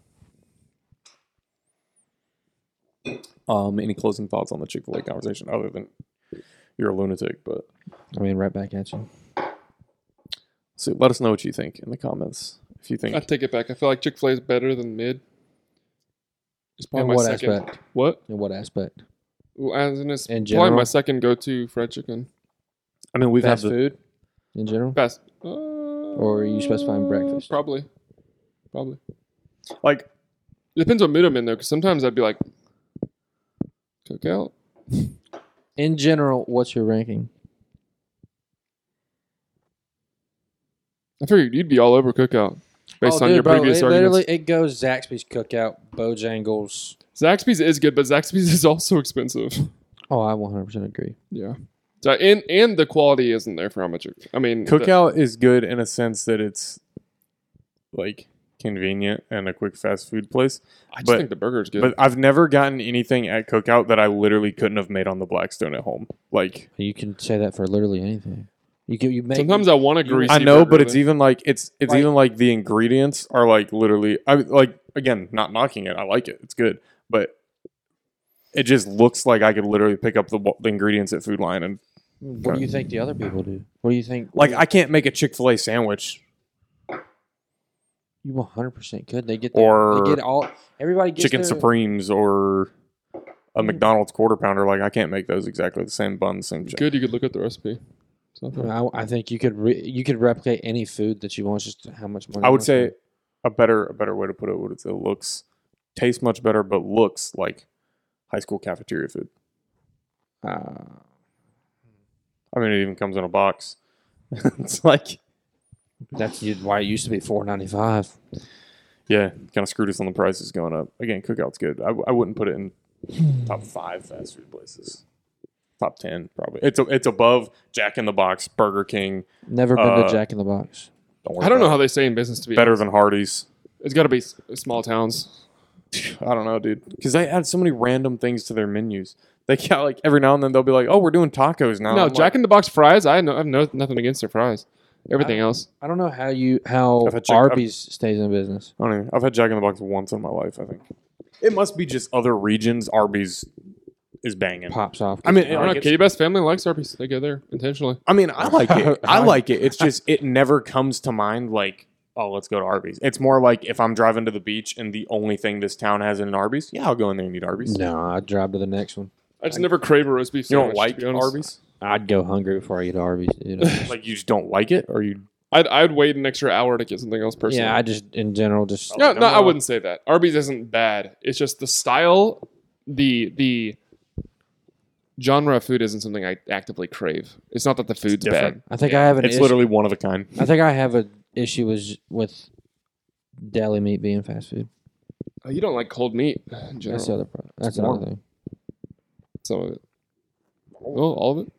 [SPEAKER 1] Um, any closing thoughts on the Chick Fil A conversation, other than you're a lunatic? But
[SPEAKER 3] I mean, right back at you.
[SPEAKER 1] so let us know what you think in the comments. If you think
[SPEAKER 2] I take it back. I feel like Chick Fil A is better than mid. It's
[SPEAKER 3] In
[SPEAKER 2] probably my
[SPEAKER 3] what
[SPEAKER 2] second.
[SPEAKER 3] aspect?
[SPEAKER 2] What?
[SPEAKER 3] In what aspect?
[SPEAKER 2] Well, As in, it's
[SPEAKER 3] In
[SPEAKER 2] probably my
[SPEAKER 3] general?
[SPEAKER 2] second go-to fried chicken.
[SPEAKER 1] I mean, we've
[SPEAKER 3] Fast
[SPEAKER 1] had the,
[SPEAKER 3] food in general.
[SPEAKER 2] Best. Uh,
[SPEAKER 3] are you specifying breakfast?
[SPEAKER 2] Probably. Probably.
[SPEAKER 1] like
[SPEAKER 2] It depends what mood I'm in though, because sometimes I'd be like, cook out.
[SPEAKER 3] In general, what's your ranking?
[SPEAKER 2] I figured you'd be all over cookout based
[SPEAKER 3] Oh,
[SPEAKER 2] on
[SPEAKER 3] dude,
[SPEAKER 2] your
[SPEAKER 3] bro,
[SPEAKER 2] previous
[SPEAKER 3] it,
[SPEAKER 2] arguments.
[SPEAKER 3] Literally, it goes Zaxby's Cookout, Bojangles.
[SPEAKER 2] Zaxby's is good, but Zaxby's is also expensive.
[SPEAKER 3] Oh, I 100% agree.
[SPEAKER 2] Yeah. So, and and the quality isn't there for how much. It, I mean, the-
[SPEAKER 1] Cookout is good in a sense that it's like convenient and a quick fast food place.
[SPEAKER 2] I just
[SPEAKER 1] but-
[SPEAKER 2] think the burger's good.
[SPEAKER 1] But I've never gotten anything at Cookout that I literally couldn't have made on the Blackstone at home. Like
[SPEAKER 3] You can say that for literally anything. You can, you make
[SPEAKER 2] Sometimes I want a greasy.
[SPEAKER 1] I know,
[SPEAKER 2] burger,
[SPEAKER 1] but it's even like it's it's
[SPEAKER 3] Like-
[SPEAKER 1] even like the ingredients are like literally I like again, not knocking it. I like it. It's good. But it just looks like I could literally pick up the, wa- the ingredients at Food Lion and
[SPEAKER 3] What do you think the other people do? What do you think?
[SPEAKER 1] like I can't make a Chick Fil A sandwich
[SPEAKER 3] you 100% could. They get
[SPEAKER 1] or
[SPEAKER 3] they get all everybody gets
[SPEAKER 1] chicken
[SPEAKER 3] their-
[SPEAKER 1] supremes or a
[SPEAKER 3] Mm.
[SPEAKER 1] McDonald's quarter pounder. Like I can't make those exactly the same bun, same
[SPEAKER 2] It's
[SPEAKER 1] chicken.
[SPEAKER 2] good. You could look at the recipe. Something.
[SPEAKER 3] I, I think you could re, you could replicate any food that you want. It's just how much money.
[SPEAKER 1] I
[SPEAKER 3] you
[SPEAKER 1] would
[SPEAKER 3] want
[SPEAKER 1] say
[SPEAKER 3] to-
[SPEAKER 1] a better a better way to put it would it looks tastes much better, but looks like high school cafeteria food.
[SPEAKER 3] uh,
[SPEAKER 1] I mean, it even comes in a box. it's like
[SPEAKER 3] that's you- why it used to be 4.95.
[SPEAKER 1] yeah, kind of screwed us on the prices going up. Again, cookout's good. I, w- I wouldn't put it in top five fast food places. Top ten probably. It's a, it's above Jack in the Box, Burger King.
[SPEAKER 3] Never been
[SPEAKER 1] Uh,
[SPEAKER 3] to Jack in the Box.
[SPEAKER 1] Don't worry
[SPEAKER 2] I don't
[SPEAKER 1] about
[SPEAKER 2] know how they say in business to be
[SPEAKER 1] it. better than Hardee's.
[SPEAKER 2] It's got to be s- small towns.
[SPEAKER 1] I don't know, dude. Because they add so many random things to their menus. They got like every now and then they'll be like, "Oh, we're doing tacos now."
[SPEAKER 2] No,
[SPEAKER 1] I'm
[SPEAKER 2] Jack in the Box fries. I know, I have no, nothing against their fries. Everything else,
[SPEAKER 3] I don't know how you how
[SPEAKER 1] I've had Jack- I've-
[SPEAKER 3] Arby's stays in business.
[SPEAKER 1] Like, I don't even, I've had Jack in the Box once in my life. I think it must be just other regions. Arby's is banging.
[SPEAKER 3] Pops off.
[SPEAKER 1] I mean,
[SPEAKER 2] I
[SPEAKER 1] Like,
[SPEAKER 2] don't know.
[SPEAKER 1] it's-
[SPEAKER 2] Katie Best family likes Arby's. They go there intentionally.
[SPEAKER 1] I mean, I like it. I like it. It's just it never comes to mind like, "Oh, let's go to Arby's." It's more like if I'm driving to the beach and the only thing this town has in an Arby's, yeah, I'll go in there and eat Arby's.
[SPEAKER 3] no, I'd drive to the next one.
[SPEAKER 2] I just never crave a roast beef.
[SPEAKER 1] You don't
[SPEAKER 2] sandwich,
[SPEAKER 1] like
[SPEAKER 2] to be honest.
[SPEAKER 1] Arby's?
[SPEAKER 3] I'd go hungry before I eat Arby's. Dude.
[SPEAKER 1] Like you just don't like it, or you?
[SPEAKER 2] I'd, I'd wait an extra hour to get something else personally.
[SPEAKER 3] yeah, I just in general just
[SPEAKER 2] no,
[SPEAKER 1] Oh, No,
[SPEAKER 2] no, I
[SPEAKER 1] no.
[SPEAKER 2] wouldn't say that. Arby's isn't bad. It's just the style, the the genre of food isn't something I actively crave. It's not that the food's bad.
[SPEAKER 1] different.
[SPEAKER 3] I think I have an
[SPEAKER 1] It's
[SPEAKER 3] issue.
[SPEAKER 1] literally one of a kind.
[SPEAKER 3] I think I have an issue with with deli meat being fast food.
[SPEAKER 2] Oh, you don't like cold meat. In
[SPEAKER 3] That's the
[SPEAKER 2] general.
[SPEAKER 3] other part. That's
[SPEAKER 1] It's
[SPEAKER 3] another
[SPEAKER 1] warm.
[SPEAKER 3] thing.
[SPEAKER 2] Some of it. Oh, all of it.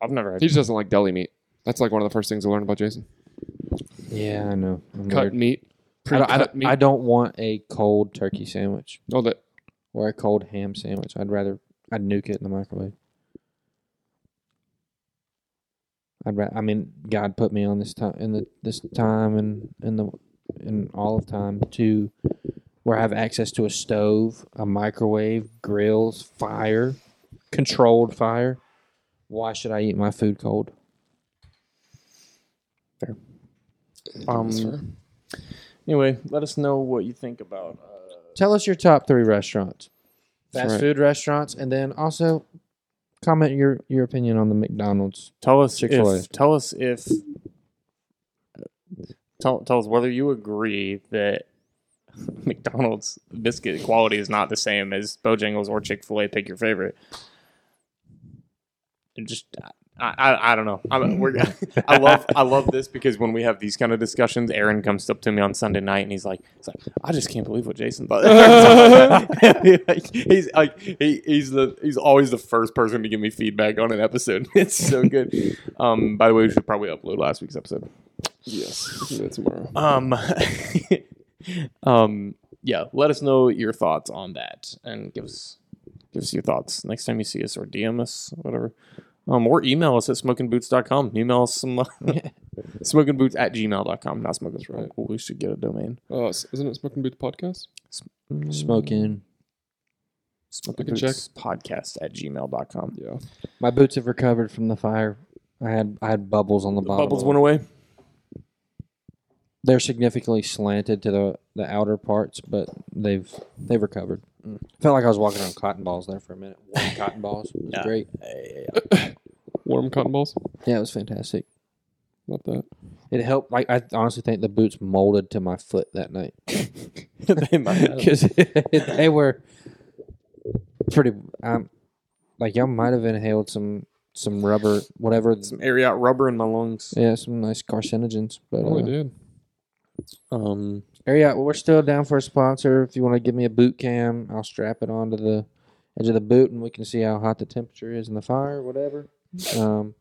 [SPEAKER 1] I've never had.
[SPEAKER 2] He just doesn't like deli meat. That's like one of the first things I learned about Jason.
[SPEAKER 3] Yeah, I know. I'm
[SPEAKER 2] Cut
[SPEAKER 3] weird.
[SPEAKER 2] meat.
[SPEAKER 3] I don't, I,
[SPEAKER 2] Pre-cut
[SPEAKER 3] don't,
[SPEAKER 2] meat.
[SPEAKER 3] I don't want a cold turkey sandwich
[SPEAKER 2] all Oh, that.
[SPEAKER 3] or a cold ham sandwich. I'd rather I'd nuke it in the microwave. I'd ra- I mean, God put me on this time in the this time and in the in all of time to where I have access to a stove, a microwave, grills, fire, controlled fire. Why should I eat my food cold?
[SPEAKER 2] That's fair.
[SPEAKER 1] Um, anyway, let us know what you think about. Uh,
[SPEAKER 3] Tell us your top three restaurants,
[SPEAKER 2] That's
[SPEAKER 3] fast
[SPEAKER 2] right.
[SPEAKER 3] food restaurants, and then also comment your your opinion on the McDonald's.
[SPEAKER 1] tell us
[SPEAKER 3] Chick-fil-A.
[SPEAKER 1] if. Tell us if. Tell, tell us whether you agree that McDonald's biscuit quality is not the same as Bojangles or Chick Fil A. Pick your favorite. And just uh, I, I, I don't know. I'm, we're, I love I love this because when we have these kind of discussions, Aaron comes up to me on Sunday night and he's like, he's like I just can't believe what Jason thought. like, he's like he, he's the he's always the first person to give me feedback on an episode. It's so good. Um, by the way, we should probably upload last week's episode.
[SPEAKER 2] Yes, we'll do that tomorrow.
[SPEAKER 1] Um, um, yeah, let us know your thoughts on that and give us give us your thoughts next time you see us or DM us, whatever. Um, or email us at smokingboots.com. Email us some smokingboots at gmail.com. Not smoking, right? Well, we should get a domain.
[SPEAKER 2] Oh, s- isn't it Smoking Boots podcast?
[SPEAKER 1] Mm,
[SPEAKER 3] Smoking.
[SPEAKER 2] I can check.
[SPEAKER 1] Smokingboots podcast at gmail.com.
[SPEAKER 2] Yeah.
[SPEAKER 3] My boots have recovered from the fire. I had I had bubbles on the, bottom.
[SPEAKER 1] Bubbles went away.
[SPEAKER 3] They're significantly slanted to the, the outer parts, but they've they've recovered.
[SPEAKER 1] Mm.
[SPEAKER 3] Felt like I was walking on cotton balls there for a minute. Warm cotton balls. It was
[SPEAKER 1] Yeah.
[SPEAKER 3] great.
[SPEAKER 2] Warm cotton balls.
[SPEAKER 3] Yeah, it was fantastic.
[SPEAKER 2] Love that.
[SPEAKER 3] It helped. Like I honestly think the boots molded to my foot that night
[SPEAKER 1] They might have.
[SPEAKER 3] because they were pretty. Um, like y'all might have inhaled some some rubber, whatever.
[SPEAKER 1] Some air out rubber in my lungs.
[SPEAKER 3] Yeah, some nice carcinogens. But
[SPEAKER 2] Oh,
[SPEAKER 3] uh,
[SPEAKER 2] I did.
[SPEAKER 1] Um,
[SPEAKER 3] Ariat, well, we're still down for a sponsor. If you want to give me a boot cam, I'll strap it onto the edge of the boot, and we can see how hot the temperature is in the fire, or whatever. Um,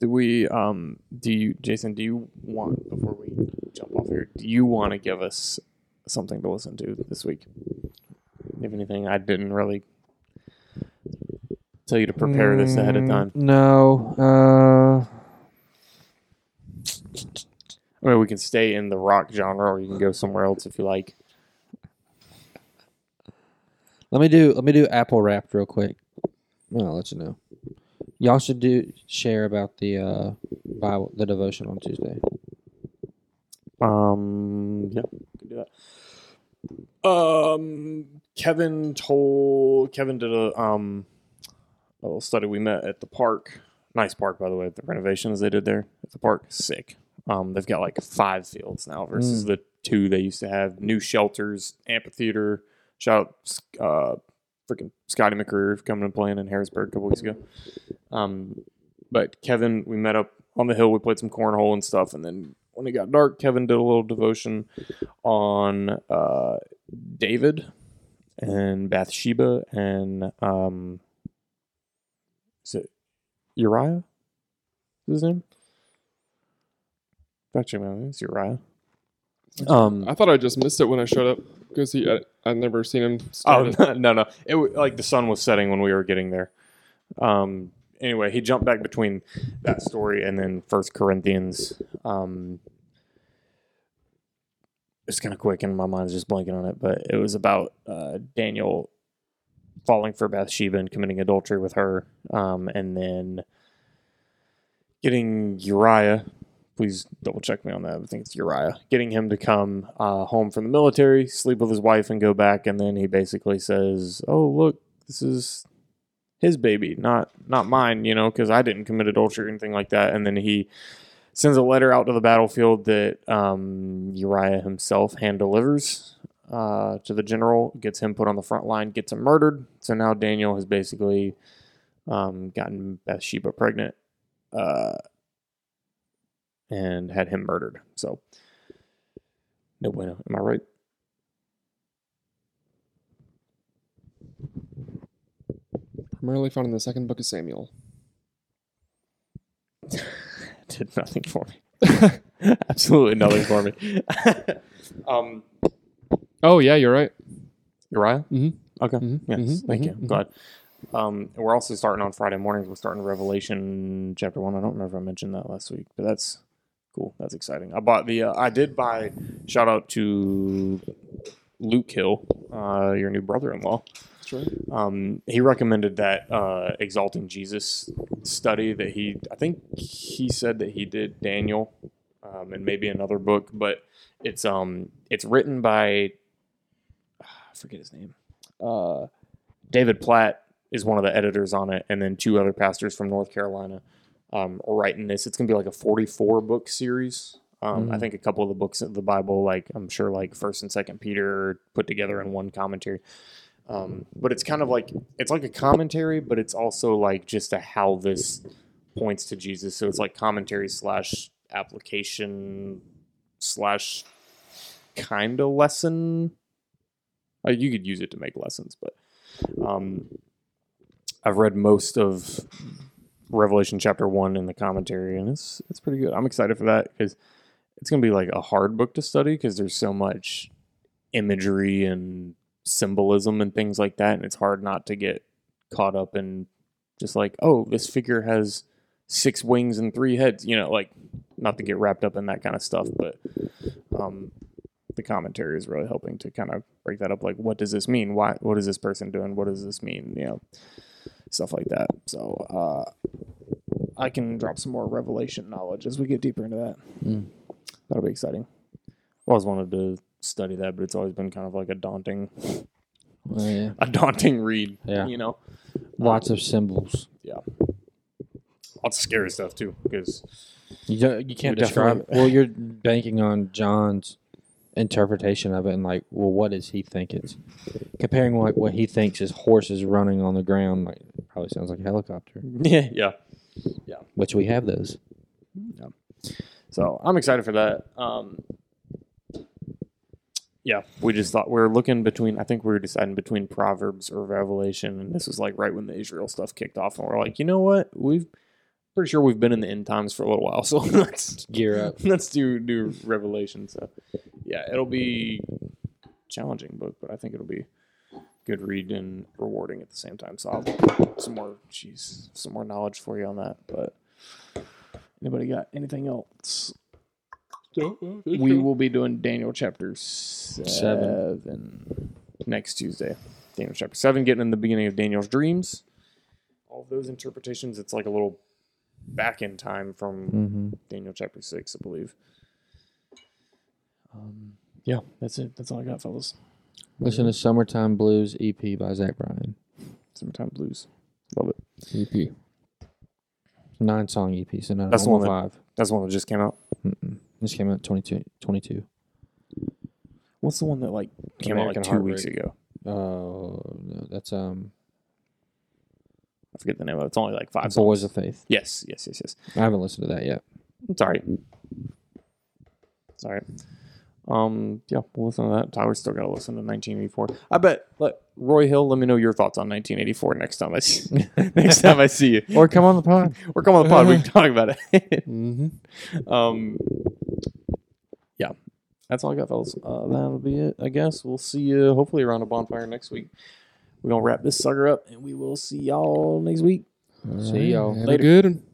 [SPEAKER 1] Do we, um, do you, Jason, do you want, before we jump off here, do you want to give us something to listen to this week? If anything, I didn't really tell you to prepare this ahead of
[SPEAKER 3] mm,
[SPEAKER 1] time.
[SPEAKER 3] No, uh,
[SPEAKER 1] I mean, we can stay in the rock genre or you can go somewhere else if you like.
[SPEAKER 3] let me do let me do Apple Wrapped real quick. I'll let you know. Y'all should do share about the uh, Bible, the devotion on Tuesday.
[SPEAKER 1] Um, yeah, we can do that. Um, Kevin told Kevin did a um a little study. We met at the park. Nice park, by the way. The renovations they did there at the park, sick. Um, they've got like five fields now versus the two they used to have. New shelters, amphitheater. Shout out, uh, freaking Scotty McCreer for coming and playing in Harrisburg a couple weeks ago. Um, but Kevin, we met up on the hill. We played some cornhole and stuff, and then when it got dark, Kevin did a little devotion on uh, David and Bathsheba and um, is it Uriah? Is his name? Actually, no, it's Uriah. Um,
[SPEAKER 2] I thought I just missed it when I showed up because he I, I'd never seen him.
[SPEAKER 1] Oh
[SPEAKER 2] Start
[SPEAKER 1] no, no, no! It wa- like the sun was setting when we were getting there. Um. Anyway, he jumped back between that story and then First Corinthians. Um. It's kind of quick, and my mind's just blanking on it, but it was about uh, Daniel falling for Bathsheba and committing adultery with her, um, and then getting Uriah. Please double check me on that. I think it's Uriah. Getting him to come uh, home from the military, sleep with his wife, and go back. And then he basically says, "Oh, look, this is his baby, not not mine, you know, because I didn't commit adultery or anything like that." And then he sends a letter out to the battlefield that um, Uriah himself hand delivers uh, to the general, gets him put on the front line, gets him murdered. So now Daniel has basically um, gotten Bathsheba pregnant uh, and had him murdered. So, no bueno. Am I right?
[SPEAKER 2] primarily found in the second book of Samuel.
[SPEAKER 1] Did nothing for me. Absolutely nothing for me. um,
[SPEAKER 2] Oh yeah, you're right.
[SPEAKER 1] Uriah?
[SPEAKER 2] Mhm.
[SPEAKER 1] Okay.
[SPEAKER 2] Mhm,
[SPEAKER 1] Yes.
[SPEAKER 2] mhm,
[SPEAKER 1] Thank you.
[SPEAKER 2] mhm,
[SPEAKER 1] I'm glad. Um, and we're also starting on Friday mornings. We're starting Revelation chapter one. I don't remember if I mentioned that last week, but that's cool. That's exciting. I bought the. Uh, I did buy. Shout out to Luke Hill, uh, your new brother-in-law.
[SPEAKER 2] That's right.
[SPEAKER 1] um, he recommended that uh, exalting jesus study that he i think he said that he did daniel um, and maybe another book but it's um it's written by ah, I forget his name uh, david platt is one of the editors on it and then two other pastors from north carolina um, are writing this. It's gonna be like a 44 book series. Um, I
[SPEAKER 3] Mhm.
[SPEAKER 1] think a couple of the books of the Bible, like I'm sure, like First and Second Peter, are put together in one commentary. Um, but it's kind of like it's like a commentary, but it's also like just a how this points to Jesus. So it's like commentary slash application slash kind of lesson. Like you could use it to make lessons, but um, I've read most of Revelation chapter one in the commentary, and it's it's pretty good. I'm excited for that because it's gonna be like a hard book to study because there's so much imagery and symbolism and things like that, and it's hard not to get caught up in just like oh this figure has six wings and three heads, you know, like not to get wrapped up in that kind of stuff, but um, the commentary is really helping to kind of break that up. Like, what does this mean? Why? What is this person doing? What does this mean? You know, stuff like that. So uh, I can drop some more revelation knowledge as we get deeper into that.
[SPEAKER 3] Mm.
[SPEAKER 1] That'll be exciting. I always wanted to study that, but it's always been kind of like a daunting,
[SPEAKER 3] Well, yeah.
[SPEAKER 1] a daunting read.
[SPEAKER 3] Yeah.
[SPEAKER 1] You know,
[SPEAKER 3] Lots of symbols.
[SPEAKER 1] lots of scary stuff too, because
[SPEAKER 3] You don't, you can't
[SPEAKER 1] We
[SPEAKER 3] describe
[SPEAKER 1] definitely-
[SPEAKER 3] it. Well, you're banking on John's interpretation of it and like, well, what does he think it's comparing like what he thinks is horses running on the ground, like probably sounds like a helicopter.
[SPEAKER 1] yeah, yeah.
[SPEAKER 3] Which we have those.
[SPEAKER 1] So I'm excited for that. Um, yeah, we just thought we are looking between. I think we were deciding between Proverbs or Revelation, and this was like right when the Israel stuff kicked off, and we're like, you know what? We've pretty sure we've been in the end times for a little while, so let's
[SPEAKER 3] Gear up.
[SPEAKER 1] let's do do Revelation. So yeah, it'll be challenging book, but I think it'll be good read and rewarding at the same time. So I'll some more jeez, some more knowledge for you on that. But anybody got anything else? We
[SPEAKER 2] Mm-hmm.
[SPEAKER 1] will be doing Daniel chapter seven, next Tuesday. Daniel chapter seven, getting in the beginning of Daniel's dreams. All of those interpretations, it's like a little back in time from
[SPEAKER 3] Mm-hmm.
[SPEAKER 1] Daniel chapter six, I believe. Um, yeah, that's it. That's all I got, fellas.
[SPEAKER 3] Listen to Summertime Blues EP by Zach Bryan.
[SPEAKER 1] Summertime blues, love it.
[SPEAKER 3] E
[SPEAKER 2] EP.
[SPEAKER 3] Nine song EP, so not
[SPEAKER 1] That's the
[SPEAKER 3] only
[SPEAKER 1] one
[SPEAKER 3] five.
[SPEAKER 1] That's the one that just came out.
[SPEAKER 3] Mm-mm. This came out 22, 22.
[SPEAKER 1] What's the one that like came
[SPEAKER 3] American
[SPEAKER 1] out like two weeks
[SPEAKER 3] Heartbreak.
[SPEAKER 1] ago?
[SPEAKER 3] Oh, no, that's um
[SPEAKER 1] I forget the name of it. It's only like five songs.
[SPEAKER 3] Boys of Faith.
[SPEAKER 1] Yes, yes, yes, yes.
[SPEAKER 3] I haven't listened to that yet.
[SPEAKER 1] It's all right. It's all right. Um, yeah, we'll listen to that. Tyler's still got to listen to 1984. I bet. Let Roy Hill. Let me know your thoughts on 1984 next time I see, next time I see you.
[SPEAKER 3] Or come on the pod.
[SPEAKER 1] Or come on the pod. We can talk about it.
[SPEAKER 2] Mm-hmm.
[SPEAKER 1] um yeah that's all i got fellas uh, that'll be it i guess we'll see you hopefully around a bonfire next week we're gonna wrap this sucker up and we will see y'all next week
[SPEAKER 3] See y'all.
[SPEAKER 2] Have
[SPEAKER 1] Later.
[SPEAKER 2] a good one.